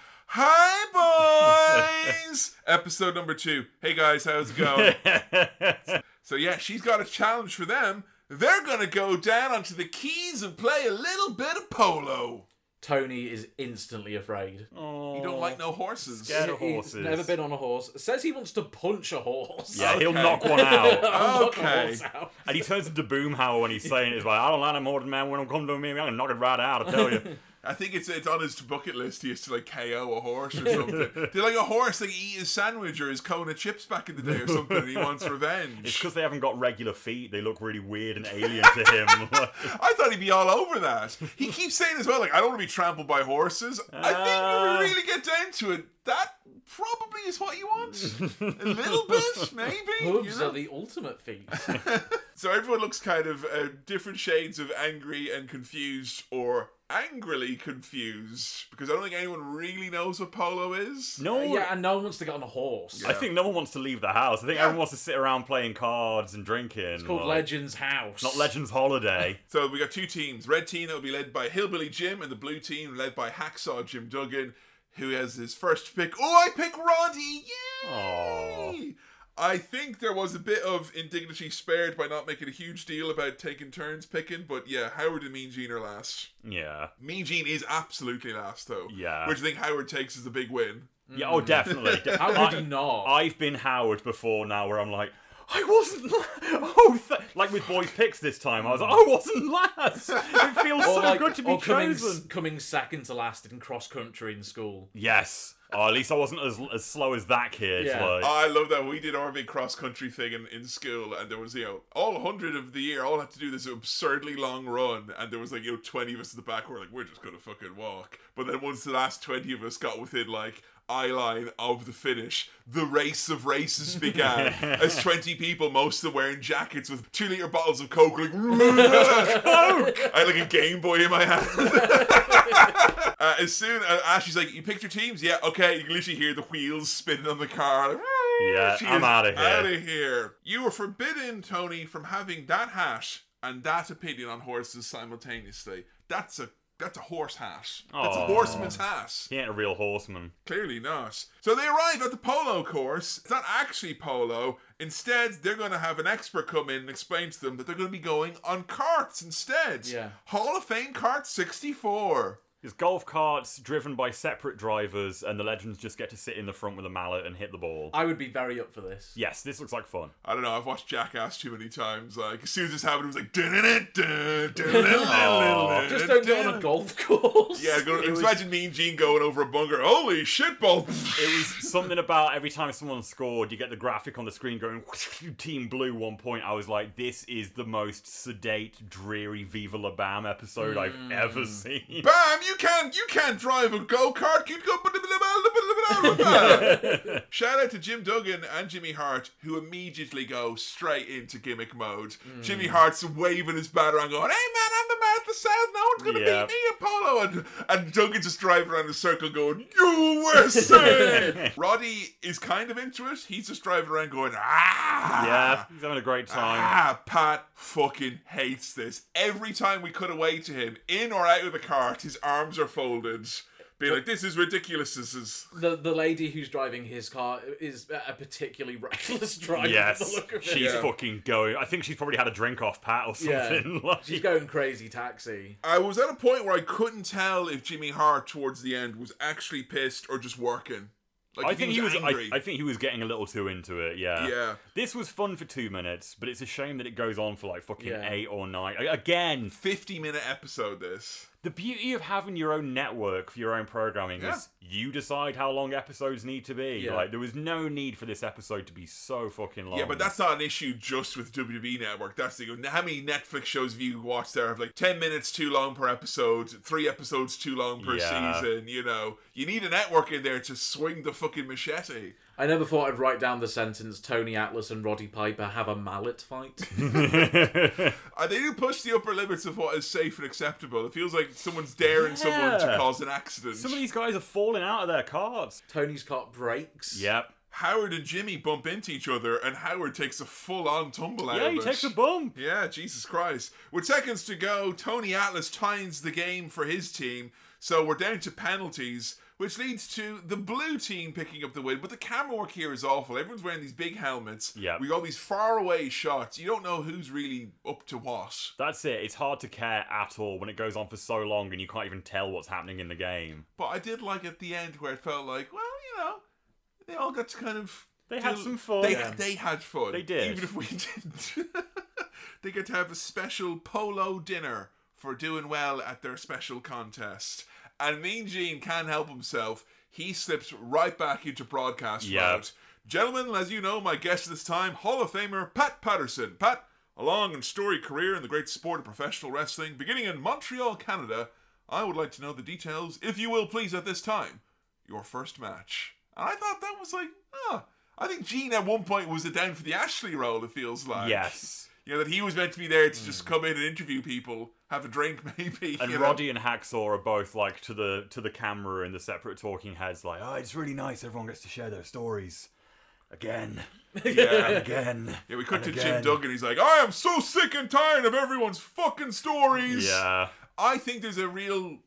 Speaker 1: Hi, boys! Episode number two, Hey, guys, how's it going? so, yeah, she's got a challenge for them. They're going to go down onto the keys and play a little bit of polo.
Speaker 4: Tony is instantly afraid.
Speaker 3: Oh,
Speaker 1: You don't like no horses.
Speaker 4: He- he's Never been on a horse. Says he wants to punch a horse.
Speaker 3: Yeah, he'll knock one out.
Speaker 4: I'll knock a horse out.
Speaker 3: And he turns into Boomhauer when he's saying it. He's like, I don't like them ordinary man when I'm coming to me. I'm going to knock it right out, I tell you.
Speaker 1: I think it's it's on his bucket list. He used to like KO a horse or something. They're like a horse. They eat his sandwich or his cone of chips back in the day or something. And he wants revenge.
Speaker 3: It's because they haven't got regular feet. They look really weird and alien to him.
Speaker 1: I thought he'd be all over that. He keeps saying as well, like I don't want to be trampled by horses. I
Speaker 3: Ah.
Speaker 1: think if we really get down to it, that probably is what you want. a little bit, maybe. you
Speaker 4: Hooves
Speaker 1: know?
Speaker 4: are the ultimate feat.
Speaker 1: So everyone looks kind of uh, different shades of angry and confused, or angrily confused, because I don't think anyone really knows what polo is.
Speaker 3: No,
Speaker 4: Uh, yeah, and no one wants to get on a horse.
Speaker 3: I think no one wants to leave the house. I think everyone wants to sit around playing cards and drinking.
Speaker 4: it's called
Speaker 3: like-
Speaker 4: Legends House.
Speaker 3: Not Legends Holiday.
Speaker 1: So we got two teams. Red team that will be led by Hillbilly Jim, and the blue team led by Hacksaw Jim Duggan, who has his first pick. Oh, I pick Roddy!
Speaker 3: Aww.
Speaker 1: Yay! I think there was a bit of indignity spared by not making a huge deal about taking turns picking, but yeah, Howard and Mean Gene are last.
Speaker 3: Yeah.
Speaker 1: Mean Gene is absolutely last though.
Speaker 3: Yeah.
Speaker 1: Which I think Howard takes as a big win.
Speaker 3: Yeah, oh, definitely. De-
Speaker 4: How
Speaker 3: I-
Speaker 4: would you not?
Speaker 3: I've been Howard before now where I'm like, I wasn't. la- Oh, th-. like with boys' picks this time, I was like, I wasn't last. It feels so good to be
Speaker 4: or coming,
Speaker 3: chosen.
Speaker 4: coming second to last in cross country in school.
Speaker 3: Yes. Oh, at least I wasn't as, as slow as that kid.
Speaker 4: Yeah.
Speaker 3: Like,
Speaker 1: I love that we did our big cross country thing in, in school, and there was you know all hundred of the year all had to do this absurdly long run, and there was like you know twenty of us in the back were like we're just gonna fucking walk, but then once the last twenty of us got within like eye line of the finish, the race of races began as twenty people, most of them wearing jackets with two liter bottles of coke, like I had like a Game Boy in my hand. Uh, as soon as Ashley's like, you picked your teams, yeah, okay, you can literally hear the wheels spinning on the car. like,
Speaker 3: yeah,
Speaker 1: she
Speaker 3: I'm
Speaker 1: is
Speaker 3: out of here.
Speaker 1: outta here. You were forbidden, Tony, from having that hat and that opinion on horses simultaneously. That's a That's a horse hat. That's a horseman's hat.
Speaker 3: He ain't a real horseman.
Speaker 1: Clearly not. So they arrive at the polo course. It's not actually polo. Instead, they're going to have an expert come in and explain to them that they're going to be going on carts instead.
Speaker 3: Yeah.
Speaker 1: Hall of Fame cart 64.
Speaker 3: There's golf carts driven by separate drivers, and the legends just get to sit in the front with a mallet and hit the ball.
Speaker 4: I would be very up for this.
Speaker 3: Yes, this looks like fun.
Speaker 1: I don't know. I've watched Jackass too many times. Like as soon as this happened, it was like. Just
Speaker 3: Oh,
Speaker 4: Just don't go on a golf course.
Speaker 1: Yeah, go,
Speaker 3: It was-
Speaker 1: imagine me and Gene going over a bunker. Holy shit, bolt!
Speaker 3: It was something about every time someone scored, you get the graphic on the screen going Team Blue. One point, I was like, this is the most sedate, dreary Viva La Bam episode I've ever seen.
Speaker 1: Bam! You can't you can't drive a go kart. You go. Shout out to Jim Duggan and Jimmy Hart, who immediately go straight into gimmick mode. Jimmy Hart's waving his batarang, going, "Hey man, I'm the man of the South. No one's gonna
Speaker 3: Yeah.
Speaker 1: beat me, Apollo." And and Duggan just driving around in a circle, going, "USA." Roddy is kind of into it. He's just driving around, going, "Ah."
Speaker 3: yeah, he's having a great time.
Speaker 1: Ah, Pat fucking hates this. Every time we cut away to him, in or out of the cart, his arms are folded. Being like, this is ridiculous. This is.
Speaker 4: The the lady who's driving his car is a particularly reckless driver. from the
Speaker 3: yes,
Speaker 4: look of it.
Speaker 3: she's fucking going. I think she's probably had a drink off Pat or something.
Speaker 4: Yeah.
Speaker 3: like-
Speaker 4: She's going crazy taxi.
Speaker 1: I was at a point where I couldn't tell if Jimmy Hart towards the end was actually pissed or just working. Like,
Speaker 3: I
Speaker 1: if
Speaker 3: think he was.
Speaker 1: angry.
Speaker 3: I, I think he was getting a little too into it. Yeah.
Speaker 1: Yeah.
Speaker 3: This was fun for two minutes, but it's a shame that it goes on for like fucking
Speaker 1: Yeah.
Speaker 3: eight or nine. A- Again,
Speaker 1: 50 minute episode, this.
Speaker 3: the beauty of having your own network for your own programming
Speaker 1: Yeah.
Speaker 3: is you decide how long episodes need to be.
Speaker 1: Yeah.
Speaker 3: Like there was no need for this episode to be so fucking long.
Speaker 1: Yeah, but that's not an issue just with WWE Network. That's the how many Netflix shows have you watched there of like ten minutes too long per episode, three episodes too long per
Speaker 3: Yeah.
Speaker 1: season. You know, you need a network in there to swing the fucking machete.
Speaker 4: I never thought I'd write down the sentence Tony Atlas and Roddy Piper have a mallet fight.
Speaker 1: Uh, they do push the upper limits of what is safe and acceptable. It feels like someone's daring someone to
Speaker 3: Yeah.
Speaker 1: cause an accident.
Speaker 3: some of these guys are falling out of their cards.
Speaker 4: Tony's cart breaks.
Speaker 3: Yep.
Speaker 1: Howard and Jimmy bump into each other, and Howard takes a full-on tumble out
Speaker 3: Yeah,
Speaker 1: of
Speaker 3: he
Speaker 1: it.
Speaker 3: takes a bump.
Speaker 1: Yeah, Jesus Christ. With seconds to go, Tony Atlas ties the game for his team, so we're down to penalties, which leads to the blue team picking up the win. But the camera work here is awful. Everyone's wearing these big helmets.
Speaker 3: Yeah.
Speaker 1: We got all these faraway shots. You don't know who's really up to what.
Speaker 3: That's it. It's hard to care at all when it goes on for so long and you can't even tell what's happening in the game.
Speaker 1: But I did like at the end where it felt like, well, you know, they all got to kind of.
Speaker 3: They had some fun.
Speaker 1: They,
Speaker 3: Yeah.
Speaker 1: they had fun.
Speaker 3: They did.
Speaker 1: Even if we didn't. they get to have a special polo dinner for doing well at their special contest. And Mean Gene can't help himself. He slips right back into broadcast
Speaker 3: Yeah.
Speaker 1: mode. Gentlemen, as you know, my guest this time, Hall of Famer Pat Patterson. Pat, a long and storied career in the great sport of professional wrestling, beginning in Montreal, Canada. I would like to know the details, if you will, please, at this time. Your first match. And I thought that was like, ah. I think Gene at one point was a down for the Ashley role, it feels like.
Speaker 3: Yes. Hmm.
Speaker 1: You know, that he was meant to be there to just come in and interview people, have a drink maybe.
Speaker 3: And
Speaker 1: you know.
Speaker 3: Roddy and Hacksaw are both like to the to the camera and the separate talking heads, like, oh, it's really nice. Everyone gets to share their stories again,
Speaker 1: Yeah.
Speaker 3: and again.
Speaker 1: Yeah, we cut
Speaker 3: and
Speaker 1: to Jim
Speaker 3: again."
Speaker 1: Duggan. He's like, I am so sick and tired of everyone's fucking stories.
Speaker 3: Yeah,
Speaker 1: I think there's a real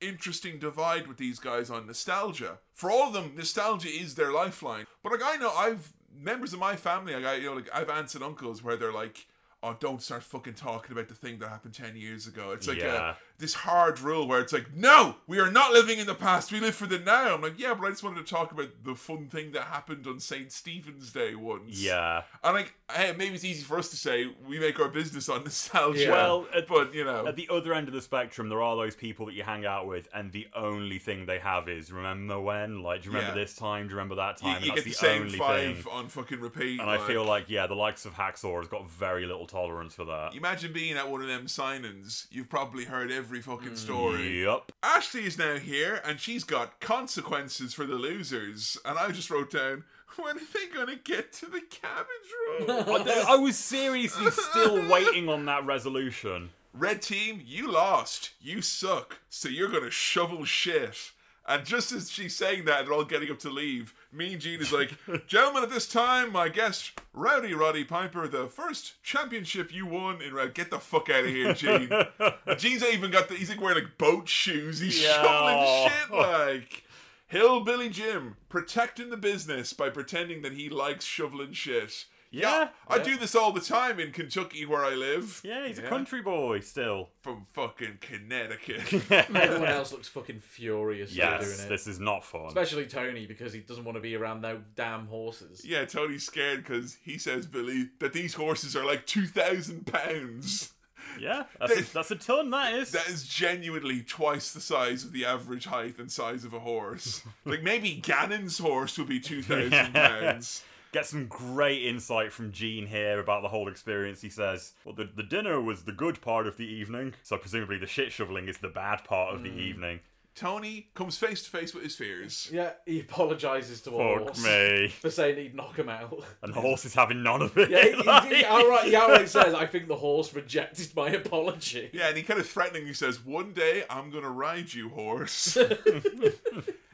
Speaker 1: interesting divide with these guys on nostalgia. For all of them, nostalgia is their lifeline. But like I know I've members of my family, like I you know, like I've aunts and uncles where they're like, Oh, don't start fucking talking about the thing that happened ten years ago. It's like
Speaker 3: Yeah.
Speaker 1: a, this hard rule where it's like, No, we are not living in the past, we live for the now. I'm like, Yeah, but I just wanted to talk about the fun thing that happened on St. Stephen's Day once.
Speaker 3: yeah.
Speaker 1: And like, hey, maybe it's easy for us to say we make our business on nostalgia.
Speaker 3: Well, at-
Speaker 1: but you know,
Speaker 3: At the other end of the spectrum, there are those people that you hang out with, and the only thing they have is remember when, like, do you remember
Speaker 1: Yeah.
Speaker 3: this time? Do you remember that
Speaker 1: You,
Speaker 3: time?
Speaker 1: you
Speaker 3: and
Speaker 1: get
Speaker 3: that's
Speaker 1: the,
Speaker 3: the,
Speaker 1: same
Speaker 3: only
Speaker 1: five
Speaker 3: thing.
Speaker 1: on fucking repeat.
Speaker 3: And I feel like, yeah, the likes of Hacksaw has got very little tolerance for that.
Speaker 1: You imagine being at one of them signings. You've probably heard every
Speaker 3: Mm,
Speaker 1: fucking story.
Speaker 3: Yep.
Speaker 1: Ashley is now here, and she's got consequences for the losers. And I just wrote down, when are they gonna get to the cabbage roll?
Speaker 3: I, I was seriously still waiting on that resolution.
Speaker 1: Red team, you lost. You suck. So you're gonna shovel shit. And just as she's saying that, they're all getting up to leave. Mean Gene is like, "Gentlemen, at this time, my guest, Rowdy Roddy Piper, the first championship you won in Round. Get the fuck out of here, Gene." And Gene's not even got the. He's like wearing like boat shoes. He's
Speaker 11: Yeah.
Speaker 1: shoveling shit like hillbilly Jim protecting the business by pretending that he likes shoveling shit. Yeah, I
Speaker 3: yeah.
Speaker 1: do this all the time in Kentucky where I live.
Speaker 3: Yeah, he's a country boy still.
Speaker 1: From fucking Connecticut.
Speaker 4: Everyone else looks fucking furious. they're
Speaker 3: Yes,
Speaker 4: doing it.
Speaker 3: this is not fun.
Speaker 4: Especially Tony because he doesn't want to be around no damn horses.
Speaker 1: Yeah, Tony's scared because he says, Billy, that these horses are like 2,000 pounds.
Speaker 3: Yeah, that's a, that's a ton, that is.
Speaker 1: That is genuinely twice the size of the average height and size of a horse. like, maybe Gannon's horse would be 2,000 pounds.
Speaker 3: Get some great insight from Gene here about the whole experience. He says, Well, the, the dinner was the good part of the evening, so presumably the shit shoveling is the bad part of
Speaker 1: Hmm.
Speaker 3: the evening.
Speaker 1: Tony comes face to face with his fears.
Speaker 4: Yeah, he apologizes to a
Speaker 3: Fuck
Speaker 4: horse
Speaker 3: me.
Speaker 4: for saying he'd knock him out.
Speaker 3: And the horse is having none of it.
Speaker 4: Yeah, he, he, he,
Speaker 3: Like-
Speaker 4: outright, he outright says, "I think the horse rejected my apology."
Speaker 1: Yeah, and he kind of threateningly says, One day I'm going to ride you, horse.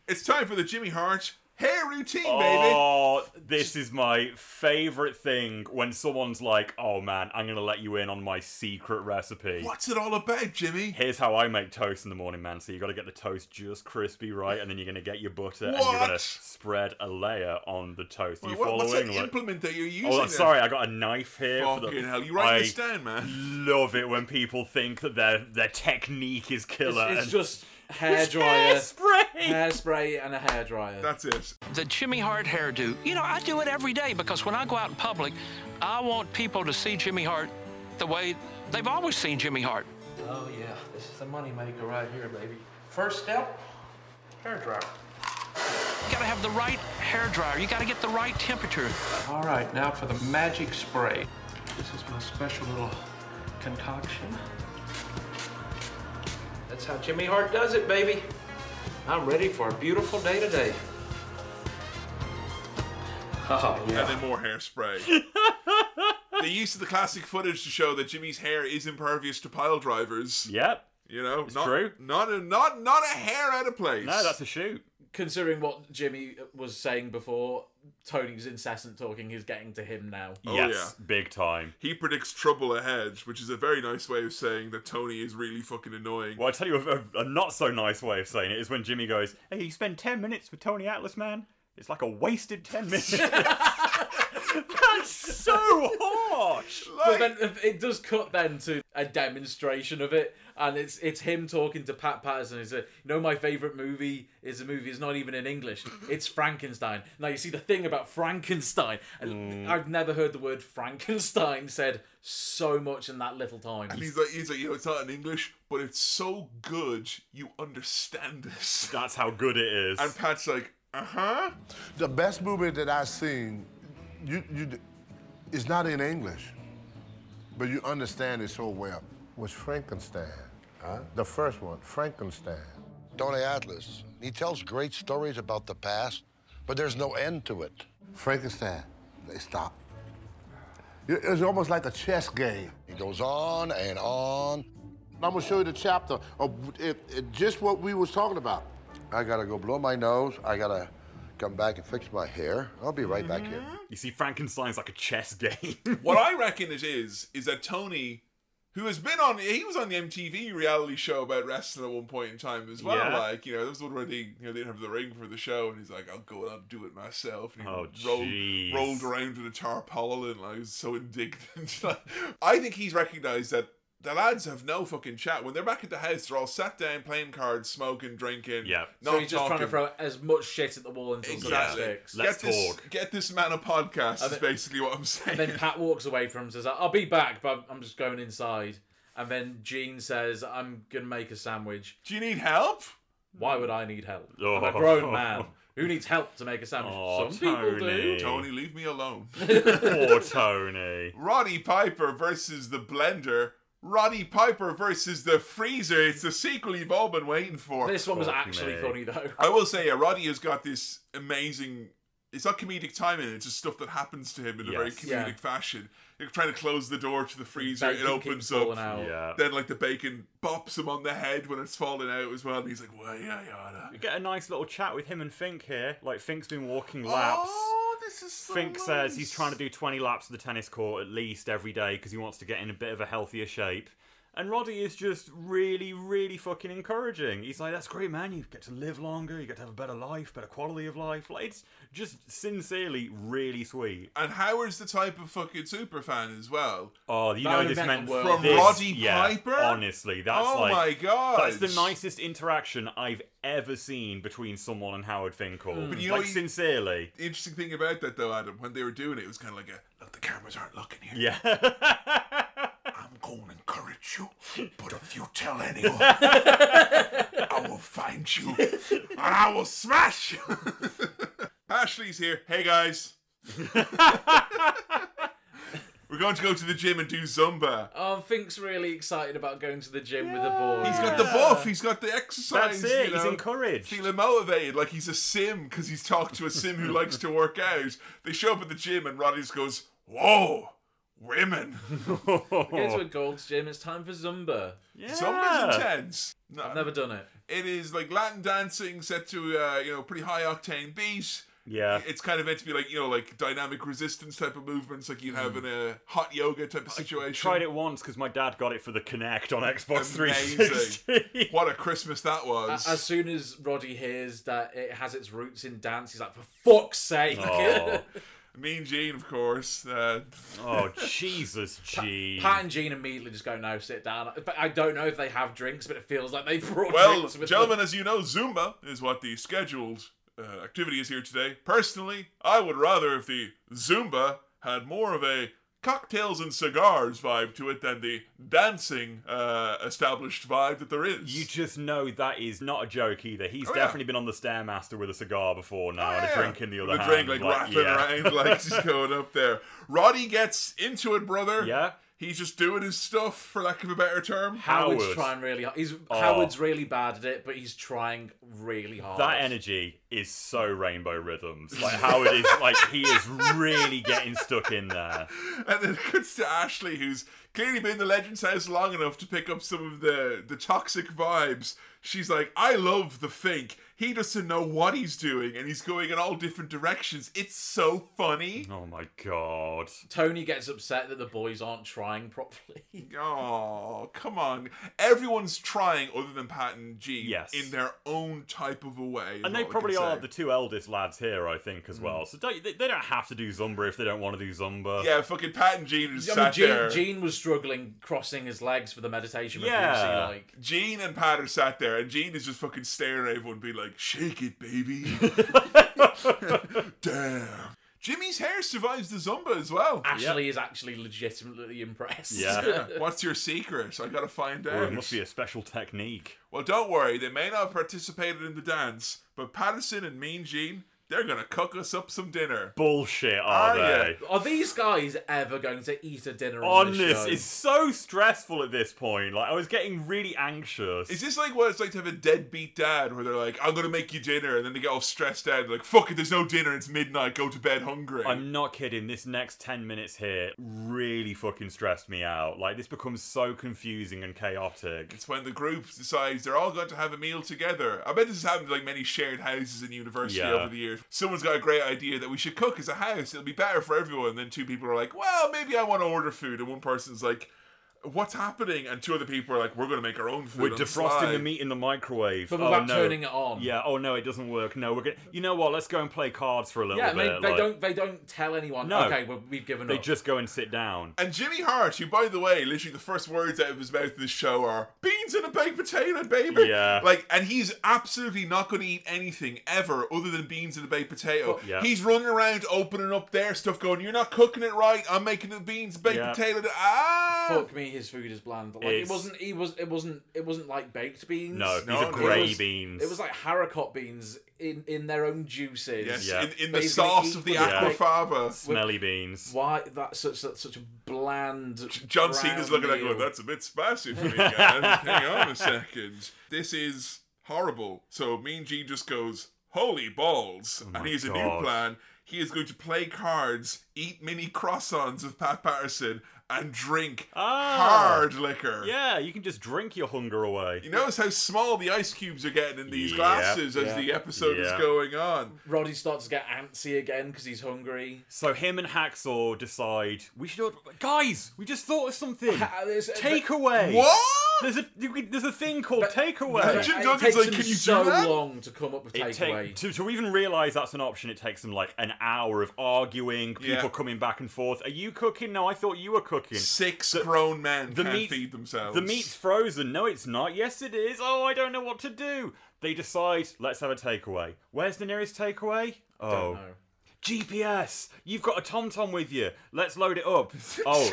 Speaker 1: it's time for the Jimmy Hart hair routine, baby.
Speaker 3: Oh, this is my favorite thing when someone's like, "Oh man, I'm gonna let you in on my secret recipe."
Speaker 1: What's it all about, Jimmy?
Speaker 3: Here's how I make toast in the morning, man. So you got to get the toast just crispy right, and then you're gonna get your butter and you're gonna
Speaker 1: What?
Speaker 3: spread a layer on the toast. Are you
Speaker 1: What- what's that
Speaker 3: following? Like-
Speaker 1: implement that you're using?
Speaker 3: Oh,
Speaker 1: there?
Speaker 3: sorry, I got a knife here. for the-
Speaker 1: Fucking hell, you writing
Speaker 3: I
Speaker 1: this down, man?
Speaker 3: Love it when people think that their their technique is killer.
Speaker 4: It's,
Speaker 3: and-
Speaker 4: it's just hair
Speaker 3: It's
Speaker 4: dryer,
Speaker 3: hairspray.
Speaker 4: hairspray, and a hair dryer.
Speaker 1: That's it.
Speaker 12: The Jimmy Hart hairdo. You know, I do it every day because when I go out in public, I want people to see Jimmy Hart the way they've always seen Jimmy Hart.
Speaker 13: Oh yeah, this is the moneymaker right here, baby. First step, hair dryer.
Speaker 12: You gotta have the right hair dryer. You gotta get the right temperature.
Speaker 13: All right, now for the magic spray. This is my special little concoction. That's how Jimmy Hart does it, baby. I'm ready for a beautiful day today. Oh, yeah.
Speaker 1: And then more hairspray. the use of the classic footage to show that Jimmy's hair is impervious to pile drivers.
Speaker 3: Yep.
Speaker 1: You know, not,
Speaker 3: true.
Speaker 1: Not a not not a hair out of place.
Speaker 3: a shoot.
Speaker 4: Considering what Jimmy was saying before, Tony's incessant talking is getting to him now.
Speaker 1: Oh,
Speaker 3: yes,
Speaker 1: yeah.
Speaker 3: big time.
Speaker 1: He predicts trouble ahead, which is a very nice way of saying that Tony is really fucking annoying.
Speaker 3: Well, I tell you a, a, a not so nice way of saying it is when Jimmy goes, "Hey, you spend ten minutes with Tony Atlas, man. It's like a wasted ten minutes." That's so harsh.
Speaker 4: But then it does cut then to a demonstration of it, and it's it's him talking to Pat Patterson. He's like, you know, my favorite movie is a movie. It's not even in English. It's Frankenstein. Now you see the thing about Frankenstein. and
Speaker 1: Mm.
Speaker 4: I've never heard the word Frankenstein said so much in that little time.
Speaker 1: And he's like, he's like, you know, it's not in English, but it's so good you understand this.
Speaker 3: That's how good it is.
Speaker 1: And Pat's like, uh huh.
Speaker 9: The best movie that I've seen, you, you, d- is not in English, but you understand it so well. Was Frankenstein, huh? The first one, Frankenstein.
Speaker 14: Tony Atlas. He tells great stories about the past, but there's no end to it.
Speaker 9: Frankenstein. They stop. It- It's almost like a chess game.
Speaker 14: He goes on and on.
Speaker 9: I'm gonna show you the chapter of it, it- just what we was talking about.
Speaker 14: I gotta go blow my nose. I gotta come back and fix my hair. I'll be right back
Speaker 15: Mm-hmm.
Speaker 14: here.
Speaker 3: You see, Frankenstein's like a chess game.
Speaker 1: what I reckon it is is that Tony, who has been on, he was on the MTV reality show about wrestling at one point in time as well.
Speaker 3: Yeah.
Speaker 1: Like you know, that was one where they you know they didn't have the ring for the show, and he's like, "I'll go and I'll do it myself." And he
Speaker 3: Oh, jeez.
Speaker 1: rolled around in a tarpaulin, and I was so indignant. I think he's recognised that. The lads have no fucking chat. When they're back at the house, they're all sat down playing cards, smoking, drinking.
Speaker 3: Yeah.
Speaker 1: not
Speaker 4: so he's just
Speaker 1: talking.
Speaker 4: trying to throw as much shit at the wall until
Speaker 1: Exactly.
Speaker 4: something sticks.
Speaker 1: Get this, Get this man a podcast
Speaker 4: And
Speaker 1: is
Speaker 4: then-
Speaker 1: basically what I'm saying.
Speaker 4: And then Pat walks away from him and says, I'll be back, but I'm just going inside. And then Gene says, I'm going to make a sandwich.
Speaker 1: Do you need help?
Speaker 4: Why would I need help? I'm
Speaker 3: Oh.
Speaker 4: a grown man. Who needs help to make a sandwich?
Speaker 3: Oh,
Speaker 4: Some people do.
Speaker 3: Tony.
Speaker 1: Tony, leave me alone.
Speaker 3: Poor Tony.
Speaker 1: Roddy Piper versus the blender. Roddy Piper versus the freezer. It's the sequel you've all been waiting for.
Speaker 4: This one was Fuck actually me. funny, though.
Speaker 1: I will say, uh, Roddy has got this amazing it's not comedic timing. It's just stuff that happens to him in a very
Speaker 3: Yes.
Speaker 1: comedic
Speaker 3: Yeah.
Speaker 1: fashion. They're trying to close the door to the freezer.
Speaker 3: bacon
Speaker 1: It opens
Speaker 3: keeps
Speaker 1: up.
Speaker 3: falling out. Yeah.
Speaker 1: Then like the bacon bops him on the head when it's falling out as well. And he's like, "Well, yeah, yeah."
Speaker 3: We get a nice little chat with him and Fink here. Like Fink's been walking laps.
Speaker 1: Oh, this is so
Speaker 3: Fink says
Speaker 1: nice.
Speaker 3: he's trying to do 20 laps of the tennis court at least every day because he wants to get in a bit of a healthier shape. And Roddy is just really, really fucking encouraging. He's like, that's great, man. You get to live longer, you get to have a better life, better quality of life. Like, it's just sincerely really sweet.
Speaker 1: And Howard's the type of fucking super fan as well.
Speaker 3: Oh, you know this meant
Speaker 1: from
Speaker 3: this-
Speaker 1: Roddy
Speaker 3: yeah,
Speaker 1: Piper.
Speaker 3: Honestly, that's
Speaker 1: oh
Speaker 3: like
Speaker 1: my god,
Speaker 3: that's the nicest interaction I've ever seen between someone and Howard Finkel.
Speaker 1: Hmm. But you know
Speaker 3: like
Speaker 1: what you-
Speaker 3: sincerely,
Speaker 1: The interesting thing about that though, Adam, when they were doing it, it was kind of like a look. The cameras aren't looking here.
Speaker 3: yeah.
Speaker 1: I'm going to encourage you, but if you tell anyone, I will find you and I will smash you. Ashley's here. Hey guys. We're going to go to the gym and do Zumba.
Speaker 4: Oh, Fink's really excited about going to the gym with the board.
Speaker 1: He's got the buff. He's got the exercise.
Speaker 4: That's it,
Speaker 1: You know,
Speaker 4: he's
Speaker 3: encouraged.
Speaker 1: Feeling motivated, like he's a sim because he's talked to a sim who likes to work out. They show up at the gym and Roddy just goes, "Whoa, women."
Speaker 4: We go to a Gold's gym. It's time for Zumba.
Speaker 1: Zumba's intense. No,
Speaker 4: I've never done it.
Speaker 1: It is like Latin dancing set to uh, you know pretty high octane beat.
Speaker 3: Yeah.
Speaker 1: it's kind of meant to be like you know like dynamic resistance type of movements, like you would have in a hot yoga type of situation.
Speaker 3: Tried it once because my dad got it for the Kinect on Xbox
Speaker 1: Amazing.
Speaker 3: 360.
Speaker 1: what a Christmas that was!
Speaker 4: As soon as Roddy hears that it has its roots in dance, he's like, for fuck's sake.
Speaker 1: Oh. mean Gene, of course. Uh,
Speaker 3: Oh, Jesus, Gene.
Speaker 4: Pat and Gene immediately just go, no, sit down. But I don't know if they have drinks, but it feels like they brought
Speaker 1: well,
Speaker 4: drinks with
Speaker 1: gentlemen,
Speaker 4: them.
Speaker 1: as you know, Zumba is what the scheduled uh, activity is here today. Personally, I would rather if the Zumba had more of a cocktails and cigars vibe to it than the dancing uh, established vibe that there is.
Speaker 3: You just know that is not a joke either. He's
Speaker 1: Oh, yeah. Oh,
Speaker 3: definitely been on the Stairmaster with a cigar before now and a drink in the other
Speaker 1: the
Speaker 3: hand.
Speaker 1: drink like, wrapping around, like just going up there. Roddy gets into it, brother.
Speaker 3: Yeah.
Speaker 1: He's just doing his stuff, for lack of a better term.
Speaker 4: Howard's trying really hard. He's,
Speaker 3: Oh.
Speaker 4: Howard's really bad at it, but he's trying really hard.
Speaker 3: That energy is so Rainbow Rhythms. Like Howard is like he is really getting stuck in there.
Speaker 1: And then it cuts to Ashley, who's clearly been in the Legends house long enough to pick up some of the, the toxic vibes. She's like, I love the Fink. He doesn't know what he's doing, and he's going in all different directions. It's so funny.
Speaker 3: Oh my god.
Speaker 4: Tony gets upset that the boys aren't trying properly.
Speaker 1: Oh, come on. Everyone's trying, other than Pat and G,
Speaker 3: Yes.
Speaker 1: in their own type of a way. is
Speaker 3: And
Speaker 1: what
Speaker 3: they
Speaker 1: I can
Speaker 3: probably are
Speaker 1: say.
Speaker 3: the two eldest lads here, I think, as
Speaker 4: Mm.
Speaker 3: well. So don't, they, they don't have to do Zumba if they don't want to do Zumba.
Speaker 1: Yeah, fucking Pat and Gene just
Speaker 4: I mean,
Speaker 1: sat there.
Speaker 4: Gene, Gene was struggling crossing his legs for the meditation. Yeah. Like,
Speaker 1: Gene and Pat are sat there, and Gene is just fucking staring at everyone, being like, "Shake it, baby." Damn. Jimmy's hair survives the Zumba as well.
Speaker 3: Ah.
Speaker 4: Ashley is actually legitimately impressed.
Speaker 1: What's your secret? I gotta find
Speaker 3: Or
Speaker 1: out.
Speaker 3: it must be a special technique.
Speaker 1: Well, don't worry. They may not have participated in the dance, but Patterson and Mean Gene, they're gonna cook us up some dinner.
Speaker 3: Bullshit, are
Speaker 4: Oh,
Speaker 3: they?
Speaker 4: Are these guys ever going to eat a dinner on,
Speaker 3: On
Speaker 4: this
Speaker 3: this
Speaker 4: show?
Speaker 3: is so stressful at this point. Like I was getting really anxious.
Speaker 1: Is this like what it's like to have a deadbeat dad where they're like, I'm gonna make you dinner, and then they get all stressed out, they're like, fuck it, there's no dinner, it's midnight, go to bed hungry.
Speaker 3: I'm not kidding. This next 10 minutes here really fucking stressed me out. Like, this becomes so confusing and chaotic.
Speaker 1: It's when the group decides they're all going to have a meal together. I bet this has happened to like many shared houses in university
Speaker 3: Yeah.
Speaker 1: over the years. Someone's got a great idea that we should cook as a house. It'll be better for everyone. then two people are like, well, maybe I want to order food. And one person's like, what's happening? And two other people are like, we're going to make our own food.
Speaker 3: We're
Speaker 1: on the
Speaker 3: defrosting
Speaker 1: fly."
Speaker 3: the meat in the microwave.
Speaker 4: But
Speaker 3: oh,
Speaker 4: without
Speaker 3: no.
Speaker 4: turning it on.
Speaker 3: Yeah, oh no, it doesn't work. No, we're gonna. You know what? Let's go and play cards for a little
Speaker 4: yeah, I mean,
Speaker 3: bit.
Speaker 4: they
Speaker 3: like-
Speaker 4: don't. They don't tell anyone.
Speaker 3: No.
Speaker 4: Okay, well, we've given
Speaker 3: They
Speaker 4: up.
Speaker 3: just go and sit down.
Speaker 1: And Jimmy Hart, who, by the way, literally the first words out of his mouth in this show are "beans and a baked potato, baby."
Speaker 3: Yeah.
Speaker 1: like, and he's absolutely not going to eat anything ever other than beans and a baked potato.
Speaker 3: Yeah.
Speaker 1: He's running around opening up their stuff, going, "You're not cooking it right. I'm making the beans baked
Speaker 4: Yeah.
Speaker 1: potato." Ah,
Speaker 4: Fuck me, his food is bland. Like
Speaker 1: It's-
Speaker 4: it wasn't. He was. It wasn't. It wasn't like baked beans.
Speaker 3: No, these are
Speaker 4: It
Speaker 3: grey
Speaker 4: was-
Speaker 3: beans.
Speaker 4: It was like haricot beans in in their own juices.
Speaker 1: Yes, Yeah. in- in
Speaker 4: But
Speaker 1: the
Speaker 4: he's gonna
Speaker 1: sauce
Speaker 4: eat
Speaker 1: of the
Speaker 4: with it, like-
Speaker 1: aquafaba.
Speaker 3: Smelly beans.
Speaker 4: Why that's such that's such a bland.
Speaker 1: John Cena's
Speaker 4: brown
Speaker 1: looking at it
Speaker 4: meal.
Speaker 1: going, that's a bit spicy for me, guys. Hang on a second. This is horrible. So Mean Gene just goes, holy balls. and
Speaker 3: Oh my
Speaker 1: he's a new
Speaker 3: God.
Speaker 1: plan. he is going to play cards, eat mini croissants with Pat Patterson, and drink hard liquor.
Speaker 3: Ah. Yeah, you can just drink your hunger away.
Speaker 1: You notice how small the ice cubes are getting in these
Speaker 3: Yep,
Speaker 1: glasses as
Speaker 3: yep,
Speaker 1: the episode
Speaker 3: yep.
Speaker 1: is going on.
Speaker 4: Roddy starts to get antsy again because he's hungry.
Speaker 3: So him and Hacksaw decide we should. order- Guys, we just thought of something.
Speaker 4: there's-
Speaker 3: Takeaway.
Speaker 4: What?
Speaker 3: There's a you can- there's a thing called takeaway.
Speaker 4: But Jim it Duncan's takes like, him "Can you do so that?" long to come up with
Speaker 3: It take-
Speaker 4: takeaway.
Speaker 3: to, to even realise that's an option, it takes them like an hour of arguing, people
Speaker 1: Yeah.
Speaker 3: coming back and forth. Are you cooking? No, I thought you were cooking.
Speaker 1: Six grown men can't feed themselves.
Speaker 3: The meat's frozen. No, it's not. Yes, it is. Oh, I don't know what to do. They decide, let's have a takeaway. Where's the nearest takeaway? Oh.
Speaker 4: know.
Speaker 3: GPS! You've got a TomTom with you. Let's load it up. Oh.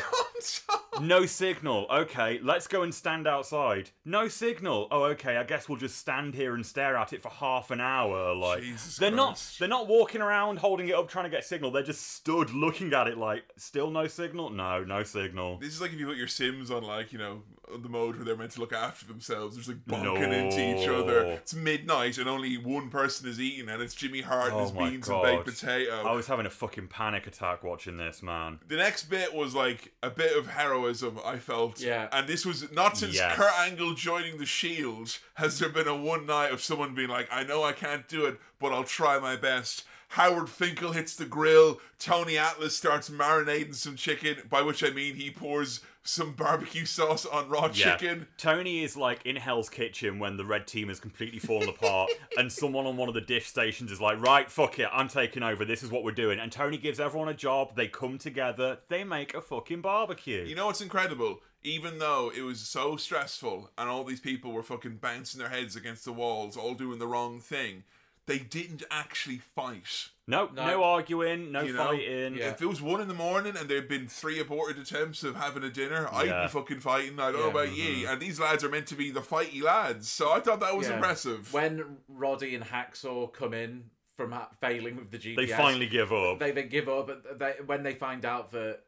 Speaker 3: No signal. Okay, let's go and stand outside. No signal. Oh, okay. I guess we'll just stand here and stare at it for half an hour. Like they're not they're not walking around holding it up trying to get signal. They're just stood looking at it like still no signal. No, no signal.
Speaker 1: This is like if you put your Sims on, like, you know, the mode where they're meant to look after themselves. They're just like
Speaker 3: No.
Speaker 1: bonking into each other. It's midnight and only one person is eating, and it's Jimmy Hart and
Speaker 3: Oh
Speaker 1: his
Speaker 3: my
Speaker 1: beans
Speaker 3: God.
Speaker 1: and baked potato.
Speaker 3: I was having a fucking panic attack watching this, man.
Speaker 1: the next bit was like a bit of heroism, I felt.
Speaker 3: Yeah.
Speaker 1: And this was not since
Speaker 3: Yes.
Speaker 1: Kurt Angle joining the Shield E has there been a one night of someone being like, I know I can't do it, but I'll try my best. Howard Finkel hits the grill. Tony Atlas starts marinating some chicken, by which I mean he pours some barbecue sauce on raw
Speaker 3: Yeah.
Speaker 1: chicken.
Speaker 3: Tony is like in Hell's Kitchen when the red team has completely fallen apart, and someone on one of the dish stations is like, "Right, fuck it, I'm taking over. This is what we're doing." And Tony gives everyone a job. They come together. They make a fucking barbecue.
Speaker 1: You know what's incredible? Even though it was so stressful and all these people were fucking bouncing their heads against the walls, all doing the wrong thing, they didn't actually fight.
Speaker 3: no, no, arguing, no
Speaker 1: You know?
Speaker 3: fighting.
Speaker 1: If it was one in the morning and there'd been three aborted attempts of having a dinner, I'd
Speaker 3: Yeah.
Speaker 1: be fucking fighting. I don't know
Speaker 4: Yeah. Mm-hmm.
Speaker 1: about ye. And these lads are meant to be the fighty lads, so I thought that was
Speaker 4: Yeah.
Speaker 1: impressive.
Speaker 4: When Roddy and Hacksaw come in from ha- failing with the GPS,
Speaker 3: finally give up.
Speaker 4: They they give up. but They when they find out that.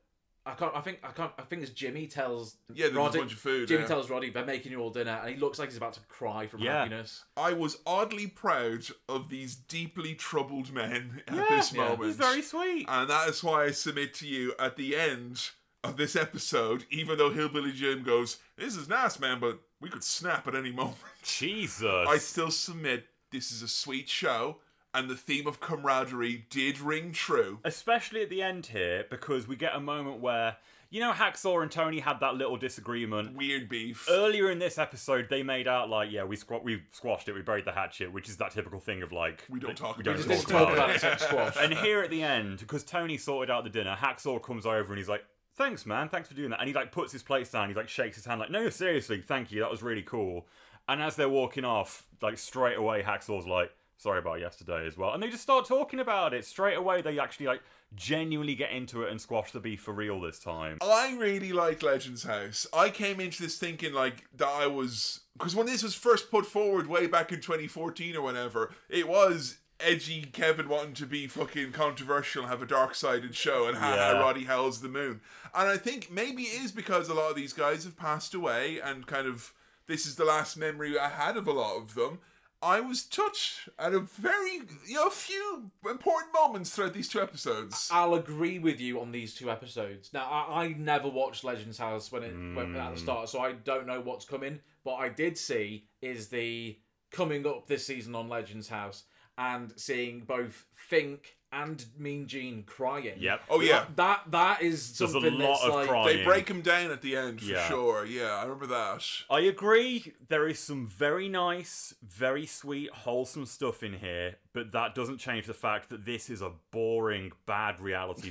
Speaker 4: I can't. I think. I can't. I think it's Jimmy tells.
Speaker 1: Yeah, there's a
Speaker 4: Roddy,
Speaker 1: bunch of food,
Speaker 4: Jimmy
Speaker 1: yeah.
Speaker 4: tells Roddy they're making you all dinner, and he looks like he's about to cry from
Speaker 1: Yeah.
Speaker 4: happiness.
Speaker 1: I was oddly proud of these deeply troubled men at
Speaker 4: Yeah,
Speaker 1: this
Speaker 4: yeah.
Speaker 1: moment.
Speaker 4: It's very
Speaker 3: sweet.
Speaker 1: And that is why I submit to you at the end of this episode, even though Hillbilly Jim goes, This is nice, man, but we could snap at any moment.
Speaker 3: Jesus.
Speaker 1: I still submit this is a sweet show, and the theme of camaraderie did ring true.
Speaker 3: Especially at the end here, because we get a moment where you know Hacksaw and Tony had that little disagreement.
Speaker 1: Weird beef.
Speaker 3: Earlier in this episode, they made out like, yeah, we squat, we squashed it, we buried the hatchet, which is that typical thing of like we don't
Speaker 1: talk
Speaker 4: about it. We just didn't talk about it, so it's squashed.
Speaker 3: and here at the end, because Tony sorted out the dinner, Hacksaw comes over and he's like. Thanks, man. Thanks for doing that. And he like puts his plates down. He like shakes his hand, like, "No, seriously, thank you. That was really cool." And as they're walking off, like straight away, Hacksaw's like, "Sorry about yesterday as well." And they just start talking about it straight away. They actually like genuinely get into it and squash the beef for real this time.
Speaker 4: Oh,
Speaker 1: I really like Legends House. I came into this thinking like that I was because when this was first put forward way back in 2014 or whenever, it was edgy Kevin wanting to be fucking controversial and have a dark sided show and ha ha
Speaker 3: Yeah.
Speaker 1: Roddy Howell's the moon. And I think maybe it is because a lot of these guys have passed away and kind of this is the last memory I had of a lot of them. I was touched at a very you know, few important moments throughout these two episodes.
Speaker 4: I'll agree with you on these two episodes. Now, I, I never watched Legends House when it went at
Speaker 1: Mm.
Speaker 4: the start, so I don't know what's coming. What I did see is the coming up this season on Legends House and seeing both Fink and Mean Gene crying.
Speaker 1: Yep. Oh, yeah.
Speaker 4: That that is
Speaker 1: There's a
Speaker 4: something
Speaker 1: lot
Speaker 4: that's
Speaker 1: of
Speaker 4: like
Speaker 1: They break him down at the end for
Speaker 3: Oh, Yeah.
Speaker 1: sure. Yeah, I remember that.
Speaker 3: I agree. There is some very nice, very sweet, wholesome stuff in here, but that doesn't change the fact that this is a boring, bad reality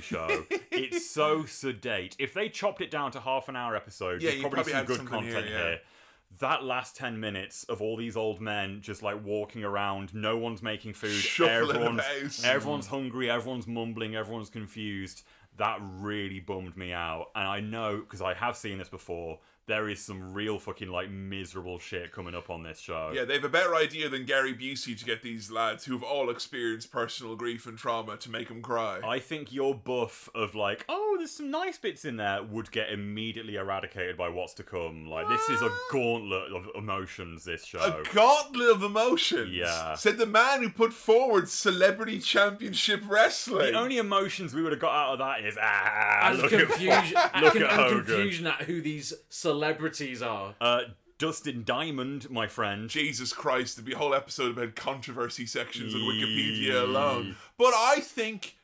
Speaker 3: show. it's so sedate. If they chopped it down to half an hour episodes,
Speaker 1: Yeah,
Speaker 3: there's
Speaker 1: you
Speaker 3: probably,
Speaker 1: probably
Speaker 3: some
Speaker 1: had
Speaker 3: good
Speaker 1: something here,
Speaker 3: content
Speaker 1: yeah.
Speaker 3: here. That last 10 minutes of all these old men just like walking around, no one's making food,
Speaker 1: Shuffling
Speaker 3: everyone's,
Speaker 1: about.
Speaker 3: everyone's hungry, everyone's mumbling, everyone's confused. That really bummed me out. And I know, because I have seen this before, there is some real fucking like miserable shit coming up on this show.
Speaker 1: Yeah, they have a better idea than Gary Busey to get these lads who've all experienced personal grief and trauma to make them cry.
Speaker 3: I think your buff of like, oh, there's some nice bits in there, would get immediately eradicated by what's to come. Like, this is a gauntlet of emotions. This show.
Speaker 1: A gauntlet of emotions.
Speaker 3: Yeah.
Speaker 1: Said the man who put forward celebrity championship wrestling.
Speaker 3: the only emotions we would have got out of that is ah,
Speaker 4: and
Speaker 3: look
Speaker 4: confusion,
Speaker 3: at look
Speaker 4: and,
Speaker 3: at
Speaker 4: and
Speaker 3: Hogan.
Speaker 4: confusion at who these celebrities are.
Speaker 3: Uh, Dustin Diamond, my friend.
Speaker 1: Jesus Christ, there'd be a whole episode about controversy sections on Wikipedia alone. But I think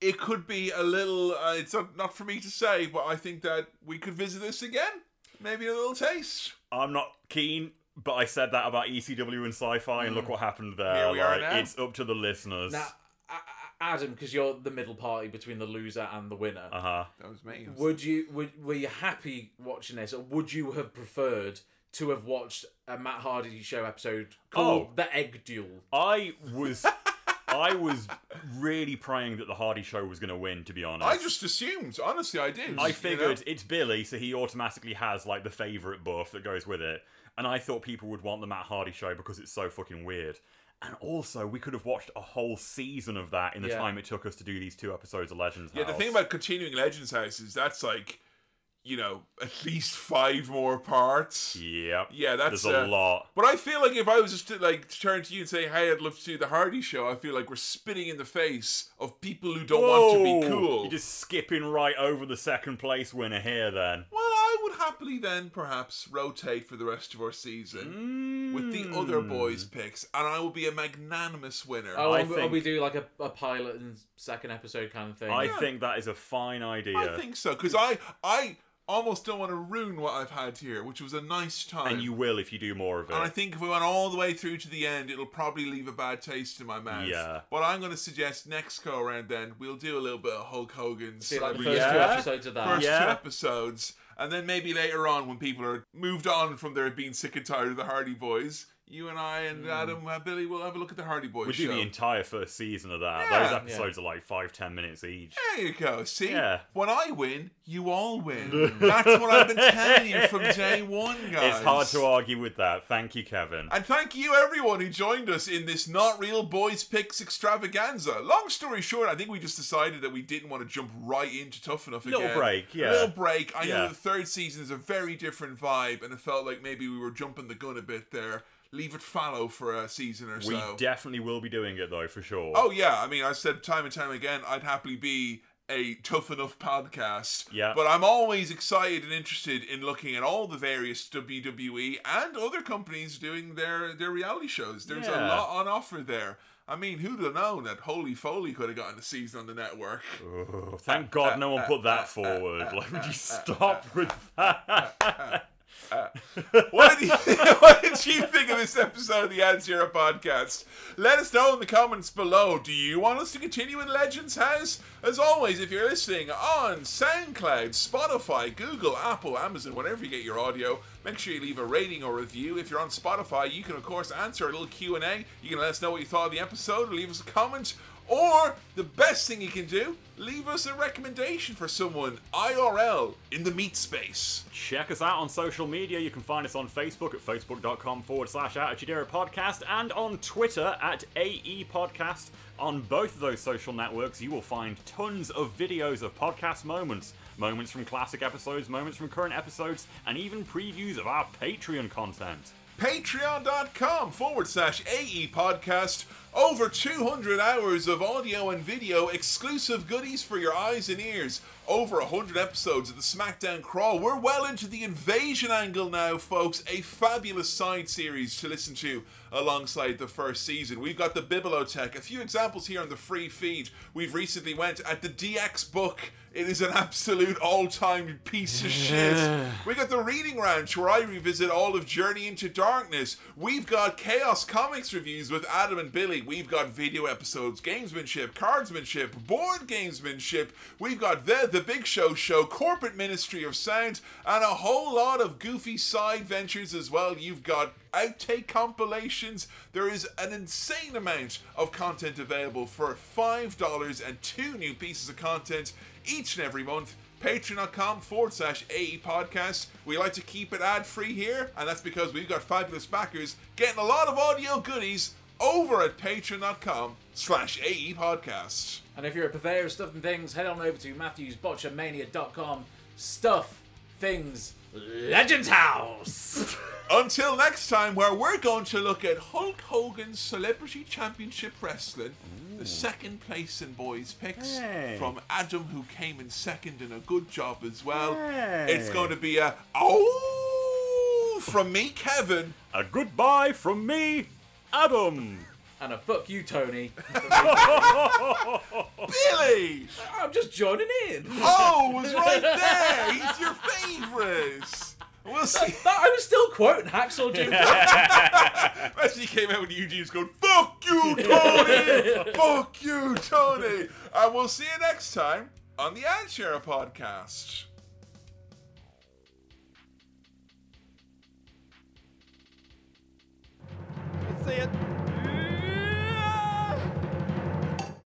Speaker 1: it could be a little. Uh, it's not, not for me to say, but I think that we could visit this again. Maybe a little taste.
Speaker 3: I'm not keen, but I said that about ECW and sci-fi, and look what happened there.
Speaker 1: Hmm. Here we are
Speaker 3: Like,
Speaker 1: now.
Speaker 3: It's up to the listeners.
Speaker 4: Now, A- A- Adam, because you're the middle party between the loser and the winner.
Speaker 3: uh huh.
Speaker 1: That was me.
Speaker 4: Would you would were you happy watching this, or would you have preferred to have watched a Matt Hardy show episode called
Speaker 3: Oh.
Speaker 4: "The Egg Duel"?
Speaker 3: I was, I was really praying that the Hardy Show was going to win. To be honest,
Speaker 1: I just assumed. Honestly, I did.
Speaker 3: I
Speaker 1: you
Speaker 3: figured
Speaker 1: know?
Speaker 3: it's Billy, so he automatically has like the favorite buff that goes with it. And I thought people would want the Matt Hardy show because it's so fucking weird. And also, we could have watched a whole season of that in the
Speaker 1: Yeah.
Speaker 3: time it took us to do these two episodes of Legends.
Speaker 1: Yeah, the
Speaker 3: House.
Speaker 1: thing about continuing Legends House is that's like, you know, at least five more parts.
Speaker 3: Yep.
Speaker 1: Yeah, that's
Speaker 3: There's a
Speaker 1: uh,
Speaker 3: lot.
Speaker 1: But I feel like if I was just to, like to turn to you and say, "Hey, I'd love to do the Hardy Show," I feel like we're spitting in the face of people who don't want to
Speaker 3: Whoa!
Speaker 1: be cool.
Speaker 3: You're just skipping right over the second place winner here, then.
Speaker 1: Well, I would happily then perhaps rotate for the rest of our season with the other
Speaker 3: Mm.
Speaker 1: boys' picks, and I will be a magnanimous winner.
Speaker 4: Oh, or we- or we do like a, a pilot and second episode kind of thing.
Speaker 3: I think that is a fine idea.
Speaker 1: I think so because I I almost don't want to ruin what I've had here, which was a nice time.
Speaker 3: And you will if you do more of it.
Speaker 1: And I think if we went all the way through to the end, it'll probably leave a bad taste in my mouth.
Speaker 3: Yeah.
Speaker 1: But I'm going to suggest next go around then, we'll do a little bit of Hulk Hogan's.
Speaker 4: See, like the
Speaker 1: celebrity-
Speaker 4: first two Yeah. episodes of that.
Speaker 1: First two
Speaker 4: Yeah.
Speaker 1: episodes. And then maybe later on, when people are moved on from their being sick and tired of the Hardy Boys, you and I
Speaker 3: Hmm.
Speaker 1: and Adam uh, Billy will have a look at the Hardy Boys
Speaker 3: we do
Speaker 1: show.
Speaker 3: the entire first season of that.
Speaker 1: Yeah.
Speaker 3: Those
Speaker 1: Yeah.
Speaker 3: episodes are like five, ten minutes each.
Speaker 1: there you go. See,
Speaker 3: Yeah.
Speaker 1: when I win, you all win. That's what I've been telling you from day one, guys.
Speaker 3: It's hard to argue with that. Thank you, Kevin.
Speaker 1: And thank you, everyone, who joined us in this Not Real Boys Picks extravaganza. Long story short, I think we just decided that we didn't want to jump right into Tough Enough again.
Speaker 3: Little break, yeah.
Speaker 1: Little break. I know
Speaker 3: Yeah.
Speaker 1: the third season is a very different vibe, and it felt like maybe we were jumping the gun a bit there. Leave it fallow for a season or
Speaker 3: we
Speaker 1: so.
Speaker 3: definitely will be doing it though, for sure.
Speaker 1: oh, yeah. I mean, I said time and time again, I'd happily be a Tough Enough podcast.
Speaker 3: Yeah.
Speaker 1: But I'm always excited and interested in looking at all the various WWE and other companies doing their, their reality shows. There's a
Speaker 3: Yeah.
Speaker 1: lot on offer there. I mean, who'd have known that Holy Foley could have gotten a season on the network?
Speaker 3: Oh, thank God no one put that forward. like, would you stop with that?
Speaker 1: what, did you, what did you think of this episode of the Ad Zero podcast? Let us know in the comments below. Do you want us to continue in Legends House? As always, if you're listening on SoundCloud, Spotify, Google, Apple, Amazon, wherever you get your audio, make sure you leave a rating or review. If you're on Spotify, you can of course answer a little Q and A. You can let us know what you thought of the episode, or leave us a comment. Or the best thing you can do, leave us a recommendation for someone IRL in the meat space.
Speaker 3: Check us out on social media. You can find us on Facebook at facebook.com forward slash Attitude Era Podcast and on Twitter at AE Podcast. On both of those social networks, you will find tons of videos of podcast moments, moments from classic episodes, moments from current episodes, and even previews of our Patreon content.
Speaker 1: patreon.com forward slash AE podcast. Over 200 hours of audio and video, exclusive goodies for your eyes and ears. Over 100 episodes of the SmackDown Crawl. We're well into the invasion angle now, folks. A fabulous side series to listen to alongside the first season. We've got the Bibliotech. A few examples here on the free feed. We've recently went at the DX book. It is an absolute all-time piece of shit. We got the reading ranch where I revisit all of Journey into Darkness. We've got Chaos Comics reviews with Adam and Billy. We've got video episodes, gamesmanship, cardsmanship, board gamesmanship. We've got the the Big Show show, corporate ministry of sound, and a whole lot of goofy side ventures as well. You've got outtake compilations. There is an insane amount of content available for $5 and two new pieces of content each and every month. patreon.com forward slash AE podcast. We like to keep it ad free here, and that's because we've got fabulous backers getting a lot of audio goodies over at patreon.com slash E AE podcast.
Speaker 4: And if you're a purveyor of stuff and things, head on over to MatthewsBotchermania.com. Stuff, things, Legend House!
Speaker 1: Until next time, where we're going to look at Hulk Hogan's Celebrity Championship Wrestling, the second place in boys' picks
Speaker 16: Hey.
Speaker 1: from Adam, who came in second and a good job as well.
Speaker 16: Hey.
Speaker 1: It's going to be a oh from me, Kevin.
Speaker 3: A goodbye from me, Adam.
Speaker 4: And a fuck you, Tony.
Speaker 1: Billy!
Speaker 4: I'm just joining in.
Speaker 1: Oh, was right there. He's your favourite. We'll see.
Speaker 4: I was still quoting Hacksaw Jim.
Speaker 1: Imagine he came out with Eugene's going, Fuck you, Tony! Fuck you, Tony! And we'll see you next time on the Ad Share podcast.
Speaker 15: see it.